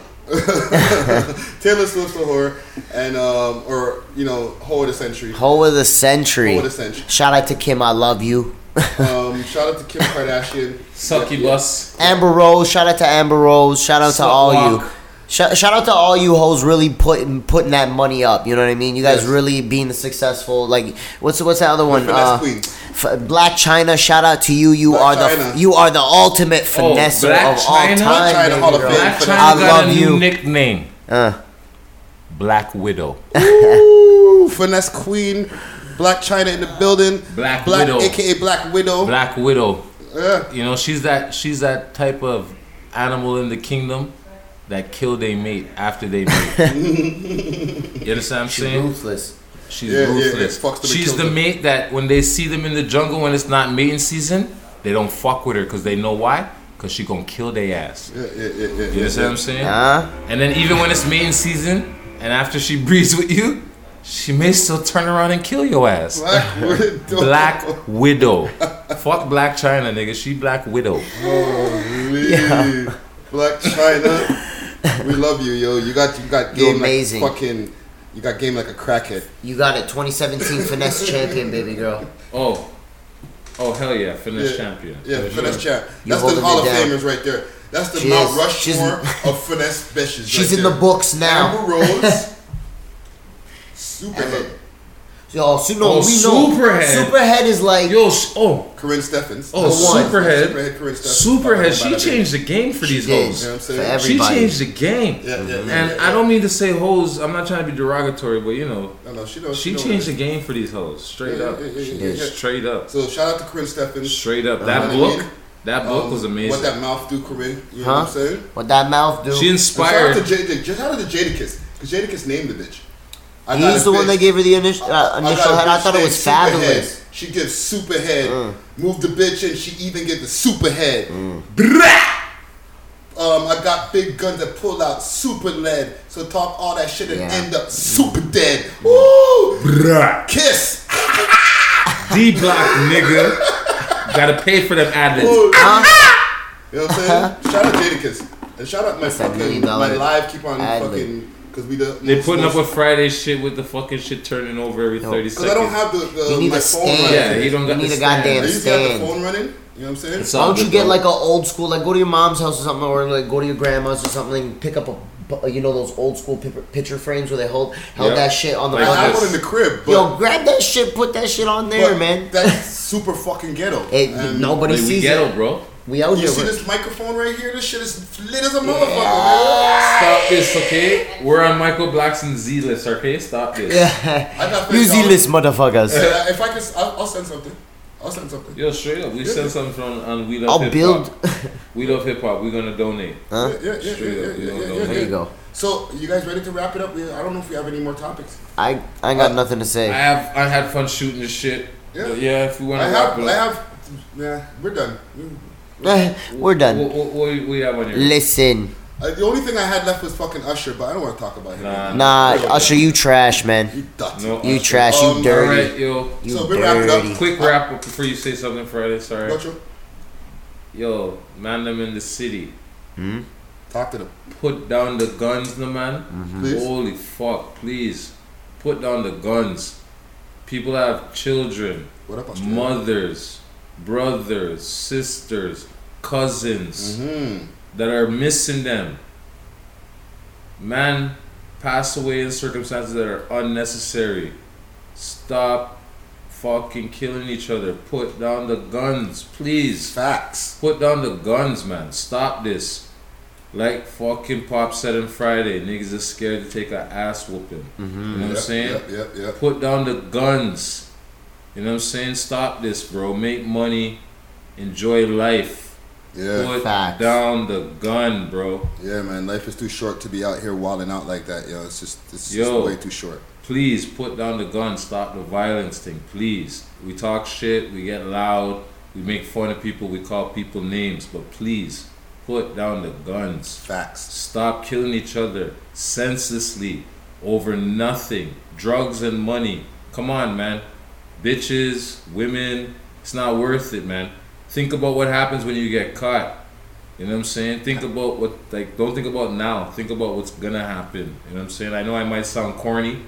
Speaker 2: Taylor Swift's a whore, and um, or you know, whore of the century.
Speaker 3: Hoe of the century.
Speaker 2: Hoe of the century.
Speaker 3: Shout out to Kim, I love you.
Speaker 4: Uh,
Speaker 2: Um, shout out to Kim Kardashian.
Speaker 4: Succubus.
Speaker 3: Amber Rose, shout out to Amber Rose. Shout out to
Speaker 4: Slut
Speaker 3: all
Speaker 4: walk.
Speaker 3: you. Shout, shout out to all you hoes really putting putting that money up. You know what I mean? You guys
Speaker 2: Yes.
Speaker 3: really being successful. Like what's what's the other one?
Speaker 2: finesse
Speaker 3: Uh,
Speaker 2: queen.
Speaker 3: f- Black China. Shout out to you. You
Speaker 2: Black
Speaker 3: are
Speaker 2: China.
Speaker 3: the you are the ultimate finesse of
Speaker 4: Oh, Black
Speaker 3: all
Speaker 4: China?
Speaker 3: time.
Speaker 2: China
Speaker 3: baby
Speaker 2: Hall of
Speaker 3: girl.
Speaker 2: Fame.
Speaker 4: Black China
Speaker 3: I
Speaker 4: got
Speaker 3: love
Speaker 4: a new
Speaker 3: you.
Speaker 4: nickname.
Speaker 3: Uh.
Speaker 4: Black Widow.
Speaker 2: Ooh, finesse queen. Black China in the building.
Speaker 4: Black Widow.
Speaker 2: aka Black Widow.
Speaker 4: Black Widow.
Speaker 2: Yeah.
Speaker 4: You know, she's that she's that type of animal in the kingdom that kill their mate after they mate. you understand what I'm
Speaker 3: She's
Speaker 4: saying?
Speaker 3: ruthless.
Speaker 4: She's
Speaker 2: Yeah, yeah,
Speaker 4: ruthless.
Speaker 2: yeah, fucks them and
Speaker 4: She's
Speaker 2: kills
Speaker 4: the
Speaker 2: them.
Speaker 4: mate that when they see them in the jungle when it's not mating season, they don't fuck with her because they know why? Because she gonna kill their ass.
Speaker 2: Yeah, yeah, yeah, yeah,
Speaker 4: You
Speaker 2: yeah,
Speaker 4: understand what I'm saying?
Speaker 3: Huh?
Speaker 4: And then even when it's mating season, and after she breeds with you, she may still turn around and kill your ass.
Speaker 2: Black Widow.
Speaker 4: Black Widow. Fuck Black China, nigga. She Black Widow.
Speaker 2: Yeah. Black China. we love you, yo. You got you got
Speaker 3: You're
Speaker 2: game
Speaker 3: amazing.
Speaker 2: like fucking you got game like a crackhead.
Speaker 3: You got it. 2017 finesse champion, baby girl.
Speaker 4: Oh. Oh, hell yeah. Finnish
Speaker 2: Yeah.
Speaker 4: champion.
Speaker 2: Yeah,
Speaker 4: For
Speaker 2: finesse
Speaker 4: sure.
Speaker 2: champ.
Speaker 3: You're
Speaker 2: That's the
Speaker 3: holding
Speaker 2: Hall
Speaker 3: it
Speaker 2: of
Speaker 3: down.
Speaker 2: Famers right there. That's the
Speaker 3: She
Speaker 2: Mount
Speaker 3: is.
Speaker 2: Rushmore of finesse bitches.
Speaker 3: She's
Speaker 2: right
Speaker 3: in the
Speaker 2: there.
Speaker 3: books now.
Speaker 2: Amber Rose. Superhead.
Speaker 3: Yo, su- no,
Speaker 4: Oh,
Speaker 3: we know
Speaker 4: Superhead.
Speaker 3: Superhead is like
Speaker 4: Yo, sh- oh,
Speaker 2: Corinne Steffens.
Speaker 4: oh,
Speaker 2: The one.
Speaker 4: Superhead.
Speaker 2: Superhead, Corinne Steffens.
Speaker 4: Superhead.
Speaker 2: Bada
Speaker 4: She
Speaker 2: bing.
Speaker 4: changed the game for
Speaker 3: she
Speaker 4: these
Speaker 3: did
Speaker 4: hoes.
Speaker 2: Yeah, I'm
Speaker 3: for
Speaker 2: saying. She
Speaker 4: She
Speaker 3: everybody.
Speaker 4: changed the game.
Speaker 2: Yeah, yeah, yeah,
Speaker 4: And
Speaker 2: yeah, yeah.
Speaker 4: I don't mean to say hoes. I'm not trying to be derogatory, but you know,
Speaker 2: No, no, she knows.
Speaker 4: she
Speaker 2: knows.
Speaker 4: changed the game for these hoes. Straight
Speaker 2: Yeah,
Speaker 4: up.
Speaker 2: yeah, yeah,
Speaker 4: She
Speaker 2: yeah,
Speaker 4: did.
Speaker 2: yeah.
Speaker 4: Straight up.
Speaker 2: So shout out to Corinne Steffens.
Speaker 4: Straight up.
Speaker 2: Uh-huh.
Speaker 4: That
Speaker 2: You know what I
Speaker 4: book,
Speaker 2: mean?
Speaker 4: that book
Speaker 2: Um,
Speaker 4: was
Speaker 2: What
Speaker 4: amazing.
Speaker 2: that mouth do, Corinne? You know
Speaker 3: Huh?
Speaker 2: what I'm saying?
Speaker 3: What that mouth do?
Speaker 4: She
Speaker 2: Shout
Speaker 4: inspired.
Speaker 2: out to JJ. Just out of the Jadakiss, because Jadakiss named the bitch. I got
Speaker 3: He's
Speaker 2: a
Speaker 3: the one
Speaker 2: bitch.
Speaker 3: that gave her the initial, uh,
Speaker 2: I got a
Speaker 3: initial head. I
Speaker 2: bitch
Speaker 3: thought it
Speaker 2: named
Speaker 3: was
Speaker 2: Superhead.
Speaker 3: fabulous. Mm.
Speaker 2: She gives super head. Move the bitch and she even gets the super head. Um, I got big guns that pull out super lead. So talk all that shit and
Speaker 3: Yeah.
Speaker 2: end up super dead. Woo! Kiss!
Speaker 4: D block nigga. Gotta pay for them ad libs.
Speaker 2: Woo. You know what I'm saying? shout out Jadakiss. And shout out my
Speaker 3: Uh-huh. a million
Speaker 2: fucking
Speaker 3: dollar
Speaker 2: my live keep on
Speaker 3: ad lib.
Speaker 2: fucking because we the
Speaker 4: They putting up
Speaker 2: most-
Speaker 4: with Friday shit with the fucking shit turning over every
Speaker 3: No.
Speaker 4: thirty
Speaker 2: Because
Speaker 4: seconds.
Speaker 2: I don't have the, the
Speaker 3: You need
Speaker 2: my
Speaker 3: a
Speaker 2: phone
Speaker 3: stand.
Speaker 2: running.
Speaker 4: Yeah, he don't
Speaker 3: You
Speaker 4: got
Speaker 3: need
Speaker 4: the
Speaker 3: a goddamn
Speaker 2: I
Speaker 4: stand.
Speaker 2: used to have
Speaker 3: stand.
Speaker 2: the phone running. You know what I'm saying?
Speaker 4: It's
Speaker 3: Why don't
Speaker 4: Solid,
Speaker 3: you get
Speaker 4: bro.
Speaker 3: like an old school, like go to your mom's house or something, or like go to your grandma's or something, pick up a, bu- you know, those old school pi- picture frames where they hold held
Speaker 4: Yeah.
Speaker 3: that shit on the
Speaker 4: Like
Speaker 2: I have
Speaker 4: this.
Speaker 2: one in the crib, but,
Speaker 3: Yo, grab that shit, put that shit on there,
Speaker 2: but
Speaker 3: man.
Speaker 2: that's super fucking ghetto.
Speaker 3: Hey,
Speaker 2: And
Speaker 3: nobody
Speaker 4: Like, we
Speaker 3: sees
Speaker 4: ghetto,
Speaker 3: it.
Speaker 4: bro.
Speaker 3: We out
Speaker 2: You
Speaker 3: here.
Speaker 2: see
Speaker 3: we're-
Speaker 2: this microphone right here? This shit is lit as a motherfucker. man.
Speaker 4: Stop this, okay? We're on Michael Blackson Z list, okay? Stop this.
Speaker 2: I got
Speaker 3: Yeah.
Speaker 2: three
Speaker 3: You zealous
Speaker 2: So,
Speaker 3: motherfuckers.
Speaker 2: uh, If I could, I'll, I'll send something. I'll send something.
Speaker 4: Yo, straight up, we sent something on, on We Love
Speaker 3: I'll
Speaker 4: Hip
Speaker 3: build.
Speaker 4: Hop. We Love Hip Hop. We're gonna donate.
Speaker 3: Huh?
Speaker 2: Yeah, yeah, yeah, yeah,
Speaker 4: Straight up,
Speaker 2: yeah,
Speaker 4: you don't
Speaker 2: yeah,
Speaker 4: know.
Speaker 2: yeah,
Speaker 3: There
Speaker 2: yeah.
Speaker 3: you go.
Speaker 2: So, you guys ready to wrap it up? We, I don't know if we have any more topics.
Speaker 3: I I ain't got
Speaker 2: Uh,
Speaker 3: nothing to
Speaker 4: I
Speaker 3: say.
Speaker 4: have I had fun shooting this shit.
Speaker 2: Yeah.
Speaker 4: Yeah, yeah if we want
Speaker 2: I
Speaker 4: to wrap
Speaker 2: have,
Speaker 4: it
Speaker 2: I
Speaker 4: up.
Speaker 2: have. Yeah, we're done. Mm.
Speaker 3: We're
Speaker 4: What,
Speaker 3: done.
Speaker 4: what, what, you- what you have on your
Speaker 3: Listen,
Speaker 2: Uh, the only thing I had left was fucking Usher, but I don't want to talk about him.
Speaker 4: Nah.
Speaker 3: nah,
Speaker 2: Really?
Speaker 3: Usher, you trash, man.
Speaker 2: You dot.
Speaker 4: No,
Speaker 3: You
Speaker 4: Usher.
Speaker 3: trash, you
Speaker 2: Um,
Speaker 4: All
Speaker 3: dirty.
Speaker 4: right, yo.
Speaker 3: You
Speaker 2: So, we wrap it up.
Speaker 3: dirty.
Speaker 4: Quick wrap up before you say something, Friday. Sorry.
Speaker 2: Nacho,
Speaker 4: Yo, man, them in the city.
Speaker 2: Talk to them.
Speaker 4: Put down the guns, no man.
Speaker 2: Please.
Speaker 4: Holy fuck, please. Put down the guns. People have children,
Speaker 2: What up, Australia?
Speaker 4: mothers, brothers, sisters, cousins
Speaker 2: Mhm.
Speaker 4: that are missing them. Man, pass away in circumstances that are unnecessary. Stop fucking killing each other. Put down the guns, please.
Speaker 2: Facts.
Speaker 4: Put down the guns, man. Stop this. Like fucking Pop said on Friday, niggas is scared to take an ass whooping. You know what I'm
Speaker 2: Yep,
Speaker 4: saying?
Speaker 2: Mm-hmm. Yep, yep, yep.
Speaker 4: Put down the guns. You know what I'm saying? Stop this, bro. Make money. Enjoy life.
Speaker 2: Yeah,
Speaker 4: Put
Speaker 3: Facts.
Speaker 4: down the gun, bro.
Speaker 2: yeah, man. Life is too short to be out here wilding out like that, yo. It's just, it's just
Speaker 4: Yo.
Speaker 2: way too short.
Speaker 4: Please put down the gun. Stop the violence thing. Please. We talk shit. We get loud. We make fun of people. We call people names. But please, put down the guns.
Speaker 2: Facts.
Speaker 4: Stop killing each other senselessly over nothing. Drugs and money. Come on, man. Bitches, women, it's not worth it, man. Think about what happens when you get caught. You know what I'm saying? Think about what, like, don't think about now. Think about what's gonna happen. You know what I'm saying? I know I might sound corny,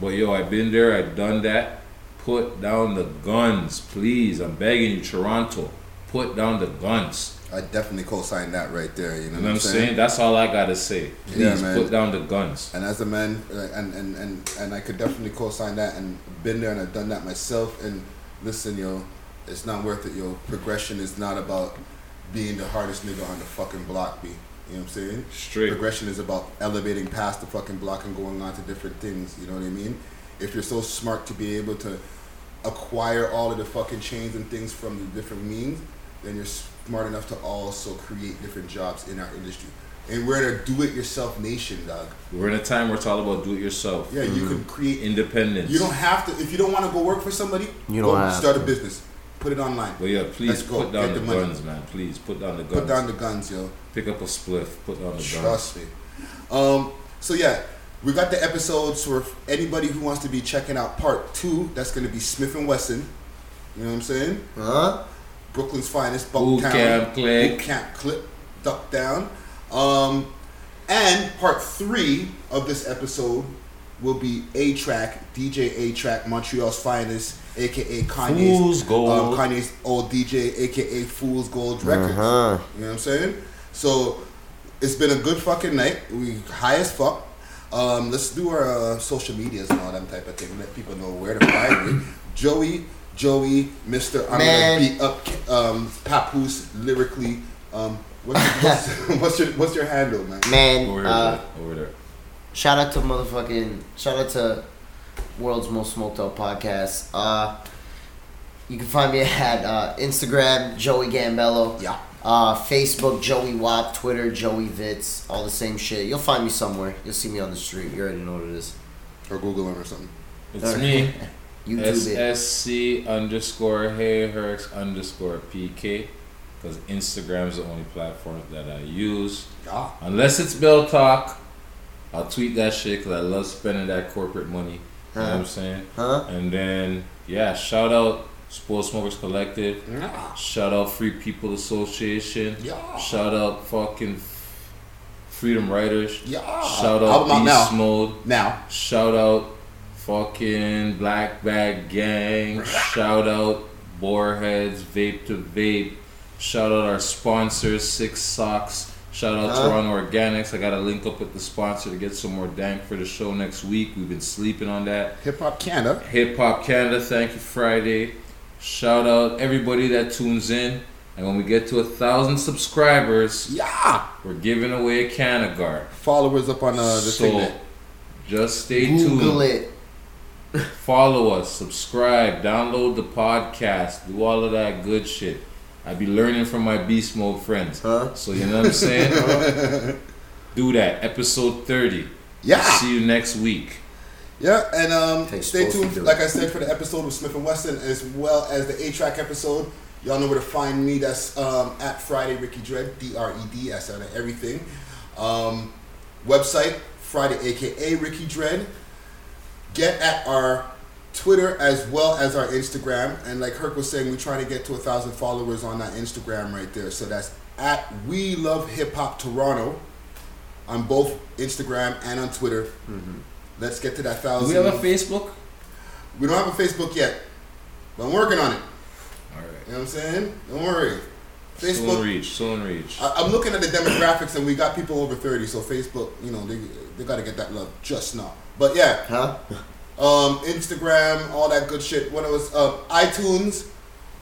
Speaker 4: but yo, I've been there, I've done that. Put down the guns, please. I'm begging you, Toronto. Put down the guns.
Speaker 2: I definitely co-signed that right there. You know,
Speaker 4: You know what I'm saying? That's all I gotta say.
Speaker 2: Yeah,
Speaker 4: Please
Speaker 2: man.
Speaker 4: put down the guns.
Speaker 2: and as a man like, and, and and and i could definitely co-sign that and been there and i've done that myself and listen yo it's not worth it yo progression is not about being the hardest nigga on the fucking block b you know what i'm saying
Speaker 4: Straight.
Speaker 2: progression is about elevating past the fucking block and going on to different things you know what i mean if you're so smart to be able to acquire all of the fucking chains and things from the different means then you're smart enough to also create different jobs in our industry and we're a do-it-yourself nation dog
Speaker 4: We're in a time where it's all about do it yourself.
Speaker 2: yeah, you
Speaker 4: Mm.
Speaker 2: can create.
Speaker 4: Independence.
Speaker 2: You don't have to. If you don't want to go work for somebody,
Speaker 3: You
Speaker 2: go
Speaker 3: don't have
Speaker 2: start a
Speaker 3: to.
Speaker 2: business. Put it online.
Speaker 4: but yeah,
Speaker 2: Let's
Speaker 4: please
Speaker 2: go.
Speaker 4: put down
Speaker 2: Get
Speaker 4: the,
Speaker 2: the money.
Speaker 4: guns, man. Please put down the guns.
Speaker 2: Put down the guns, yo.
Speaker 4: Pick up a spliff. Put down the guns.
Speaker 2: Trust me. Um. So yeah, we got the episodes for anybody who wants to be checking out part two. That's going to be Smith and Wesson. You know what I'm saying?
Speaker 3: Huh?
Speaker 2: Brooklyn's finest,
Speaker 4: Boot
Speaker 2: Bucktown,
Speaker 4: camp click.
Speaker 2: Boot camp clip, duck down. Um, and part three of this episode will be A Track, DJ A Track, Montreal's finest, aka Kanye's
Speaker 4: Fool's Gold.
Speaker 2: um, Kanye's old DJ, aka Fool's Gold record.
Speaker 3: Uh-huh.
Speaker 2: You know what I'm saying? So it's been a good fucking night. We high as fuck. Um, let's do our uh, social medias and all that type of thing. Let people know where to find me. Joey, Joey, Mister. I'm
Speaker 3: Man.
Speaker 2: gonna beat up um, Papoose lyrically. Um, what's, what's, what's your what's your handle, man?
Speaker 4: Over
Speaker 3: Man,
Speaker 4: there.
Speaker 3: uh,
Speaker 4: over there.
Speaker 3: shout out to motherfucking shout out to world's most smoked out podcast. Uh, you can find me at uh, Instagram Joey Gambello.
Speaker 2: Yeah.
Speaker 3: Uh, Facebook Joey Wop, Twitter Joey Vitz, all the same shit. You'll find me somewhere. You'll see me on the street. You already know what it is.
Speaker 2: Or Google him or something.
Speaker 4: It's me.
Speaker 3: YouTube it.
Speaker 4: SSC underscore Hey Herx underscore PK. Because Instagram is the only platform that I use.
Speaker 2: Yeah.
Speaker 4: Unless it's Bill Talk, I'll tweet that shit because I love spending that corporate money. You know what I'm saying?
Speaker 3: Huh?
Speaker 4: And then, yeah, shout out Spoil Smokers Collective.
Speaker 2: Yeah.
Speaker 4: Shout out Free People Association.
Speaker 2: Yeah.
Speaker 4: Shout out fucking Freedom Riders.
Speaker 2: Yeah.
Speaker 4: Shout out
Speaker 2: Album out
Speaker 4: Beast
Speaker 2: now.
Speaker 4: Mode.
Speaker 2: Now,
Speaker 4: Shout out fucking Black Bag Gang. Shout out Boarheads, Vape to Vape. Shout out our sponsors, Six Socks. Shout out
Speaker 3: Huh?
Speaker 4: Toronto Organics. I got to link up with the sponsor to get some more dank for the show next week. We've been sleeping on that.
Speaker 2: Hip Hop Canada.
Speaker 4: Hip Hop Canada, thank you Friday. Shout out everybody that tunes in. And when we get to a thousand subscribers,
Speaker 2: Yeah.
Speaker 4: we're giving away a can of guard.
Speaker 2: Followers up on uh, the thing.
Speaker 4: so
Speaker 2: there.
Speaker 4: just stay tuned.
Speaker 3: Google it.
Speaker 4: Follow us, subscribe, download the podcast, do all of that good shit. I be learning from my beast mode friends.
Speaker 3: Huh?
Speaker 4: So you know what I'm saying? do that. Episode 30.
Speaker 2: Yeah.
Speaker 4: See you next week.
Speaker 2: Yeah, and um,
Speaker 3: Takes
Speaker 2: stay
Speaker 3: both to
Speaker 2: tuned,
Speaker 3: do it.
Speaker 2: like I said, for the episode with Smith and Wesson, as well as the A Track episode. Y'all know where to find me. That's um, at Friday Ricky Dread, D R E D S out of everything. Um, website, Friday, aka Ricky Dread. Get at our Twitter as well as our Instagram. And like Herc was saying, we're trying to get to a thousand followers on that Instagram right there. So that's at We Love Hip Hop Toronto on both Instagram and on Twitter. Let's get to that
Speaker 4: Mm-hmm. Do
Speaker 2: thousand.
Speaker 4: we have a Facebook?
Speaker 2: We don't have a Facebook yet, but I'm working on it.
Speaker 4: Alright.
Speaker 2: You know what I'm saying? Don't worry.
Speaker 4: Soon
Speaker 2: Facebook. Uh,
Speaker 4: reach, soon reach.
Speaker 2: I, I'm looking at the demographics, and we got people over 30, so Facebook, you know, they they got to get that love just now. But yeah,
Speaker 3: Huh?
Speaker 2: um, Instagram, all that good shit. What else? Uh, iTunes,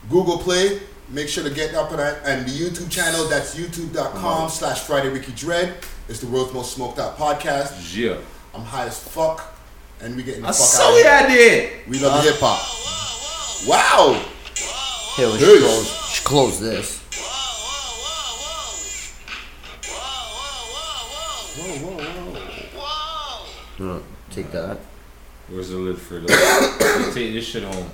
Speaker 2: Google Play. Make sure to get up on that. And the YouTube channel, that's youtube.com slash Friday Ricky Dread. It's the world's most smoked out podcast.
Speaker 4: Yeah.
Speaker 2: I'm high as fuck, and we getting the
Speaker 4: I
Speaker 2: fuck
Speaker 4: saw Uh.
Speaker 2: out of
Speaker 4: what
Speaker 2: here.
Speaker 4: I did.
Speaker 2: We love hip hop. Wow!
Speaker 3: Here, we
Speaker 2: Peace.
Speaker 3: should close, should close this. No, Take that.
Speaker 4: Where's the lid for those? Take this shit home.